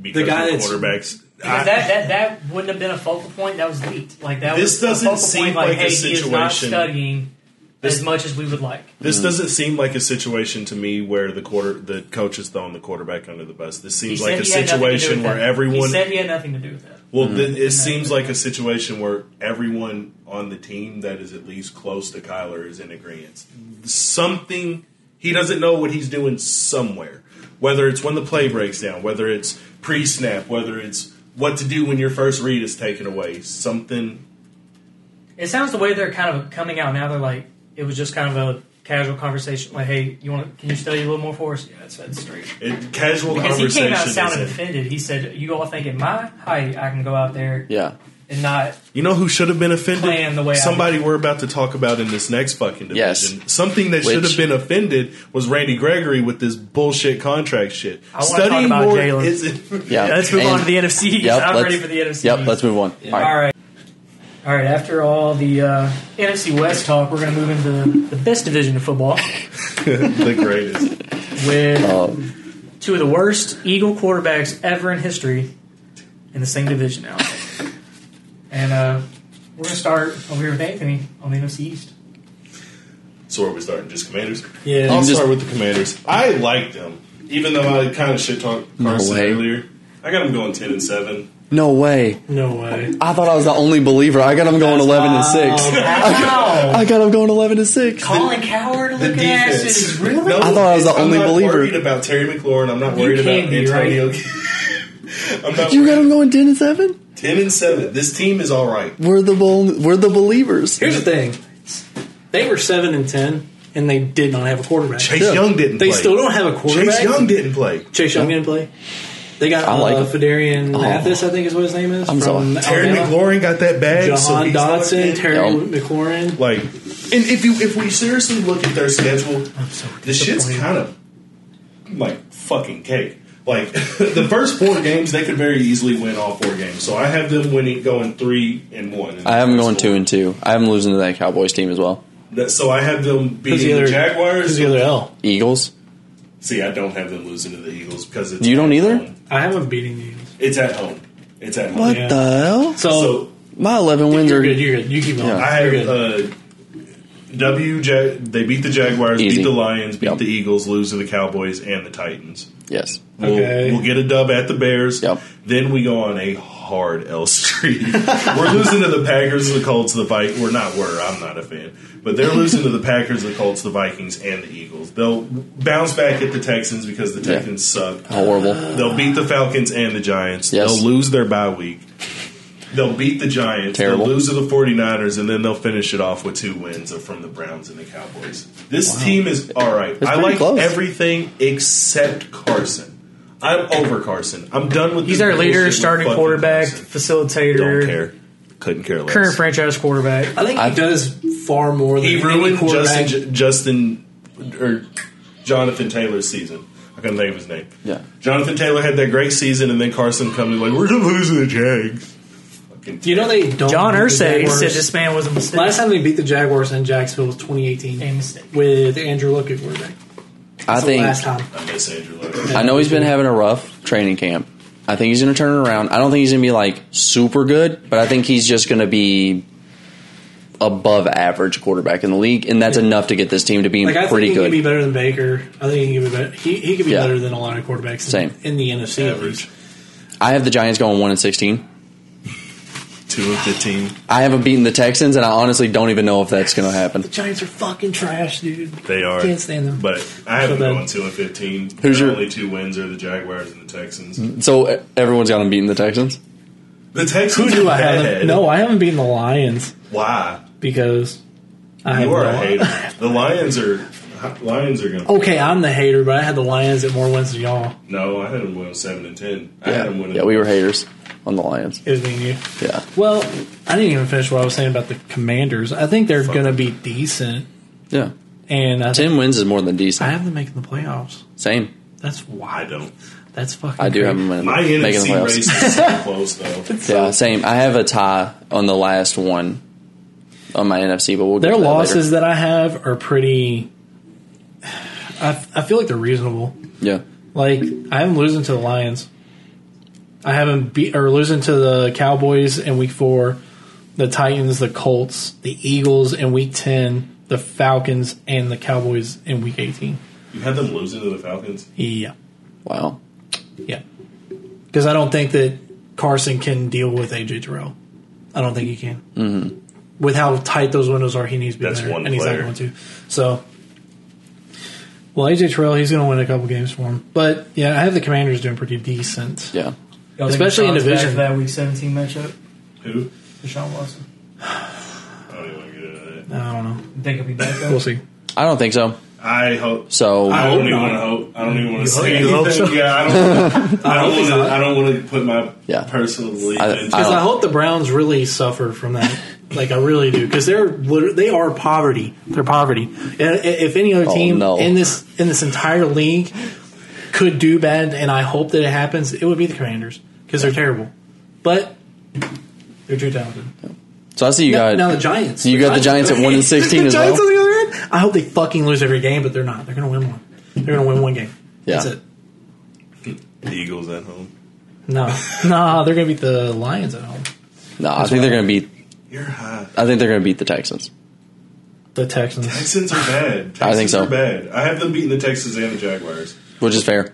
Because
guy
the
that's-
quarterbacks. I-
Because that, that that wouldn't have been a focal point. That was leaked. Like that.
This
was a
doesn't
focal
seem
point,
like a
hey, He is not
situation-
studying
This-
as much as we would like.
This doesn't seem like a situation to me where the quarter the coach is throwing the quarterback under the bus. This
He
seems
said
like a
he had nothing to do
situation
with
where
that.
everyone.
He said Mm-hmm. he had nothing to do with that.
well, th- it seems like a situation where everyone on the team that is at least close to Kyler is in agreement. Something he doesn't know what he's doing somewhere. Whether it's when the play breaks down, whether it's pre-snap, whether it's what to do when your first read is taken away, something
It sounds the way they're kind of coming out now. They're like, it was just kind of a casual conversation. Like, hey, you want? Can you study a little more for us? Yeah, that's that's straight.
it, casual
Because he
conversation.
came out
is
sounding
it.
offended. He said, "You all think at my height I can go out there
Yeah.
and not
You know who should have been offended?
Playing the way I
Somebody we're about to talk about in this next fucking division.
Yes.
Something that should
Which-
have been offended was Randy Gregory with this bullshit contract shit.
I wanna talk about Jalen.
isn't-
Yeah.
Let's move
And-
on to the NFC. 'cause
Yep,
I'm
let's-
ready for the NFC.
Yep. Let's move on. All
All
right.
right. All right. After all the uh, NFC West talk, we're going to move into the best division of football
the greatest.
with
Um,
two of the worst Eagle quarterbacks ever in history in the same division now. And uh, we're going to start over here with Anthony on the NFC East.
So where are we starting? Just commanders?
Yeah.
I'll
just-
start with the commanders. I like them. Even though I kind of shit talked
No
Carson
way.
earlier. I got them going 10 and 7.
no way.
No way.
I thought I was the only believer. I got them going eleven and six.
Wow.
I got them going eleven and six.
Colin Coward looking ass is really.
No,
I thought I was the
I'm
only
not
believer.
worried about Terry McLaurin. I'm not
You
worried
can't
about
be, right?
Antonio. I'm not
You
worried.
got them going ten and seven.
10 and 7. This team is all right.
We're the bel- we're the believers.
Here's the thing: they were seven and ten, and they did not have a quarterback.
Chase
Yeah.
Young didn't
they
play.
still don't have a quarterback.
Chase Young didn't play.
Chase Young didn't play. They got
I like
uh,
him.
Fedarian
Oh.
Mathis, I think is what his name is.
I'm
from
sorry.
Terry
Alabama.
McLaurin got that bag.
Jahan
so he's
Dotson,
not-
Terry
Yep.
McLaurin.
Like, and if you if we seriously look at their schedule, the shit's kind of like fucking cake. Like the first four games, they could very easily win all four games. So I have them winning, going three and one. in the
I have them
first
going
four.
two and two. I have them losing to that Cowboys team as well.
That- So I have them
Who's
beating the,
Who's
Jaguars.
the other L?
Eagles.
See, I don't have them losing to the Eagles because it's
You don't
at
either?
home.
I have them beating the Eagles.
It's at home. It's at home.
What
Yeah.
the hell?
So,
So
My eleven wins
you're
are
good. You're good. You keep on.
Yeah.
I uh,
You're
have
good.
uh, W. Ja- they beat the Jaguars,
Easy.
beat the Lions, beat
Yep.
the Eagles, lose to the Cowboys and the Titans.
Yes.
We'll,
Okay.
we'll get a dub at the Bears.
Yep.
Then we go on a hard L streak. we're losing to the Packers, the Colts, the Vikings. We're not. We're. I'm not a fan, but they're losing to the Packers, the Colts, the Vikings, and the Eagles. They'll bounce back at the Texans because the
Yeah.
Texans suck.
Horrible.
They'll beat the Falcons and the Giants.
Yes.
They'll lose their bye week. They'll beat the Giants.
Terrible.
They'll lose to the 49ers, and then they'll finish it off with two wins from the Browns and the Cowboys. This team is all right.
It's
I
pretty
like
close.
everything except Carson. I'm over Carson. I'm done with
He's
this
our leader,
bullshit
starting
with fucking
quarterback,
Carson.
facilitator,
Don't care. Couldn't care less.
current franchise quarterback.
I think
I-
he does far more than
He
any
ruined
quarterback.
Justin, J- Justin or Jonathan Taylor's season. I couldn't think of his name.
Yeah.
Jonathan Taylor had that great season, and then Carson comes like, "We're gonna lose to the Jags." Fucking
you know they don't
John
beat the
Ursay
Jaguars.
said this man was a mistake.
Last time they beat the Jaguars in Jacksonville was 2018
A mistake.
with Andrew Luck at quarterback.
I
That's the
think
last time.
I miss Andrew Luck.
I know he's been having a rough training camp. I think he's going to turn it around. I don't think he's going to be like super good, but I think he's just going to be above average quarterback in the league, and that's enough to get this team to be
Like I think
pretty
he can be
good.
better than Baker. I think he can be better. He, he could be
Yeah.
better than a lot of quarterbacks
Same.
in, in the NFC at least.
Average
I have the Giants going one and sixteen.
two and fifteen.
I haven't beaten the Texans, and I honestly don't even know if that's going to happen.
Giants are fucking trash, dude.
They are.
Can't stand them.
But I haven't
bad.
gone two and fifteen.
Who's
Their
your-
only two wins are the Jaguars and the Texans?
So e- everyone's got them beating the Texans.
The
Who
Texans.
do
are
I have?
bad.
No, I haven't beaten the Lions
Why?
because I
You
have
are
no- Oh.
a hater. The Lions are. Lions are gonna.
Okay, I'm the hater, but I had the Lions at more wins than y'all.
No, I had them win seven and ten. I had
Yeah,
them win.
yeah, we were haters on the Lions.
It was me and you.
Yeah,
Well, I didn't even finish what I was saying about the Commanders. I think they're going to be decent,
yeah.
and I, think
Ten wins is more than
I
decent.
have them making the playoffs.
Same.
That's
I
wild.
don't.
That's fucking.
I do have them
crazy.
in,
My
making the
NFC
playoffs.
race is so close though.
Yeah, same. I have a tie on the last one on my NFC, but we'll get
Their
to that
losses that I have are pretty. I, I feel like they're reasonable.
Later.
Like I am losing to the Lions. I haven't beat or losing to the Cowboys in week four, the Titans, the Colts, the Eagles in week ten, the Falcons, and the Cowboys in week eighteen.
You had them losing to the Falcons.
Yeah,
Yeah. Wow.
yeah. Because I don't think that Carson can deal with AJ Terrell. I don't think he can. Mm-hmm. With how tight those windows are, he needs to be
That's
better,
one
and he's not
player.
going to. So, well, AJ Terrell, he's going to win a couple games for him. But yeah, I have the Commanders doing pretty decent.
Yeah.
Y'all think
Especially in
Deshaun's back
division.
for that week 17 matchup.
Who?
Deshaun Watson.
I don't even want to get into that.
I don't know.
You think he'll be back though?
We'll see.
I don't think so.
I hope.
So
I
hope
don't even
not.
want to hope. I don't even want to say
you hope
anything.
so?
Yeah, I don't. I don't
hope
want
he's
to.
not.
I don't want to put my
Yeah.
personal belief
I-
into.
I
Because
don't-
I, hope the Browns really suffer from that. like I really do, because they're liter- they are poverty. They're poverty. And i- If any other
Oh,
team
no.
in this in this entire league could do bad, and I hope that it happens, it would be the Commanders because they're terrible, but they're too talented.
so I see you
No,
got
now the Giants.
you got the Giants at one and sixteen
The
as
Giants
well.
on the other end. I hope they fucking lose every game, but they're not. They're going to win one. They're going to win one game.
Yeah.
That's it.
the Eagles at home.
No, no, they're going to beat the Lions at home.
No, I think they're gonna beat
You're high.
I think they're gonna beat the Texans.
The Texans.
Texans are bad. Texans
I think so.
Are bad. I have them beating the Texans and the Jaguars.
Which is fair.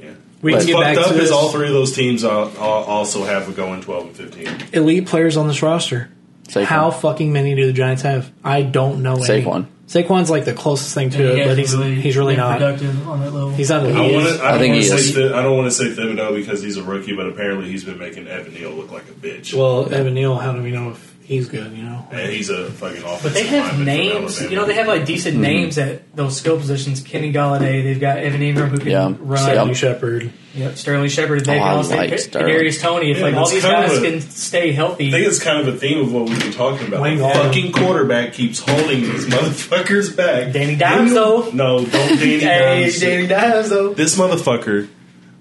Yeah.
We
But
What's
can get back
fucked
to
up
this.
is all three of those teams al- al- also have a going twelve and fifteen.
elite players on this roster.
Saquon.
How fucking many do the Giants have? I don't know.
Saquon.
Any. Saquon's like the closest thing
You
to it,
guys
but he's he's really
been
not.
productive on that level.
He's not.
I,
He
wanna,
is.
I,
I
don't
think
wanna
he is.
say Th- I don't want to say Thibodeau because he's a rookie, but apparently he's been making Evan Neal look like a bitch.
Well, Evan Neal. How do we know if he's good? You know.
and he's a fucking offensive
But they have
lineman from
names.
Alabama.
You know, they have like decent
Hmm.
names at those skill positions. Kenny Galladay. They've got Evan Ingram who can
Yeah.
run.
Yep.
Sterling Shepard.
Yep, Sterling Shepard. They
Oh, I
can also
like
like
Sterling.
Kadarius Tony. If
Yeah,
like all
that's
these
kind of
guys
a-
can stay healthy,
I think it's kind of a theme of what we've been talking about.
Wayne
The
Gallman.
fucking quarterback keeps holding these motherfuckers back.
Danny Dimes, though.
No, don't Danny
Hey,
Dimes.
Danny Dimes though.
This motherfucker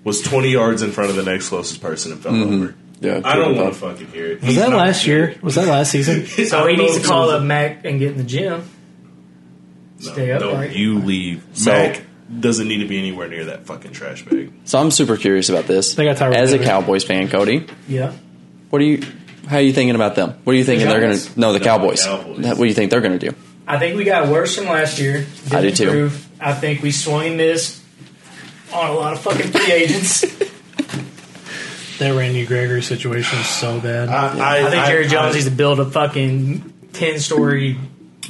was 20 yards in front of the next closest person and fell
Mm-hmm.
over.
Yeah.
I don't want to fucking hear it.
Was that last year? Was that last season?
So he needs to call up Mac and get in the gym. Stay up,
No,
right?
you leave.
So-
Mac doesn't need to be anywhere near that fucking trash bag.
So I'm super curious about this.
They got Tyrod
As a
Taylor.
Cowboys fan, Cody,
Yeah.
what are you how are you thinking about them? What are you thinking they're gonna
Giants?
No, the
No,
Cowboys.
Cowboys.
What do you think they're gonna do?
I think we got worse from last year.
I do too.
improve. I think we swung and missed on a lot of fucking free agents.
That Randy Gregory situation is so bad.
I,
I think Jerry Jones needs to build a fucking ten story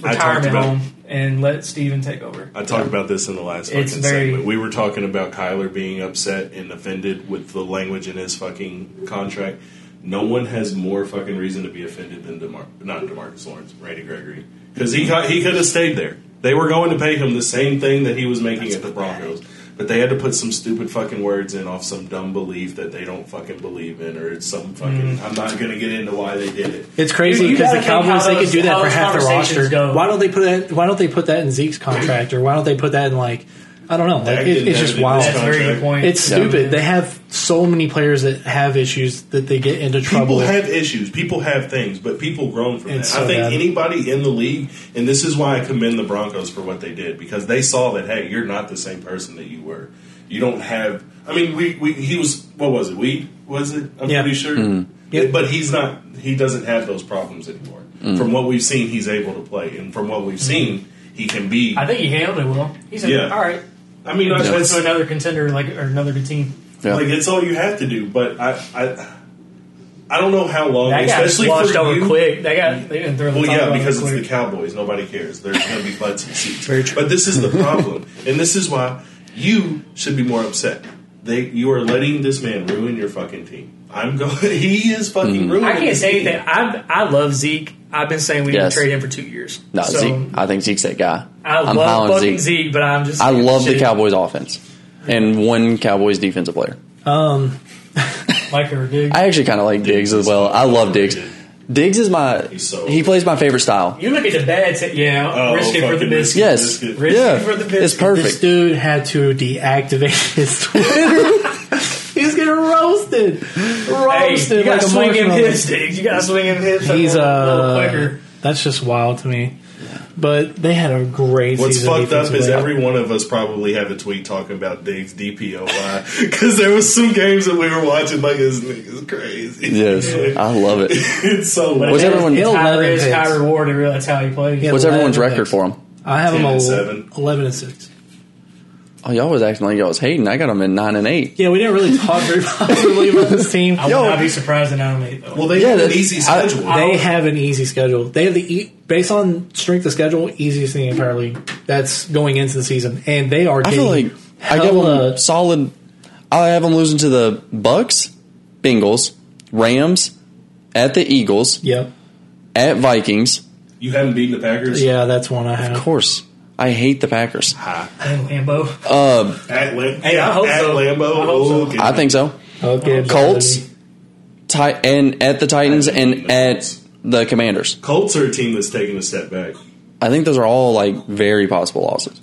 I talked
retirement
about-
home and let Steven take over.
I talked about this in the last fucking
It's very-
segment. We were talking about Kyler being upset and offended with the language in his fucking contract. No one has more fucking reason to be offended than DeMar- not Demarcus Lawrence, Randy Gregory, because he co- he could have stayed there. They were going to pay him the same thing that he was making at the Broncos, but they had to put some stupid fucking words in off some dumb belief that they don't fucking believe in, or it's some
Mm.
fucking. I'm not going to get into why they did it.
It's crazy
You- you
because
gotta
the
think how
Cowboys they
those-
could
how
do that for
those
half their
conversations
roster.
go.
Why don't they put that? Why don't they put that in Zeke's contract, or why don't they put that in like I don't know?
They
Like,
didn't
it, it's
have it
just
in
wild.
this
That's a very good
contract.
point.
It's stupid. They have so many players that have issues that they get into trouble.
People
with.
have issues. People have things, but people grown from
It's
that. I
so
think
bad.
anybody in the league, and this is why I commend the Broncos for what they did because they saw that hey, you're not the same person that you were. You don't have. I mean, we, we he was what was it? Weed was it? I'm
Yeah.
pretty sure.
Yep.
But he's not. He doesn't have those problems anymore. From what we've seen, he's able to play, and from what we've seen, he can be.
Mm. I think he handled it well. He said,
Yeah.
"All right,
I mean,
let's go
that's,
to another contender, like or another good team."
Yeah.
like that's all you have to do. But I, I, I don't know how long,
That got
especially
squashed
for
over
you,
quick. They got they didn't throw the
Well,
top
yeah,
over
because it's
quick.
the Cowboys. Nobody cares. There's going to be butts and seats.
Very true.
But this is the problem, and this is why you should be more upset. They, you are letting this man ruin your fucking team. I'm going. He is fucking
Mm-hmm.
ruining.
I can't
his
say
team.
anything. I I love Zeke. I've been saying we
Yes.
need to trade him for two years.
No,
So,
Zeke. I think Zeke's that guy.
I
am
love
high on
fucking Zeke.
Zeke.
but I'm just
I love the
Shit.
Cowboys offense and one Cowboys defensive player.
Um,
Like or dig.
I actually kind of like Diggs as well. I love Diggs. Diggs is my
He's so-
he plays my favorite style.
You look at the bad. T- yeah,
Oh,
risk it for the
fucking
biscuit.
Yes,
Biscuit.
Risky
yeah,
for the biscuit.
it's
this
perfect.
dude had to deactivate his Twitter. He's getting roasted,
Hey,
roasted
you gotta
like a
swing him
marshmallow.
hips, Diggs. You gotta swing him hips.
He's
a little,
uh,
quicker.
That's just wild to me. But they had a great.
What's
season
fucked up is
defensively.
every one of us probably have a tweet talking about Diggs DPOY because there was some games that we were watching like this nigga's crazy.
Yes, I love it.
it's so.
But
What's
it's
everyone-
high
Eleven
risk,
picks.
high reward. and That's how he plays.
Yeah.
What's everyone's
Eleven
record for him?
I have
10
him
and
al-
seven.
eleven and six.
Oh, y'all was acting like y'all was hating. I got him in nine and eight.
Yeah, we didn't really talk very positively about this team.
I would
Yo.
not be surprised to nominate though.
Well, they
Yeah,
had an
that's-
easy
I-
schedule.
They have an easy schedule. They have the e- based on strength of schedule easiest in the entire league. That's going into the season, and they are.
I
Getting
feel like I give
uh,
hella-
him solid. I have him losing to the Bucks, Bengals, Rams, at the Eagles,
Yep.
at Vikings.
you haven't beaten the Packers.
Yeah, that's one I
Of
have.
course, I hate the Packers.
Ah.
And Lambo.
Uh,
At, Lam-
Hey, I hope
at
so.
Lambeau.
I hope so.
Okay.
I think so.
Okay.
Colts, ti- and at the Titans and at the Commanders.
Colts are a team that's taking a step back.
I think those are all like very possible losses.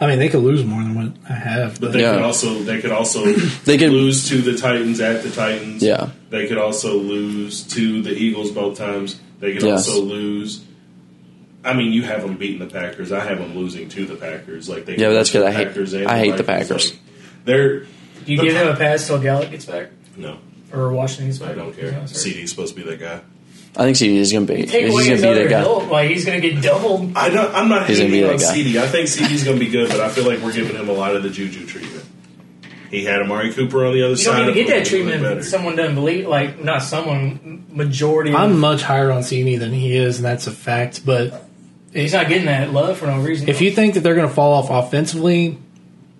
I mean, they could lose more than what I have.
But they
Yeah.
could also they could also
They could-
lose to the Titans at the Titans.
Yeah.
They could also lose to the Eagles both times. They could
Yes.
also lose. I mean, you have them beating the Packers. I have them losing to the Packers. Like they
Yeah, but that's
could lose
'cause
to
I hate-
and
I hate the
Vikings.
Packers.
Like, they're
Do you give him a pass till Gallup gets back
no,
or Washington gets back?
I don't care.
Yeah, sorry.
CD's supposed to be that guy.
I think CD is going to be.
Take
He's
away
going to
his
be that
other
guy.
help. Like he's gonna get doubled.
I don't, I'm not
He's gonna be
hating on
that guy.
CD. I think CD's going to be good, but I feel like we're giving him a lot of the juju treatment. He had Amari Cooper on the other
You
side.
don't even
of
get
him,
that
he
treatment
looked
if
better.
someone doesn't believe. Like not someone majority. of-
I'm much higher on CD than he is, and that's a fact. But
he's not getting that love for no reason.
if you think that they're going to fall off offensively,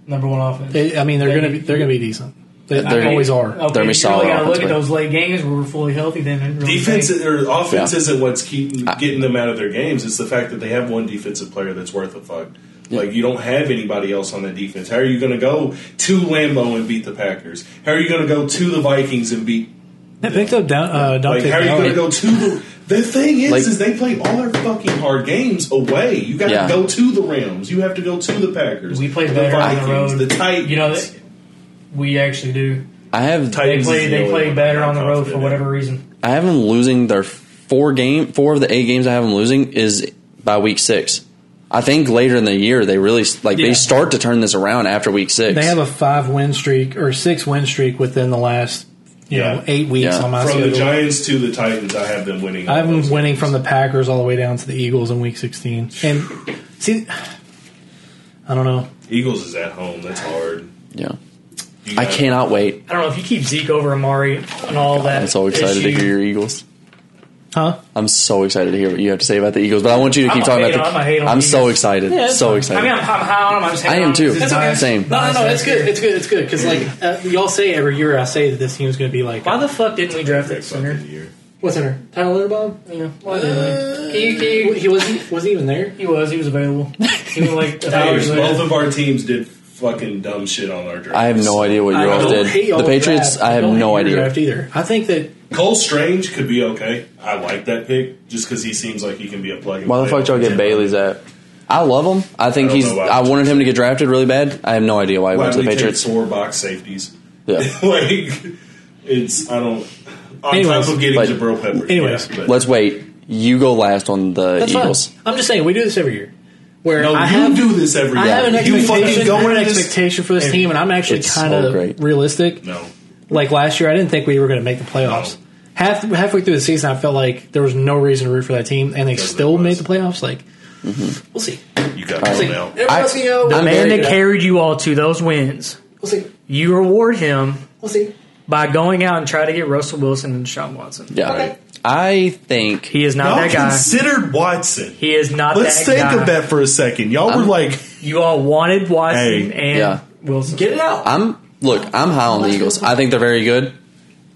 number one offense.
it, I mean, they're going to be they're going to be decent. They,
They're-
they always are.
Okay,
They're gonna be
you
solid
really gotta look
offensively.
at those late games where we're fully healthy. Then and really
Defense
think-
or offense
Yeah.
isn't what's keeping
I-
getting them out of their games. It's the fact that they have one defensive player that's worth a fuck. Like you don't have anybody else on that defense. How are you going to go to Lambeau and beat the Packers? How are you going to go to the Vikings and beat?
They picked up down, uh, Dante
Like how are you going to
Fowler.
go to the? The thing is,
Like-
is they play all their fucking hard games away. You got to
Yeah.
go to the Rams. You have to go to the Packers.
we play
the
better on the
Vikings,
road.
The Titans.
you know, that- we actually do.
I have
Tight-
They
Titans
play
is the
they
only
play
one
better
I'm
on the road
confident
for
in.
whatever reason.
I have them losing their four game four of the eight games I have them losing is by week six. I think later in the year they really like
Yeah.
they start to turn this around after week six.
They have a five win streak or six win streak within the last you
Yeah.
know, eight weeks
Yeah.
on my
From the
schedule.
Giants to the Titans, I have them winning.
I have
all
them
those
winning from
games.
the Packers all the way down to the Eagles in Week 16. And see, I don't know.
Eagles is at home. That's hard.
Yeah.
You
I
got-
cannot wait.
I don't know if you keep Zeke over Amari and all that.
I'm so excited to
issue-
hear your Eagles.
Huh?
I'm so excited to hear what you have to say about the Eagles, but I want you to
I'm
keep
a
talking
hater.
about
I'm
the
a hater on
I'm
the
so
Eagles.
excited.
Yeah, it's
so
fine.
I
excited.
mean, I'm, I'm high on him. I'm just
I
hating
am
on him.
too.
It's-
okay.
Same.
No, no, no. It's good. It's good. It's good. Because, like, uh, y'all say every year I say that this team's going to be like.
Why the fuck didn't we draft that center?
Fucking year.
What's in her? Tyler Linderbaum?
Yeah, why didn't we? Can you, can you-
He wasn't, wasn't even there.
He was. He was available. He was like a
Hey,
thousand
both
later.
of our teams did fucking dumb shit on our draft.
I have no idea what you
I
all
don't hate
did.
y'all's
The Patriots,
draft.
I have
don't
no
hate your
idea.
draft either. I think that
Cole Strange could be okay. I like that pick just because he seems like he can be a plug. and
Why the
play.
fuck y'all get Bailey's at? I love him. I think
I don't
he's.
know why.
I wanted him to get drafted really bad. I have no idea why he
Why
went to
we
the
take
Patriots.
four box safeties?
Yeah.
like it's I don't. On
Anyways,
top of getting
but-
Jabril Peppers.
anyways,
yes, but-
Let's wait. You go last on the
That's
Eagles.
fine. I'm just saying we do this every year. Where
no,
I
you
have
do this every
I
year.
have an
you fucking
expectation, I
go
have an
in this.
expectation for this team, and I'm actually
It's so
kind of
great.
realistic.
No,
Like last year, I didn't think we were going to make the playoffs.
No.
Half halfway through the season, I felt like there was no reason to root for that team, and they
Because it
still
was.
made the playoffs. Like, we'll see.
you got blown out.
We'll see. Everyone's gonna go,
I'm
we'll
The man
very
that
good.
carried you all to those wins,
see.
you reward him
We'll see.
by going out and try to get Russell Wilson and Deshaun Watson.
Yeah.
Okay.
I think
He is not
Y'all
that guy.
considered Watson.
he is not
Let's
that
think
guy.
of that for a second. Y'all were like,
You all wanted Watson
Hey.
and
Yeah.
Wilson. Get it out.
I'm look. I'm high on the Eagles. I think they're very good.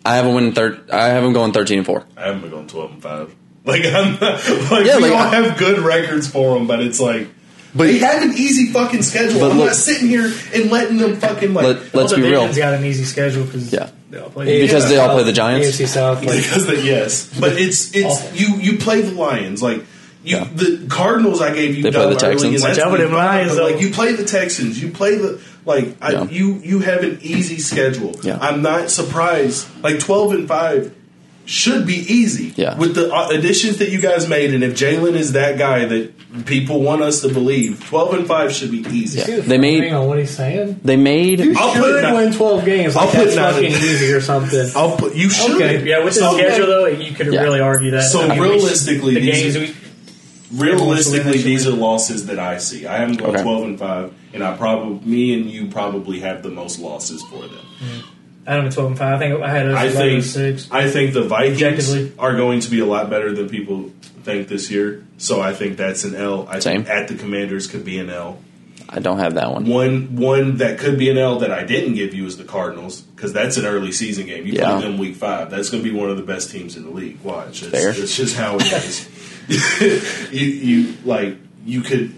I have them winning third. I have them going thirteen and four.
I haven't been going twelve and five. Like I'm not, like
Yeah,
we
like,
all
I-
have good records for them, but it's like
But-
they have an easy fucking schedule.
But
I'm
look-
not sitting here and letting them fucking like
Let, let's
the
be real.
Division's got an easy schedule because
Yeah.
they all play.
Because they all play the Giants.
AFC South. Like,
because they, yes, but it's it's
Awful.
you you play the Lions like. You,
Yeah.
The Cardinals, I gave you.
They play
dub
the
early,
Texans.
and
Watch
that's
out for them
been fine,
Lions,
but, Like
though.
you play the Texans, you play the like I,
Yeah.
you you have an easy schedule.
Yeah.
I'm not surprised. Like twelve and five should be easy.
Yeah.
With the uh, additions that you guys made, and if Jalen is that guy that people want us to believe, twelve and five should be easy.
Yeah. They made-
Hang on, what he's saying.
They made.
You
I'll
should
put nine-
win 12 games. Like,
I'll put
that's
nine
fucking
in.
easy or something.
I'll put you should.
Okay.
Yeah, with the
So-
schedule though, you could
Yeah.
really argue that.
So
we-
realistically,
the
these
games
are-
we,
Realistically, these are losses that I see. I haven't gone
Okay.
twelve and five, and I probably me and you probably have the most losses for them.
I don't know, twelve and five. I think I had us
I
eleven and
think
six.
I think the Vikings
Objectively.
are going to be a lot better than people think this year. So I think that's an L. I
Same.
think at the Commanders could be an L.
I don't have that one.
One one that could be an L that I didn't give you is the Cardinals because that's an early season game. You
Yeah.
play them week five. That's going to be one of the best teams in the league. Watch, it's,
Fair.
it's just how it is. you you like you could.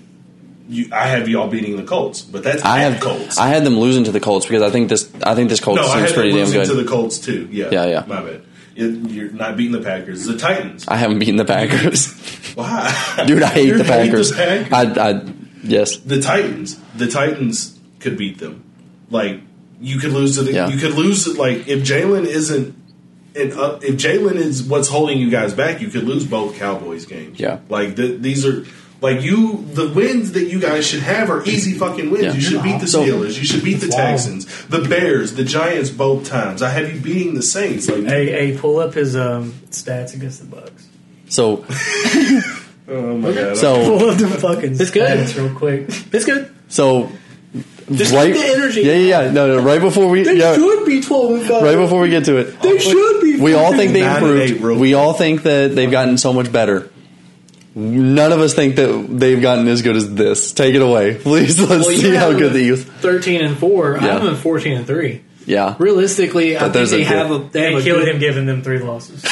You, I have y'all beating the Colts, but that's
I
at
have.
Colts.
I had them losing to the Colts because I think this. I think this Colts
no, I
seems
have them
pretty damn
losing
good.
to the Colts too. Yeah,
Yeah, yeah.
My bad. You- You're not beating the Packers. The Titans.
I haven't beaten the Packers,
Why,
dude. I hate
You
the Packers.
Packers?
I, I. Yes.
the Titans, the Titans could beat them. Like you could lose to the,
Yeah.
you could lose like if Jalen isn't, and up, if Jalen is what's holding you guys back, you could lose both Cowboys games.
Yeah.
like the, these are like you the wins that you guys should have are easy fucking wins.
Yeah.
You should beat the
So-
Steelers, you should beat the
Wow.
Texans, the Bears, the Giants both times. I have you beating the Saints. Like
Hey, hey, pull up his um, stats against the Bucks.
So.
oh my god,
So.
Pull up the fucking
It's good.
stats real quick.
It's good.
So.
Just
right.
keep the energy.
Yeah, yeah, yeah. No, no. Right before we.
They
Yeah,
should be 12 and 5.
right before we get to it.
They should be.
We all think they
Nine and
improved.
eight, real
We
quick.
all think that they've gotten so much better. None of us think that they've gotten as good as this. Take it away, please. Let's
Well, you
see how
have
good
them
the
at
youth.
13 and 4.
Yeah.
I'm in 14 and 3.
Yeah,
Realistically, I think
there's a
they
dip.
have a. They,
They
have a
killed
good-
him giving them three losses.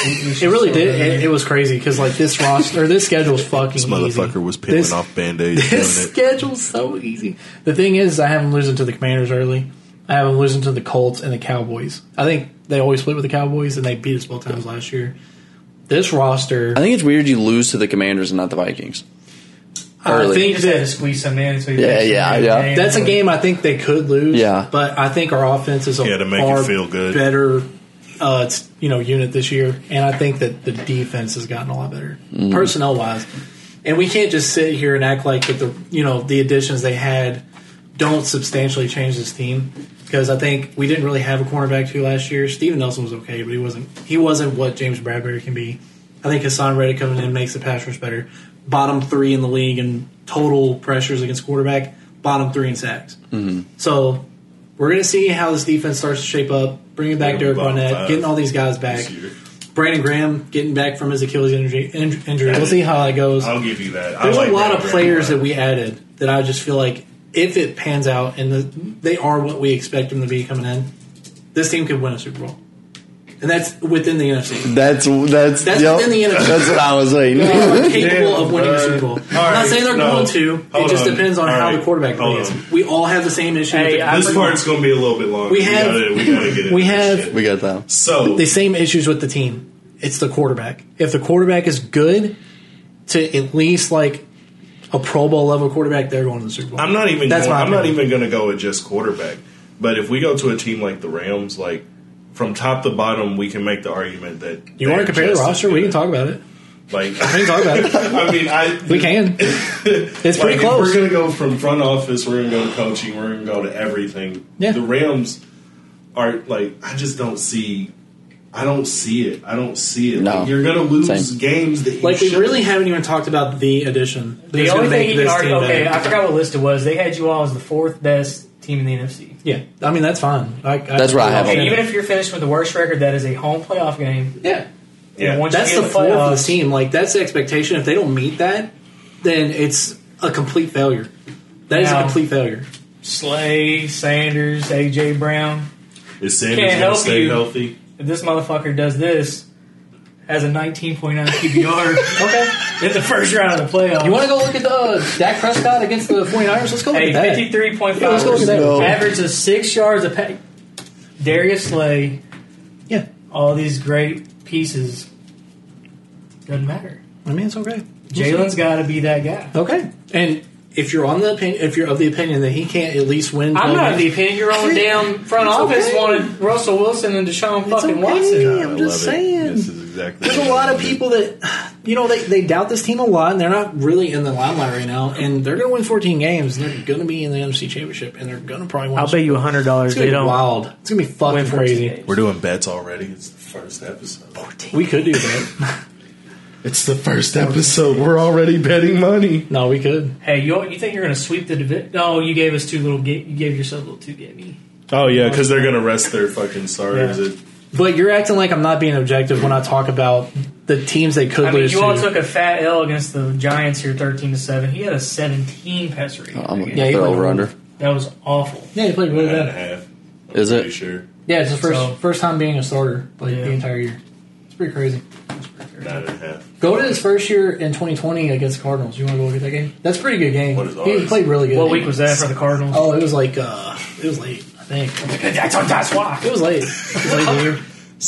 It really did. It, it was crazy because like this roster, this schedule's fucking.
This motherfucker
easy.
was peeling
This-
off band aids doing
This
it.
schedule's so easy. The thing is, I have them losing to the Commanders early. I have them losing to the Colts and the Cowboys. I think they always split with the Cowboys, and they beat us both times last year. This roster,
I think it's weird you lose to the Commanders and not the Vikings.
I
early.
You
think
just had to
that
squeeze some in. So you
Yeah,
fixed
yeah,
it.
yeah.
And-
that's a game I think they could lose.
Yeah.
but I think our offense is a
Yeah, to make it
far
feel good.
better. Uh, it's, you know, unit this year, and I think that the defense has gotten a lot better personnel wise. And we can't just sit here and act like that the you know the additions they had don't substantially change this team because I think we didn't really have a cornerback two last year. Steven Nelson was okay, but he wasn't he wasn't what James Bradbury can be. I think Hassan Reddick coming in makes the pass rush better. Bottom three in the league in total pressures against quarterback. Bottom three in sacks. So we're gonna see how this defense starts to shape up. Bringing back
Yeah,
Derek
bottom
Barnett,
five
getting all these guys back.
this year.
Brandon Graham getting back from his Achilles injury. in- injury. We'll see how that goes.
I'll give you that. I
There's
like
a lot
Brandon
of
Graham
players
lot.
that we added that I just feel like if it pans out and the, they are what we expect them to be coming in, this team could win a Super Bowl, and that's within the NFC.
That's that's
That's
yep.
within the NFL.
That's what I was waiting.
They are capable
Damn,
of winning a
bud.
Super Bowl.
All
I'm not
right,
saying they're
no.
going to.
Hold
it just
on.
depends on
All
how the
right,
quarterback
hold
plays.
on.
We all have the same issue. with
Hey,
the-
I-
This part's going to be a little bit longer.
We have-
gotta, we gotta get into
we
this
have-
shit.
We got that.
so
the same issues with the team. It's the quarterback. If the quarterback is good to at least like a Pro Bowl level quarterback, they're going to the Super Bowl.
I'm not even.
That's
That's going,
my
I'm not
opinion.
even going to go with just quarterback. But if we go to a team like the Rams, like from top to bottom, we can make the argument that
You want
they're
to compare the
just as
roster? We
good.
can talk about it.
Like,
We can talk about it.
I mean, I
We can. It's
like,
pretty
if
close.
We're going to go from front office. We're going to go to coaching. We're going to go to everything.
Yeah.
The Rams are like. I just don't see. I don't see it. I don't see it.
No.
Like, you're going to lose
Same.
games that you
like we
shouldn't.
really haven't even talked about the addition.
The only thing you can argue, okay, I forgot what list it was. They had you all as the fourth best team in the NFC.
yeah, I mean that's fine. I, I,
That's what I have.
And
Okay.
even if you're finished with the worst record, that is a home playoff game.
yeah,
Yeah.
And once
that's
you
the
get in
floor of the
playoffs-
team. Like that's the expectation. If they don't meet that, then it's a complete failure. That is a
Now-
complete failure.
Slay, Sanders, AJ Brown.
Is Sanders
Can't
going
help
to stay
you.
healthy?
If this motherfucker does this, has a 19.9 QBR
Okay,
in the first round of the playoffs.
you want to go look at the uh, Dak Prescott against the 49ers? Let's go look
Hey,
at that.
fifty-three point
Yeah, let's
five.
go with that.
No.
Average of six yards a pack. Darius Slay,
Yeah,
all these great pieces. Doesn't matter.
I mean it's okay.
Jalen's got to be that guy.
Okay, and if you're on the opinion, if you're of the opinion that he can't at least win,
I'm
12
not of
games-
the opinion. Your own damn front office
okay.
wanted Russell Wilson and Deshaun fucking
okay.
Watson.
Yeah, I'm
I
just
love it.
saying.
This is exactly.
There's a
what I
lot of
wanted.
people that, you know, they, they doubt this team a lot, and they're not really in the limelight right now. And they're going to win 14 games, and they're going to be in the NFC Championship, and they're going to probably win.
I'll
the-
bet you hundred dollars
it's going
they
to be
don't
wild. It's going to be
win
fucking crazy.
crazy.
We're doing bets already. It's the first episode.
We could do that.
It's the first episode. We're already betting money.
no, we could.
Hey, you you think you're gonna sweep the division? No, you gave us two little. Ga- you gave yourself a little two E. gamey.
Oh yeah, because they're gonna rest their fucking starters.
Yeah.
It-
But you're acting like I'm not being objective when I talk about the teams they could
I mean,
lose
you all
to.
took a fat L against the Giants here, thirteen to seven. He had a seventeen passer rating.
I'm looking
Yeah,
at
you
the
played
over
over.
under.
that was awful.
yeah, he played really
nine and a
bad.
half. I'm
Is
pretty
it?
Sure.
Yeah, it's his first
So-
first time being a starter like
Yeah.
the entire year. It's pretty crazy.
Nine and a half.
Go to his first year in 2020 against the Cardinals. You want to go look at that game? That's a pretty good game.
What is
he
ours?
played really good.
What week was that for the Cardinals?
Oh, it was like uh, it was late. I think
that's that's why.
it was late. It was late in the year.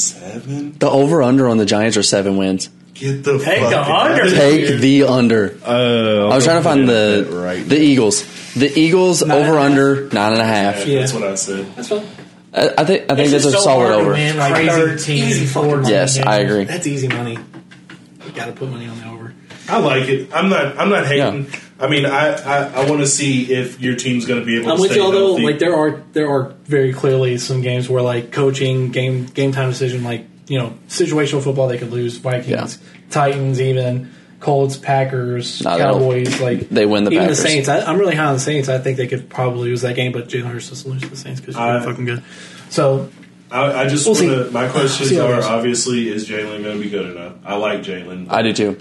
Seven.
The over under on the Giants are seven wins.
Get the
Take
fuck
the
out of
under.
here.
Take the under.
Uh,
I was trying to find the
right.
the Eagles. The Eagles
Nine and
over
a
under nine and a half.
yeah, that's
Yeah.
what I said.
That's fun.
I, I think I think that's a solid over.
Man, like
Crazy.
13,
Easy fucking
14
money.
Yes,
games.
I agree.
That's easy money. You got to put money on the over.
I like it. I'm not. I'm not hating. I mean, I I, I want to see if your team's gonna be able
I'm
to
with
stay
y'all though.
healthy.
Like there are there are very clearly some games where like coaching, game game time decision, like you know situational football, they could lose. Vikings, Titans, even Colts, Packers,
No, they don't.
Cowboys. Like
They win the
even
Packers.
the Saints. I, I'm really high on the Saints. I think they could probably lose that game, but Jalen Hurts doesn't lose to the Saints because
I-
they're fucking good. So
I, I just
We'll see.
wanna, my questions
See how it
are
goes.
obviously is Jalen gonna be good enough? I like Jalen.
I do too.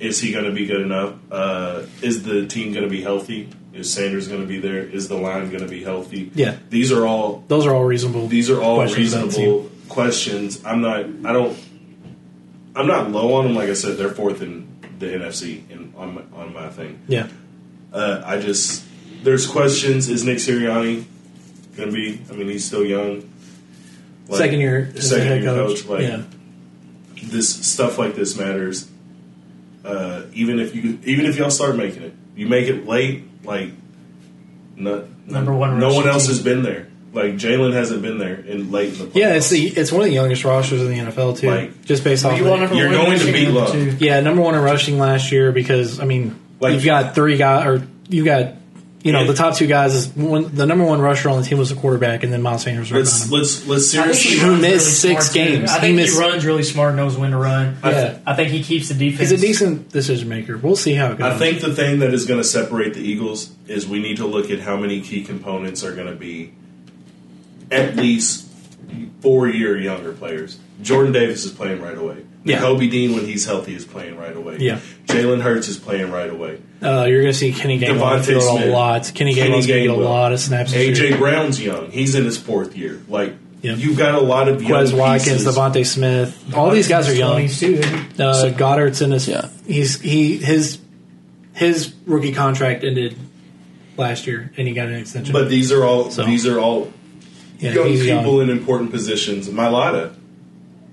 Is he gonna be good enough? Uh, is the team gonna be healthy? Is Sanders gonna be there? Is the line gonna be healthy?
Yeah.
These are all
those are all reasonable.
these are all
questions about the team.
reasonable questions. I'm not. I don't. I'm not low on them. Like I said, they're fourth in the NFC in, on my, on my thing.
Yeah.
Uh, I just there's questions. Is Nick Sirianni gonna be? I mean, he's still young. Like,
second year, as a
second
head
year
coach.
coach. Like
yeah,
this stuff like this matters. Uh, even if you even if y'all start making it, you make it late. Like no,
Number one
no one
rushing
else
team.
has been there. Like Jalen hasn't been there in late in the playoffs.
yeah. It's the it's one of the youngest rosters in the NFL too.
Like-
just based off.
You
of
all
that.
number
You're
one
going to
rushing,
be
number
loved.
two.
Yeah, number one in rushing last year because I mean
Like-
you've got three guys or you've got you know
Yeah.
the top two guys is one, the number one rusher on the team was the quarterback, and then Miles Sanders. right behind
Let's let's
him.
let's
I think
seriously.
Who
runs
missed six
smart, too.
games.
I
He
think he,
missed-
runs really smart, knows when to run.
Yeah.
I think he keeps the defense.
He's a decent decision maker. We'll see how it goes.
I think the thing that is going to separate the Eagles is we need to look at how many key components are going to be at least four year younger players. Jordan Davis is playing right away.
Yeah.
Kobe Dean, when he's healthy, is playing right away.
Yeah.
Jalen Hurts is playing right away.
uh, you're going to see Kenny Gainwell on the
Devontae
field a
Smith.
lot. Kenny
Kenny
Gainwell's going to get a
Gainwell.
lot of snaps. this year.
AJ Brown's young. He's in his fourth year. Like
Yeah.
you've got a lot of young
Quez Watkins,
pieces.
Devontae Smith, all these guys are young.
20s too, isn't he?
Uh, Goddard's in his
Yeah.
he's he his his rookie contract ended last year, and he got an extension.
But these are all
So-
these are all
yeah,
young
he's young.
people in important positions. Milata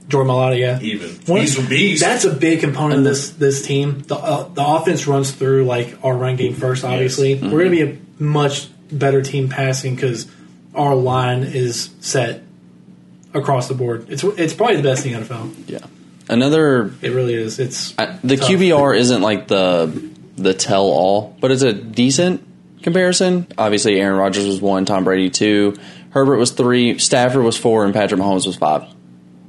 Jordan Malata, yeah,
even
One-
he's a beast.
That's a big component of this
Mm-hmm.
this team. The uh, the offense runs through like our run game first. Obviously, we're going to be
Mm-hmm.
a much better team passing because our line is set across the board. It's it's probably the best thing in the NFL.
Yeah. Another
It really is. It's
I, the
tough.
QBR isn't like the the tell all, but it's a decent comparison. Obviously, Aaron Rodgers was one, Tom Brady two, Herbert was three, Stafford was four, and Patrick Mahomes was five.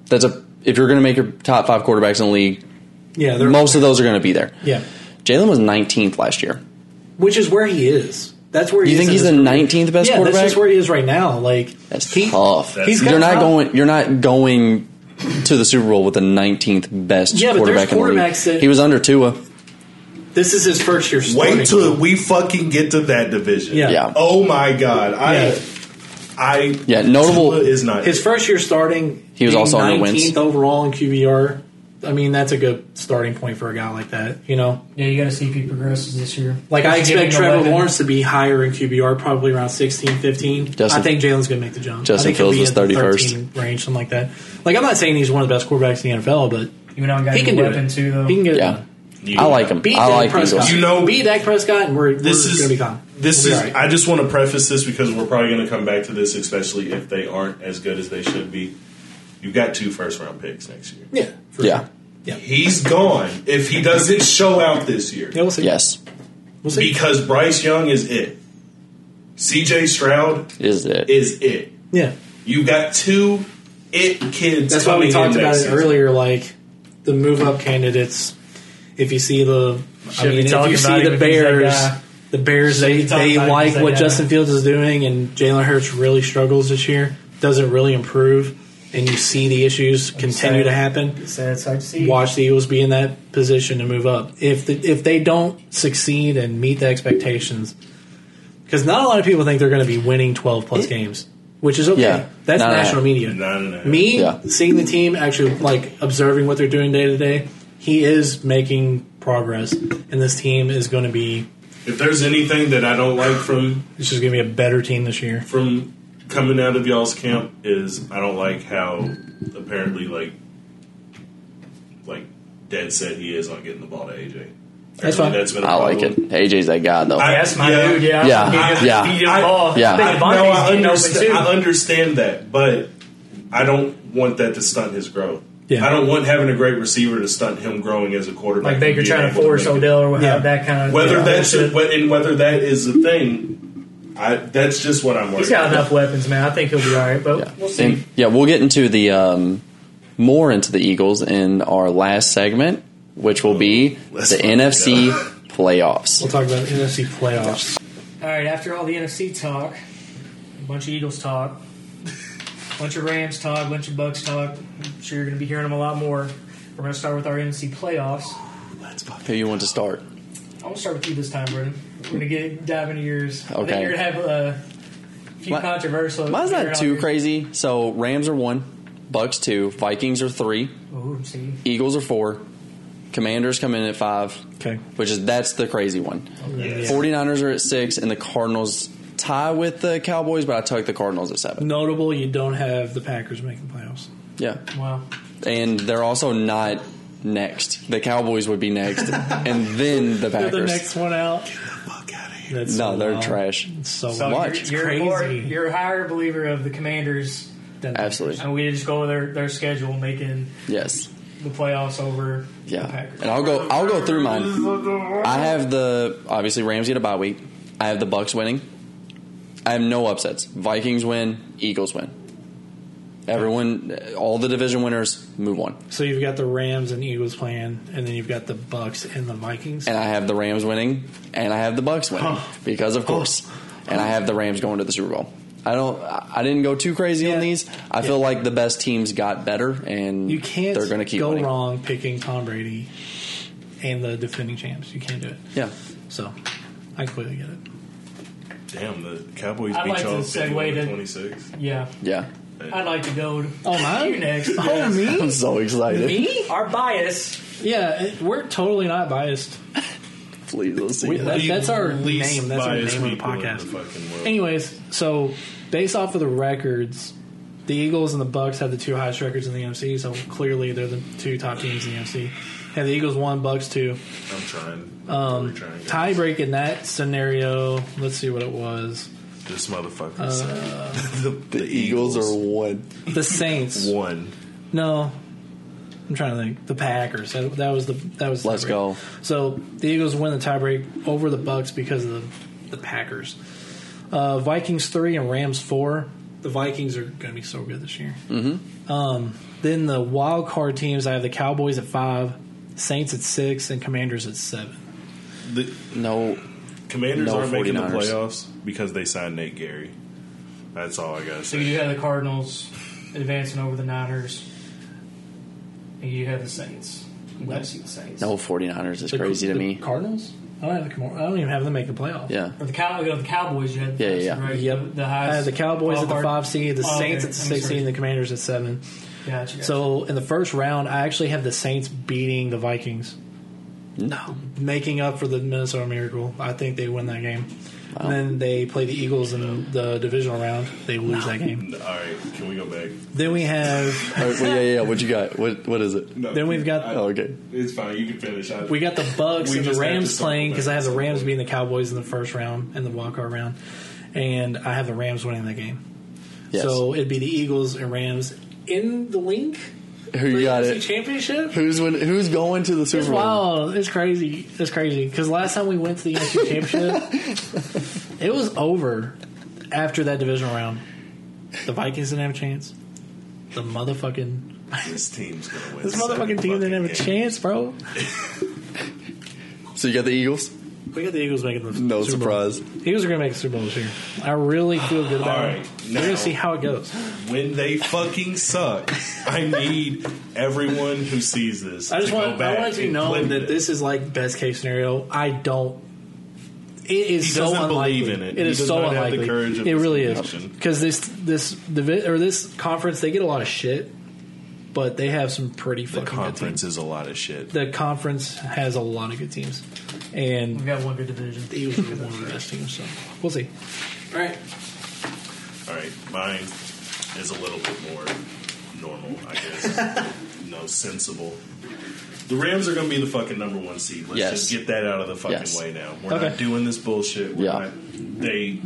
That's a if you're going to make your top five quarterbacks in the league,
Yeah, they're,
most of those are going to be there.
yeah,
Jalen was 19th last year.
which is where he is. That's where he
You
is
think
in
he's the
his career.
19th best
yeah,
quarterback?
that's just where he is right now. Like
That's
he,
tough.
he's got
you're not
top-
going. You're not going to the Super Bowl with the 19th best
Yeah, but there's
quarterback in the league.
quarterbacks that-
he was under Tua.
This is his first year.
Wait
starting.
till we fucking get to that division.
Yeah.
Yeah.
Oh my god. I
Yeah.
I
Yeah, notable-
Tua is not
His first year starting,
He was
being
also on the wins.
19th overall in QBR. I mean, that's a good starting point for a guy like that. You know,
Yeah, you got to see if he progresses this year.
like I
He's giving
expect Trevor
11.
Lawrence to be higher in QBR, probably around 16, 15.
Justin-
I think Jalen's going to make the jump.
Justin
I think he'll
Fields
be
was
in the
31st.
13 range, something like that. Like I'm not saying he's one of the best quarterbacks in the NFL, but
You know, got
he
a
can
good
do
weapon
it.
too, though.
He can get it
Yeah.
done.
I like him.
Beat
I
Dak
like the
Prescott.
Eagles.
You know-
beat Dak Prescott, and we're,
This
we're
is
going to be fine.
This
We'll
is
be all right.
I just want to preface this because we're probably going to come back to this especially if they aren't as good as they should be. You've got two first round picks next year.
yeah, for
Yeah.
sure. yeah,
He's gone if he doesn't show out this year.
yeah. We'll see.
Yes,
we'll see.
Because Bryce Young is it. CJ Stroud
is it?
is it.
yeah,
You've got two it kids.
that's why
coming
we
in
talked about
next
it
season.
earlier. Like the move up candidates. If you see the,
Should
I
be
mean, if
talking
you see
about him
the
if he's that
Bears,
guy.
the Bears
Should
they
be talking
they
about him if
like
he's that
what
guy.
Justin Fields is doing, and Jalen Hurts really struggles this year. Doesn't really improve, and you see the issues continue
sad.
to happen.
Sad sight to see.
Watch the Eagles be in that position to move up. If the, if they don't succeed and meet the expectations, because not a lot of people think they're going to be winning twelve plus games, which is okay.
Yeah.
That's
Not at
national
all.
media.
Nine and a half.
Me
Yeah.
seeing the team actually like observing what they're doing day to day, he is making progress, and this team is going to be
If there's anything that I don't like from
this is going to be a better team this year.
from coming out of y'all's camp is I don't like how apparently like like Dad said he is not getting the ball to AJ.
That's
Apparently
fine.
been a
I like it.
problem.
AJ's that guy though.
I-
Yes, my
Yeah.
dude. Yeah,
Yeah.
He gets-
Yeah.
He gets
I-
the ball.
Yeah.
I
I,
think
no,
Devontae's
I
getting open,
understand,
too.
I understand that, but I don't want that to stunt his growth.
Yeah.
I don't want having a great receiver to stunt him growing as a quarterback.
like Baker
and being
trying to
able
force
make it.
Odell or what,
Yeah.
that kind of
Whether
yeah,
that's
bullshit.
a, and whether that is a thing, I that's just what I'm worried.
he's got enough weapons, man. I think he'll be all right, but
yeah.
we'll see.
And, yeah, we'll get into the um, more into the Eagles in our last segment, which will be
Let's
the
fucking
NFC
go.
playoffs.
We'll talk about the NFC playoffs.
All right, after all the NFC talk, a bunch of Eagles talk, a bunch of Rams talk, a bunch of Bucks talk. I'm sure you're going to be hearing them a lot more. We're going to start with our NFC playoffs.
Who you want to start?
I'm going to start with you this time, Brendan. We're going to get dive into yours. I
Okay.
think you're going to have a few
My-
controversial.
Mine's
you're
not
out
too
here.
crazy. So Rams are one, Bucks two, Vikings are three,
Ooh, see,
Eagles are four, Commanders come in at five,
Okay,
which is that's the crazy one.
Yeah.
49ers are at six, and the Cardinals tie with the Cowboys, but I took the Cardinals at seven.
notable you don't have the Packers making playoffs.
Yeah.
wow.
and they're also not next. The Cowboys would be next, and then the
They're
Packers.
the next one out. That's
no,
so
they're
wild.
trash.
It's so,
So
wild.
Watch.
you're,
It's
you're, more-
crazy.
you're a higher believer of the Commanders,
Then-
Absolutely,
and we just go with their, their schedule, making
yes,
the playoffs over the
yeah.
Packers.
And I'll go. I'll go through mine. I have the obviously Rams get a bye week. I have the Bucks winning. I have no upsets. Vikings win. Eagles win. Everyone, all the division winners move on,
So you've got the Rams and Eagles playing, and then you've got the Bucks and the Vikings.
and I have the Rams winning, and I have the Bucks winning because of course, and I have the Rams going to the Super Bowl. I don't. I I didn't go too crazy on
Yeah.
these. I feel like the best teams got better, and
You can't
They're going to keep
go
winning.
wrong picking Tom Brady and the defending champs. You can't do it.
Yeah,
So I completely get it.
Damn, the Cowboys
I'd
beat
like to
y'all
segue to-
26.
Yeah,
yeah.
I'd like to go. To
Oh, mine?
You next?
Oh, me?
I'm so excited.
me?
Our bias.
Yeah, it- we're totally not biased.
Please, let's see.
We-
it.
that- that's our
Least
name. That's our
biased
name of the
people in
podcast.
fucking world.
Anyways, so based off of the records, the Eagles and the Bucks have the two highest records in the NFC. So clearly, they're the two top teams in the NFC. Have the Eagles one, Bucks two.
I'm trying. I'm
Um,
really trying. guys.
tiebreak in that scenario. Let's see what it was.
This motherfucker
Uh,
said the,
The Eagles are one.
The Saints.
one.
No, I'm trying to think. The Packers. That, that was the that was. the
Let's
tiebreak.
go.
So the Eagles win the tiebreak over the Bucks because of the, the Packers. Uh, Vikings three and Rams four. The Vikings are going to be so good this year. Mm-hmm. Um, then the wild card teams. I have the Cowboys at five, Saints at six, and Commanders at seven.
The
No,
Commanders
No
aren't making the
49ers.
playoffs because they signed Nate Gary. That's all I gotta
So
say.
you have the Cardinals advancing over the Niners, and you have the Saints. I'm glad to see the Saints.
no 49ers is
The-
crazy to
the
me.
Cardinals. I don't have the Command- I don't even have them make the playoffs.
Yeah.
Or the, Cow- you know, the Cowboys, you had the
Yeah, yeah,
first,
yeah.
Right?
Yep.
The, the
I
highest.
have the Cowboys at the
wild card.
five seed, the
Oh,
Saints
okay.
at
I'm
six
sorry.
seed, and the Commanders at seven.
Gotcha, gotcha.
So in the first round, I actually have the Saints beating the Vikings,
No.
making up for the Minnesota Miracle. I think they win that game. And then they play the Eagles in the divisional round. They lose that game.
All right, can we go back?
Then we have
All right, well, yeah, yeah. yeah. What you got? What What is it?
No,
Then we've got-
I-
Oh, okay.
It's fine. You can finish. I,
we got the Bucks
We
and the
just have to
Rams
circle
playing
back
because I
at
have the
some
Rams
point.
beating the Cowboys in the first round and the wildcard round, and I have the Rams winning that game.
Yes.
So it'd be the Eagles and Rams in the link.
Who
for
you
the
got
NFC
it?
Championship.
Who's win, Who's going to the
It's
Super Bowl?
wild. It's crazy. It's crazy. Because last time we went to the NFC Championship, it was over after that divisional round. The Vikings didn't have a chance. The motherfucking
this team's gonna win.
this
seven
motherfucking team didn't have a
fucking
chance, bro.
So you got the Eagles?
We got the Eagles making the
No
Super
surprise.
Bowl. Eagles are gonna make the Super Bowl this year. I really feel good about
All
it.
right,
We're
now-
gonna see how it goes.
games. When they fucking suck, I need everyone who sees this.
I just
to
want
Go
I
back
want it to be
and
known
clip
that
it.
this is like best case scenario. I don't. It is
He
so
doesn't
unlikely.
believe in it.
It
He
is
does
so
not have the
unlikely.
courage of
it
this
really is
conviction.
because this this divi- or this conference they get a lot of shit, but they have some pretty
the
fucking
conference is a lot of shit.
good teams. The conference has a lot of good teams, and
we got one good division.
the Eagles are one of the best teams. So we'll see. All right,
All right, mine is a little bit more normal, I guess. no, sensible. The Rams are going to be the fucking number one seed. Let's
Yes.
just get that out of the fucking
Yes.
way now. We're
Okay.
not doing this bullshit. We're
Yeah.
not, they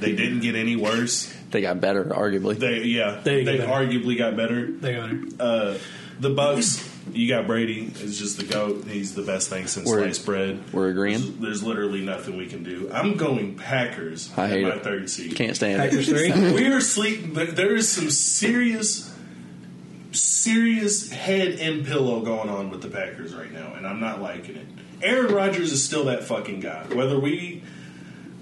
they didn't get any worse.
They got better, arguably.
They yeah they,
They didn't get better.
arguably got better.
they got it.
Uh, the Bucks, you got Brady is just the goat. He's the best thing since
We're-
sliced bread.
we're agreeing.
There's, there's literally nothing we can do. I'm going Packers.
I hate
at my
it.
third seed
Can't stand
Packers
it.
three.
we are sleeping. There there is some serious, serious head and pillow going on with the Packers right now, and I'm not liking it. Aaron Rodgers is still that fucking guy. Whether we,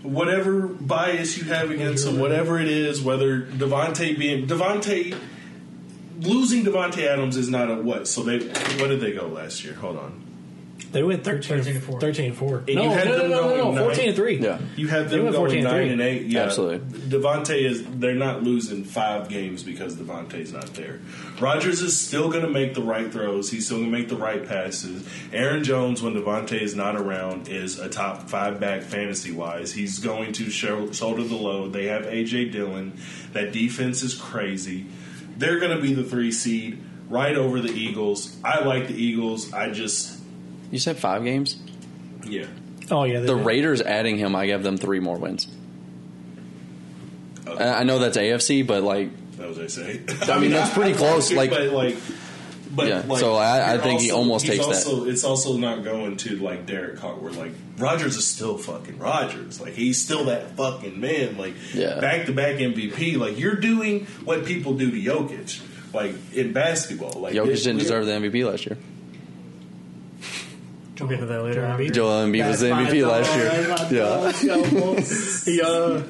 whatever bias you have against him, whatever it is, whether Devontae being Devontae. Losing Devonte Adams is not a what? So they what did they go last year? Hold on,
They went 13,
13 to four.
13 and four.
you
no,
had
no, no,
them
no, no,
going
no, fourteen
nine.
and three.
Yeah.
you have
They
them
went 14
going
and
nine
three.
and eight. Yeah,
Absolutely.
Devontae is they're not losing five games because Devontae's not there. Rodgers is still going to make the right throws. He's still going to make the right passes. Aaron Jones, when Devontae is not around, is a top five back fantasy wise. He's going to shou- shoulder the load. They have AJ Dillon. That defense is crazy. They're going to be the three seed right over the Eagles. I like the Eagles. I just
You said five games?
yeah.
Oh yeah, they
The
did.
Raiders adding him, I give them three more wins. I I know that's AFC, but like,
That was I say.
I mean, that's pretty close,
it,
like-
but like But
Yeah,
like,
so I- I
you're
think he almost
he's
takes that.
also, It's also not going to like Derek Carr, where like Rogers is still fucking Rogers. Like he's still that fucking man. Like
Yeah.
back to back MVP. Like you're doing what people do to Jokic, like in basketball. Like
Jokic
this-
didn't
we're-
deserve the MVP last year.
We'll get to that later.
Joel Embiid.
Joel Embiid was the
That's
MVP
fine.
last
That's
year. Yeah,
fine. Yeah. Uh,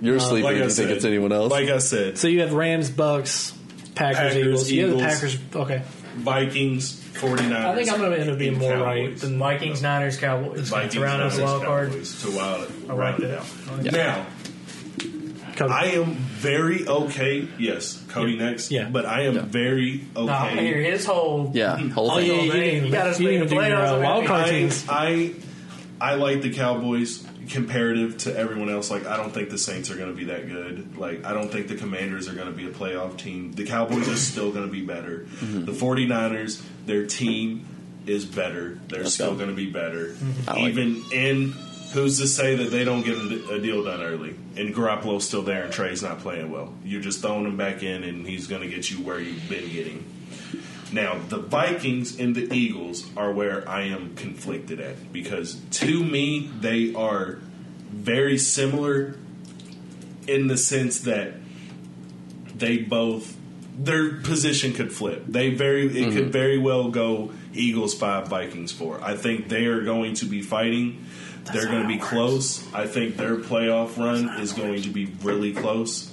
you're sleeping
Like
if
I
you think
said,
it's anyone else.
Like I said,
So you have Rams, Bucks, Packers,
Packers,
Eagles. You have the
Eagles.
Packers. Okay.
Vikings, 49ers.
I think I'm going to end up being
and
more
Cowboys.
right than like.
Vikings, Niners, Cowboys.
Vikings
to round out the
versus
wild card.
Cowboys to wild,
I like
round it
that.
out.
I like
Now,
Cubs.
I am very okay. Yes, Cody next.
Yeah.
but I am
Yeah.
very okay.
Nah, I hear his whole
yeah, whole
oh,
thing.
yeah, you
man,
didn't
you
even,
got
you
us
didn't even do
playing
your
playoffs
uh,
over
wild
here.
card
I,
teams.
I I like the Cowboys comparative to everyone else. Like I don't think the Saints are going to be that good. Like I don't think the Commanders are going to be a playoff team. The Cowboys are still going to be better.
Mm-hmm.
The 49ers, their team is better. They're
Let's
still
go. Mm-hmm.
going to be better.
I like
Even in who's to say that they don't get a, a deal done early? And Garoppolo's still there and Trey's not playing well. You're just throwing him back in and he's going to get you where you've been getting. Now, the Vikings and the Eagles are where I am conflicted at because to me, they are very similar in the sense that they both their position could flip. They very it
Mm-hmm.
could very well go Eagles 5 Vikings 4. I think they are going to be fighting. They're going to be close. I think their playoff run is going to be really close.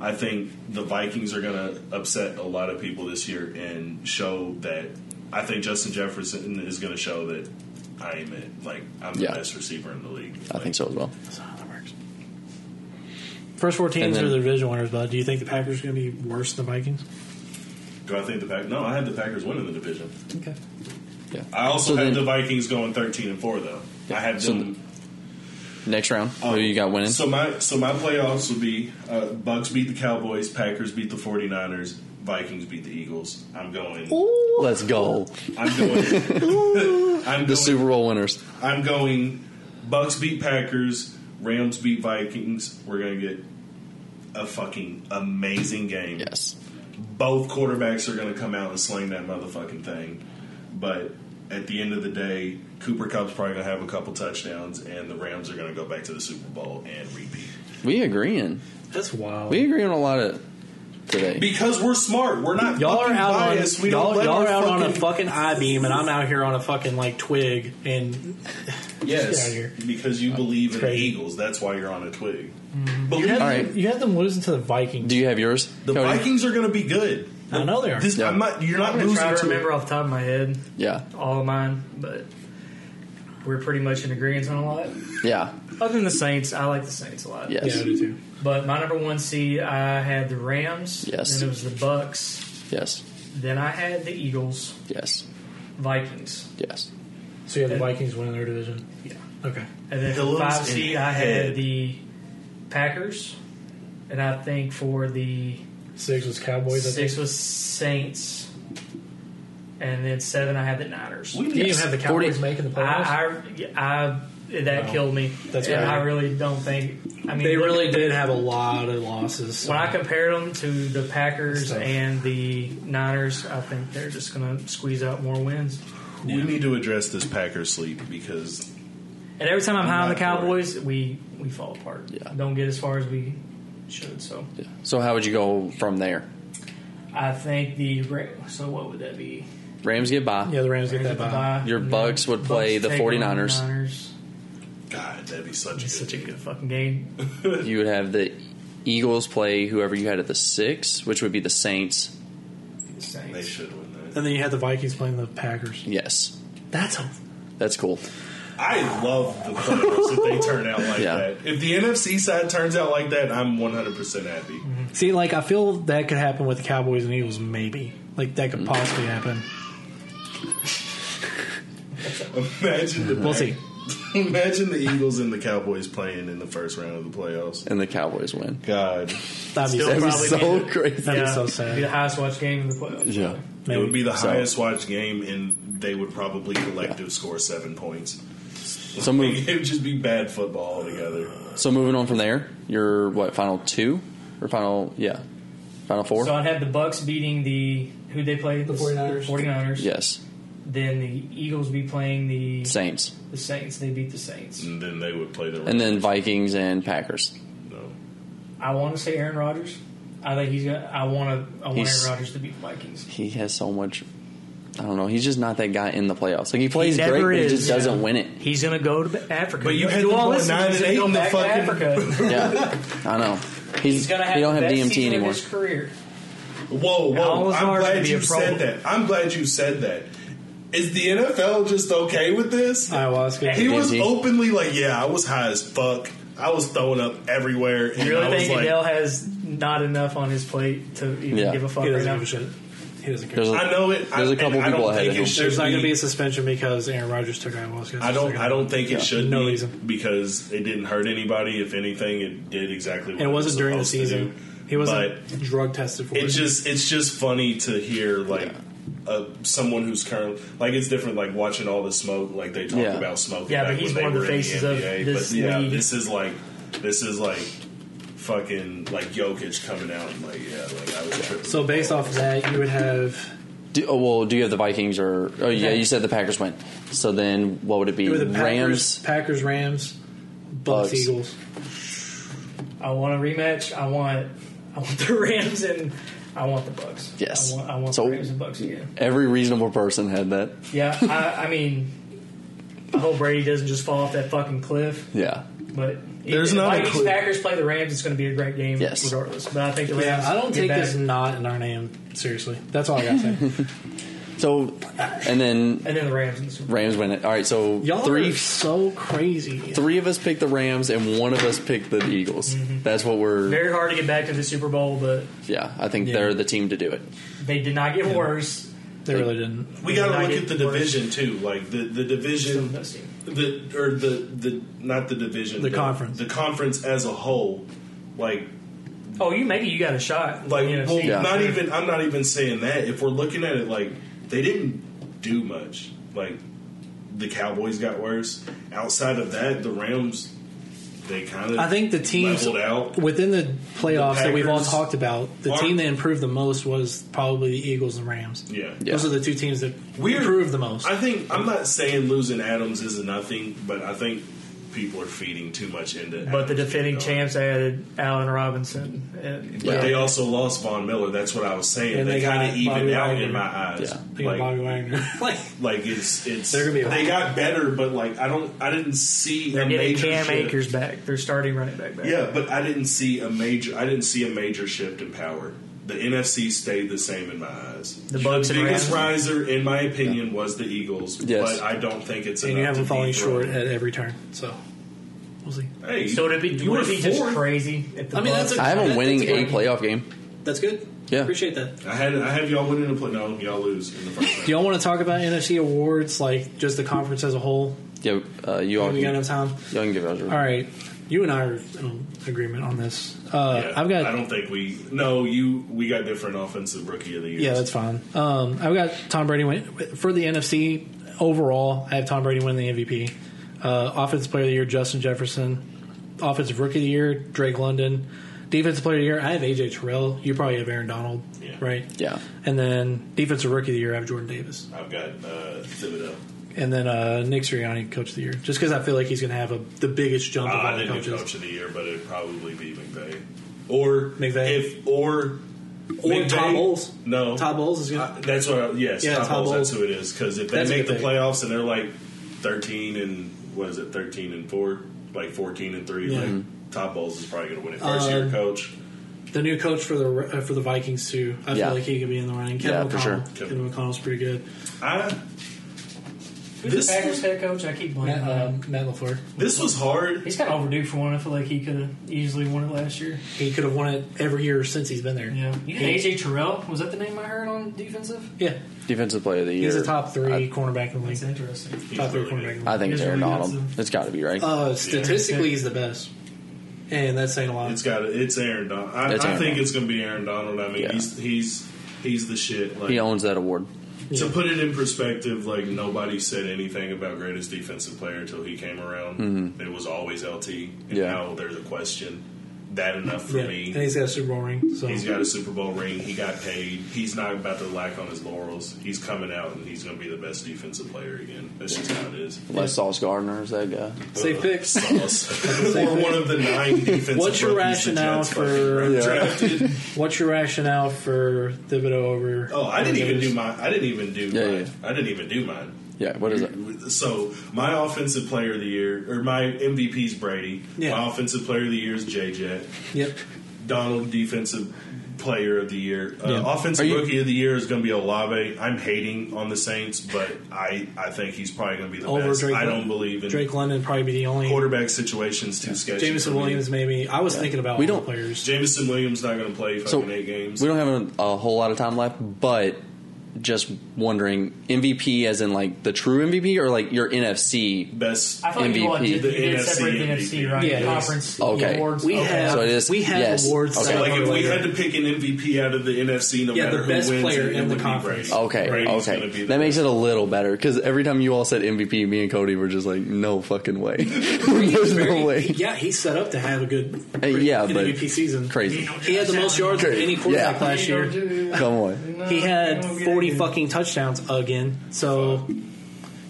I think the Vikings are going to upset a lot of people this year and show that. I think Justin Jefferson is going to show that I am it. Like I'm
Yeah.
the best receiver in the league.
I think so as well.
That's not how that works. First four teams
then-
are the division winners, but do you think the Packers are going to be worse than the Vikings?
Do I think the Packers? No, I had the Packers winning the division.
Okay.
Yeah.
I also
So
had
then-
the Vikings going thirteen and four though. I had
So
them.
Next round,
Oh.
who you got winning?
So my so my playoffs would be uh, Bucks beat the Cowboys, Packers beat the 49ers, Vikings beat the Eagles. I'm going.
Let's go.
I'm going. I'm
The
going,
Super Bowl winners.
I'm going. Bucks beat Packers, Rams beat Vikings. We're gonna get a fucking amazing game.
Yes.
both quarterbacks are going to come out and sling that motherfucking thing. But at the end of the day, Cooper Cup's probably going to have a couple touchdowns, and the Rams are going to go back to the Super Bowl and repeat.
We agreeing.
That's wild.
We agree on a lot of today.
Because we're smart. We're not
Y'all are
fucking
out on
biased. we don't
y'all,
let
y'all
our
are out
fucking,
on a fucking I beam, and I'm out here on a fucking like twig. And Get out
Yes,
of here. Uh,
because you believe in the
crazy.
Eagles. That's why you're on a twig.
you had,
All right.
you had them losing to the Vikings.
Do you have yours?
The
Cody?
Vikings are going to be good.
I know they are.
This,
Yeah.
I'm not, you're not
I'm gonna
losing
try to
to-
remember off the top of my head
Yeah.
all of mine, but we're pretty much in agreement on a lot.
Yeah.
Other than the Saints, I like the Saints a lot.
Yes.
yeah, I do too.
But my number one seed, I had the Rams.
Yes.
Then it was the Bucks.
Yes.
Then I had the Eagles,
Yes.
Vikings.
Yes.
So you have the Vikings winning their division.
Yeah.
Okay.
And then
Pillows
for five
and
seed, I
head.
had the Packers. And I think for the
Six was Cowboys. I
six
think.
was Saints. And then seven, I had the Niners.
We
You didn't
need
even have the
Forty-
Cowboys making the playoffs.
I, I, I that
Wow.
killed me.
That's
and
crazy.
I really don't think. I mean,
they
look-
really did have a lot of losses. so-
When I compared them to the Packers
That's tough.
and the Niners, I think they're just going to squeeze out more wins.
we need to address this Packers sleep because
And every time I'm high on the
not for it.
Cowboys, we we fall apart.
Yeah.
Don't get as far as we should. So
Yeah. So how would you go from there?
I think the Ra- so what would that be?
Rams get by.
yeah, the Rams get that bye.
Bye.
Your
And
Bucks
then
would play the
take on
49ers.
Niners.
God, that'd be such a
It's
good
such a
game.
good fucking game.
You would have the Eagles play whoever you had at the six, which would be the Saints.
They
Saints.
should win that.
And then you had the Vikings playing the Packers.
Yes.
That's a
That's cool.
I love the playoffs if they turn out like
Yeah.
that. If the NFC side turns out like that, I'm 100% happy.
Mm-hmm.
see, like I feel that could happen with the Cowboys and Eagles. Maybe like that could possibly happen.
Imagine the
We'll see.
Imagine the Eagles and the Cowboys playing in the first round of the playoffs.
And the Cowboys win.
God,
That'd be
Still
so,
That'd be
Probably
so
be the-
crazy.
that'd be so sad.
Be the highest watched game of the playoffs.
Yeah.
it would be the
So-
highest watched game, and they would probably collective score seven points.
So move.
It would just be bad football altogether.
So moving on from there, your what final two or final? Yeah. Final four.
So I'd have the Bucks beating the who they play
The 49ers.
49ers.
yes,
Then the Eagles be playing the
Saints, Mm.
the Saints. They beat the Saints.
and then they would play the
and then Vikings and Packers.
no.
I want to say Aaron Rodgers. I think he's gonna. I want to. I want
He's-
Aaron Rodgers to beat the Vikings.
He has so much. I don't know. He's just not that guy in the playoffs. Like he plays
never
great, but he
is,
just
yeah.
doesn't win it.
He's gonna go to Africa.
But you had them going nine and eight in the fucking-
Africa.
Yeah, I know. He's,
He's gonna have
he don't
the
have
best
DMT
season of
anymore.
His career.
Whoa, whoa!
Al
I'm
Lazard's gonna
glad
be a
you
pro
said
bowler.
that. I'm glad you said that. Is the NFL just okay with this?
Ayahuasca.
He was
DMT.
openly like, "Yeah, I was high as fuck. I was throwing up everywhere." And
You really
I was
think
like,
Adele has not enough on his plate to even
Yeah.
give a fuck
He
right
doesn't give
now?
a shit. He doesn't care.
There's
There's,
a-
"I know it."
There's
I,
a couple
and I
people
don't
ahead
think
of
it
him.
should
not going to be
be-
a suspension because Aaron Rodgers took ayahuasca. It's
I
just
don't.
like-
I don't think it should.
no
be
reason.
because it didn't hurt anybody. If anything, it did exactly. what
And it wasn't during the
supposed to
season.
do.
He wasn't drug tested for
But
it.
it just. It's just funny to hear like. Uh, someone who's currently like it's different like watching all the smoke like they talk
Yeah.
about smoke
Yeah,
back
but he's
when they
one of the
were in
faces of
NBA,
this
but yeah
league.
this is like this is like fucking like Jokic coming out and like yeah like I was tripping
so based off of that, you would have
Do, oh, well, do you have the Vikings or? Oh yeah,
Yeah.
you said the Packers went. So then, what would it be?
you would have the Packers,
Rams.
Packers, Rams, Bucks,
Bucks.
Eagles.
I want a rematch. I want. I want the Rams and I want the Bucks.
Yes.
I want, I want
So-
the Rams and Bucks again.
Every reasonable person had that.
Yeah. I, I mean, I hope Brady doesn't just fall off that fucking cliff.
Yeah,
But
There's
if the
not a
Vikings
clue.
Packers play the Rams, it's going to be a great game
Yes.
regardless. But I think the Rams.
Yeah, I don't
get
take
back.
this not in our name seriously. That's all I got to say.
So, and then
And then the Rams in the Super Bowl.
Rams win it. All right, so
Y'all
three
are so crazy.
three of us picked the Rams and one of us picked the Eagles.
Mm-hmm.
That's what we're.
Very hard to get back to the Super Bowl, but
Yeah, I think
Yeah.
they're the team to do it.
they did not get worse.
They really didn't.
we got to look
United
at the
worse.
division too like the the
Still
division
the best team.
the or the the not the division
The conference.
the conference as a whole like
Oh, you maybe you got a shot.
like
You know,
well,
see,
Yeah.
not even I'm not even saying that if we're looking at it like they didn't do much like the Cowboys got worse outside of that the Rams they kind of
I think the teams
leveled out
within the playoffs that we've all
Packers
talked about, the
are-
team that improved the most was probably the Eagles and Rams.
yeah
Yeah.
Those are the two teams that
We're-
improved the most.
I think I'm not saying losing Adams is nothing but I think people are feeding too much into
But the
Adams, you
defending
know?
champs added Allen Robinson.
But
And,
Yeah.
they also lost Von Miller. That's what I was saying.
And
they
they
kind
got
of evened
Bobby
out
Wagner.
in my eyes.
Yeah.
They got Bobby
Like,
Wagner. like,
like it's it's
They're gonna be a-
they got better, but like I don't I didn't see
They're
a
getting
major
Cam
shift.
Akers back. They're starting running back back.
Yeah, but I didn't see a major I didn't see a major shift in power. The NFC stayed the same in my eyes.
The Bucks and
biggest
Rams.
riser, in my opinion, was the Eagles.
Yes.
But I don't think it's
and
enough
you have
to
them falling
dethrone-
short at every turn. So we'll see.
Hey,
So would it be,
you
would
were
it be just
fourth.
crazy? If the
I mean,
Bucks-
that's a-
I have
That-
them
that's
winning a
great.
playoff game.
That's good.
Yeah.
appreciate that.
I had I have y'all winning the play. No, y'all lose in the first round.
Do y'all want to talk about NFC awards, like just the conference as a whole?
Yeah, uh, you all.
we got
Can,
enough time.
y'all can give it.
All right, you and I are in agreement on this. Uh,
Yeah,
I've got.
I don't think we. No, you. We got different offensive rookie of the year.
Yeah, that's fine. Um, I've got Tom Brady win for the NFC overall. I have Tom Brady winning the MVP. Uh, offensive Player of the Year, Justin Jefferson. Offensive Rookie of the Year, Drake London. Defensive Player of the Year, I have AJ Terrell. You probably have Aaron Donald,
Yeah.
right?
Yeah,
And then Defensive Rookie of the Year, I have Jordan Davis.
I've got uh, Thibodeau.
And then uh, Nick Sirianni, Coach of the Year, just because I feel like he's going to have a, the biggest
Uh,
jump of
I
all the
didn't do
coaches.
coach of the year, but it'd probably be McVay or
McVay.
If or
Or Todd Bowles.
No,
Todd Bowles is
Uh,
going to.
that's what. I, yes,
Yeah,
Todd,
Todd
Bowles. That's
Bowles.
who it is. Because if they
That's a
make the
good pick.
playoffs and they're like thirteen and what is it, thirteen and four, like fourteen and three,
Yeah.
like Todd Bowles is probably going to win it. First year
Um,
coach.
The new coach for the uh, for the Vikings too. I
Yeah.
feel like he could be in the running. Kevin
Yeah,
O'Connell.
for sure.
Kevin O'Connell's pretty good.
I
Who's
This-
the Packers head coach? I keep blaming
Matt, uh,
him.
Matt Lafleur.
this was hard.
He's kind of overdue for one. I feel like he could have easily won it last year.
He could have won it every year since he's been there.
Yeah. You had AJ Terrell. Was that the name I heard on defensive?
Yeah.
defensive player of the year.
He's a top three
I,
cornerback in the
That's
league.
interesting.
He's
Top three
really
cornerback
good.
in the
I
league.
think
He's
it's Aaron
really good,
Donald.
so-
It's got to be right.
Uh, statistically, he's the best. And that's saying a lot.
It's got it's Aaron Donald. I,
It's
I
Aaron
think
Donald.
it's going to be Aaron Donald. I mean,
Yeah.
he's he's he's the shit. Like
he owns that award.
to put it in perspective, like nobody said anything about greatest
Mm-hmm.
defensive player until he came around. It was always LT. And
Yeah.
now there's a question. that enough for
Yeah.
me.
And he's got a Super Bowl ring. So
He's got a Super Bowl ring. He got paid. He's not about to lack on his laurels. He's coming out and he's going to be the best defensive player again. That's just how it is. Uh,
Unless Sauce Gardner is that guy.
safe picks.
Sauce.
safe
or one of the nine defensive.
What's your
rookies the
rationale
Jets
for-
fucking
Yeah.
drafted?
What's your rationale for Thibodeau over?
Oh, I didn't even do
my.
mine. I didn't even do.
Yeah,
mine.
yeah.
I didn't even do mine.
Yeah, what is it?
So my offensive player of the year, or my MVP is Brady.
Yeah.
My offensive player of the year is JJ.
Yep.
Donald defensive player of the year. Uh,
Yeah.
Offensive
Are you-
rookie of the year is going to be Olave. I'm hating on the Saints, but I, I think he's probably going to be the
Over
best.
Drake
I
London.
don't believe in
Drake London would probably be the only.
quarterback situations too sketchy.
Jameson
for me.
Williams, maybe. I was thinking about
We
all the
don't-
players.
Jameson Williams not going to play fucking
So,
eight games.
We don't have a, a whole lot of time left, but just wondering MVP as in like the true MVP or like your NFC.
Best.
I thought you, all
MVP.
did, you did
The
separate the
NFC,
NFC, right?
Yeah.
Conference
Okay.
awards.
We
okay.
have
So it is-
we have
yes.
awards.
Okay.
set up
like if we
later.
had to pick an MVP out of the NFC, no
Yeah, the
matter
best
who wins,
player
it,
in the
it would be
conference.
Brady.
Okay,
Brady's
okay,
gonna be the
that makes it
best.
a little better because every time you all said MVP, me and Cody were just like, no fucking way, there's no way,
yeah, he's set up to have a good
Uh, yeah,
good
but
MVP season.
crazy.
He had the most yards of
Okay,
any quarterback
yeah.
last year.
Come on,
He had forty fucking touchdowns again. So,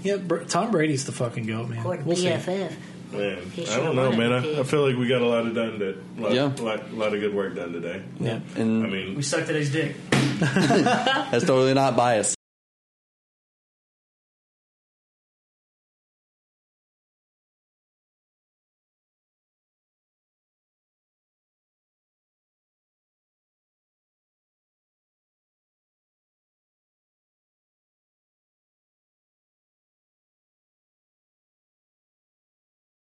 yeah, Br- Tom Brady's the fucking goat, man.
Or
We'll see.
PFF.
Man,
He
I
should've
don't know,
won
man.
MVP.
I, I feel like we got a lot of done. That lot,
Yeah.
lot, lot of good work done today.
Yeah.
I
and
mean,
We sucked today's dick.
that's totally not biased.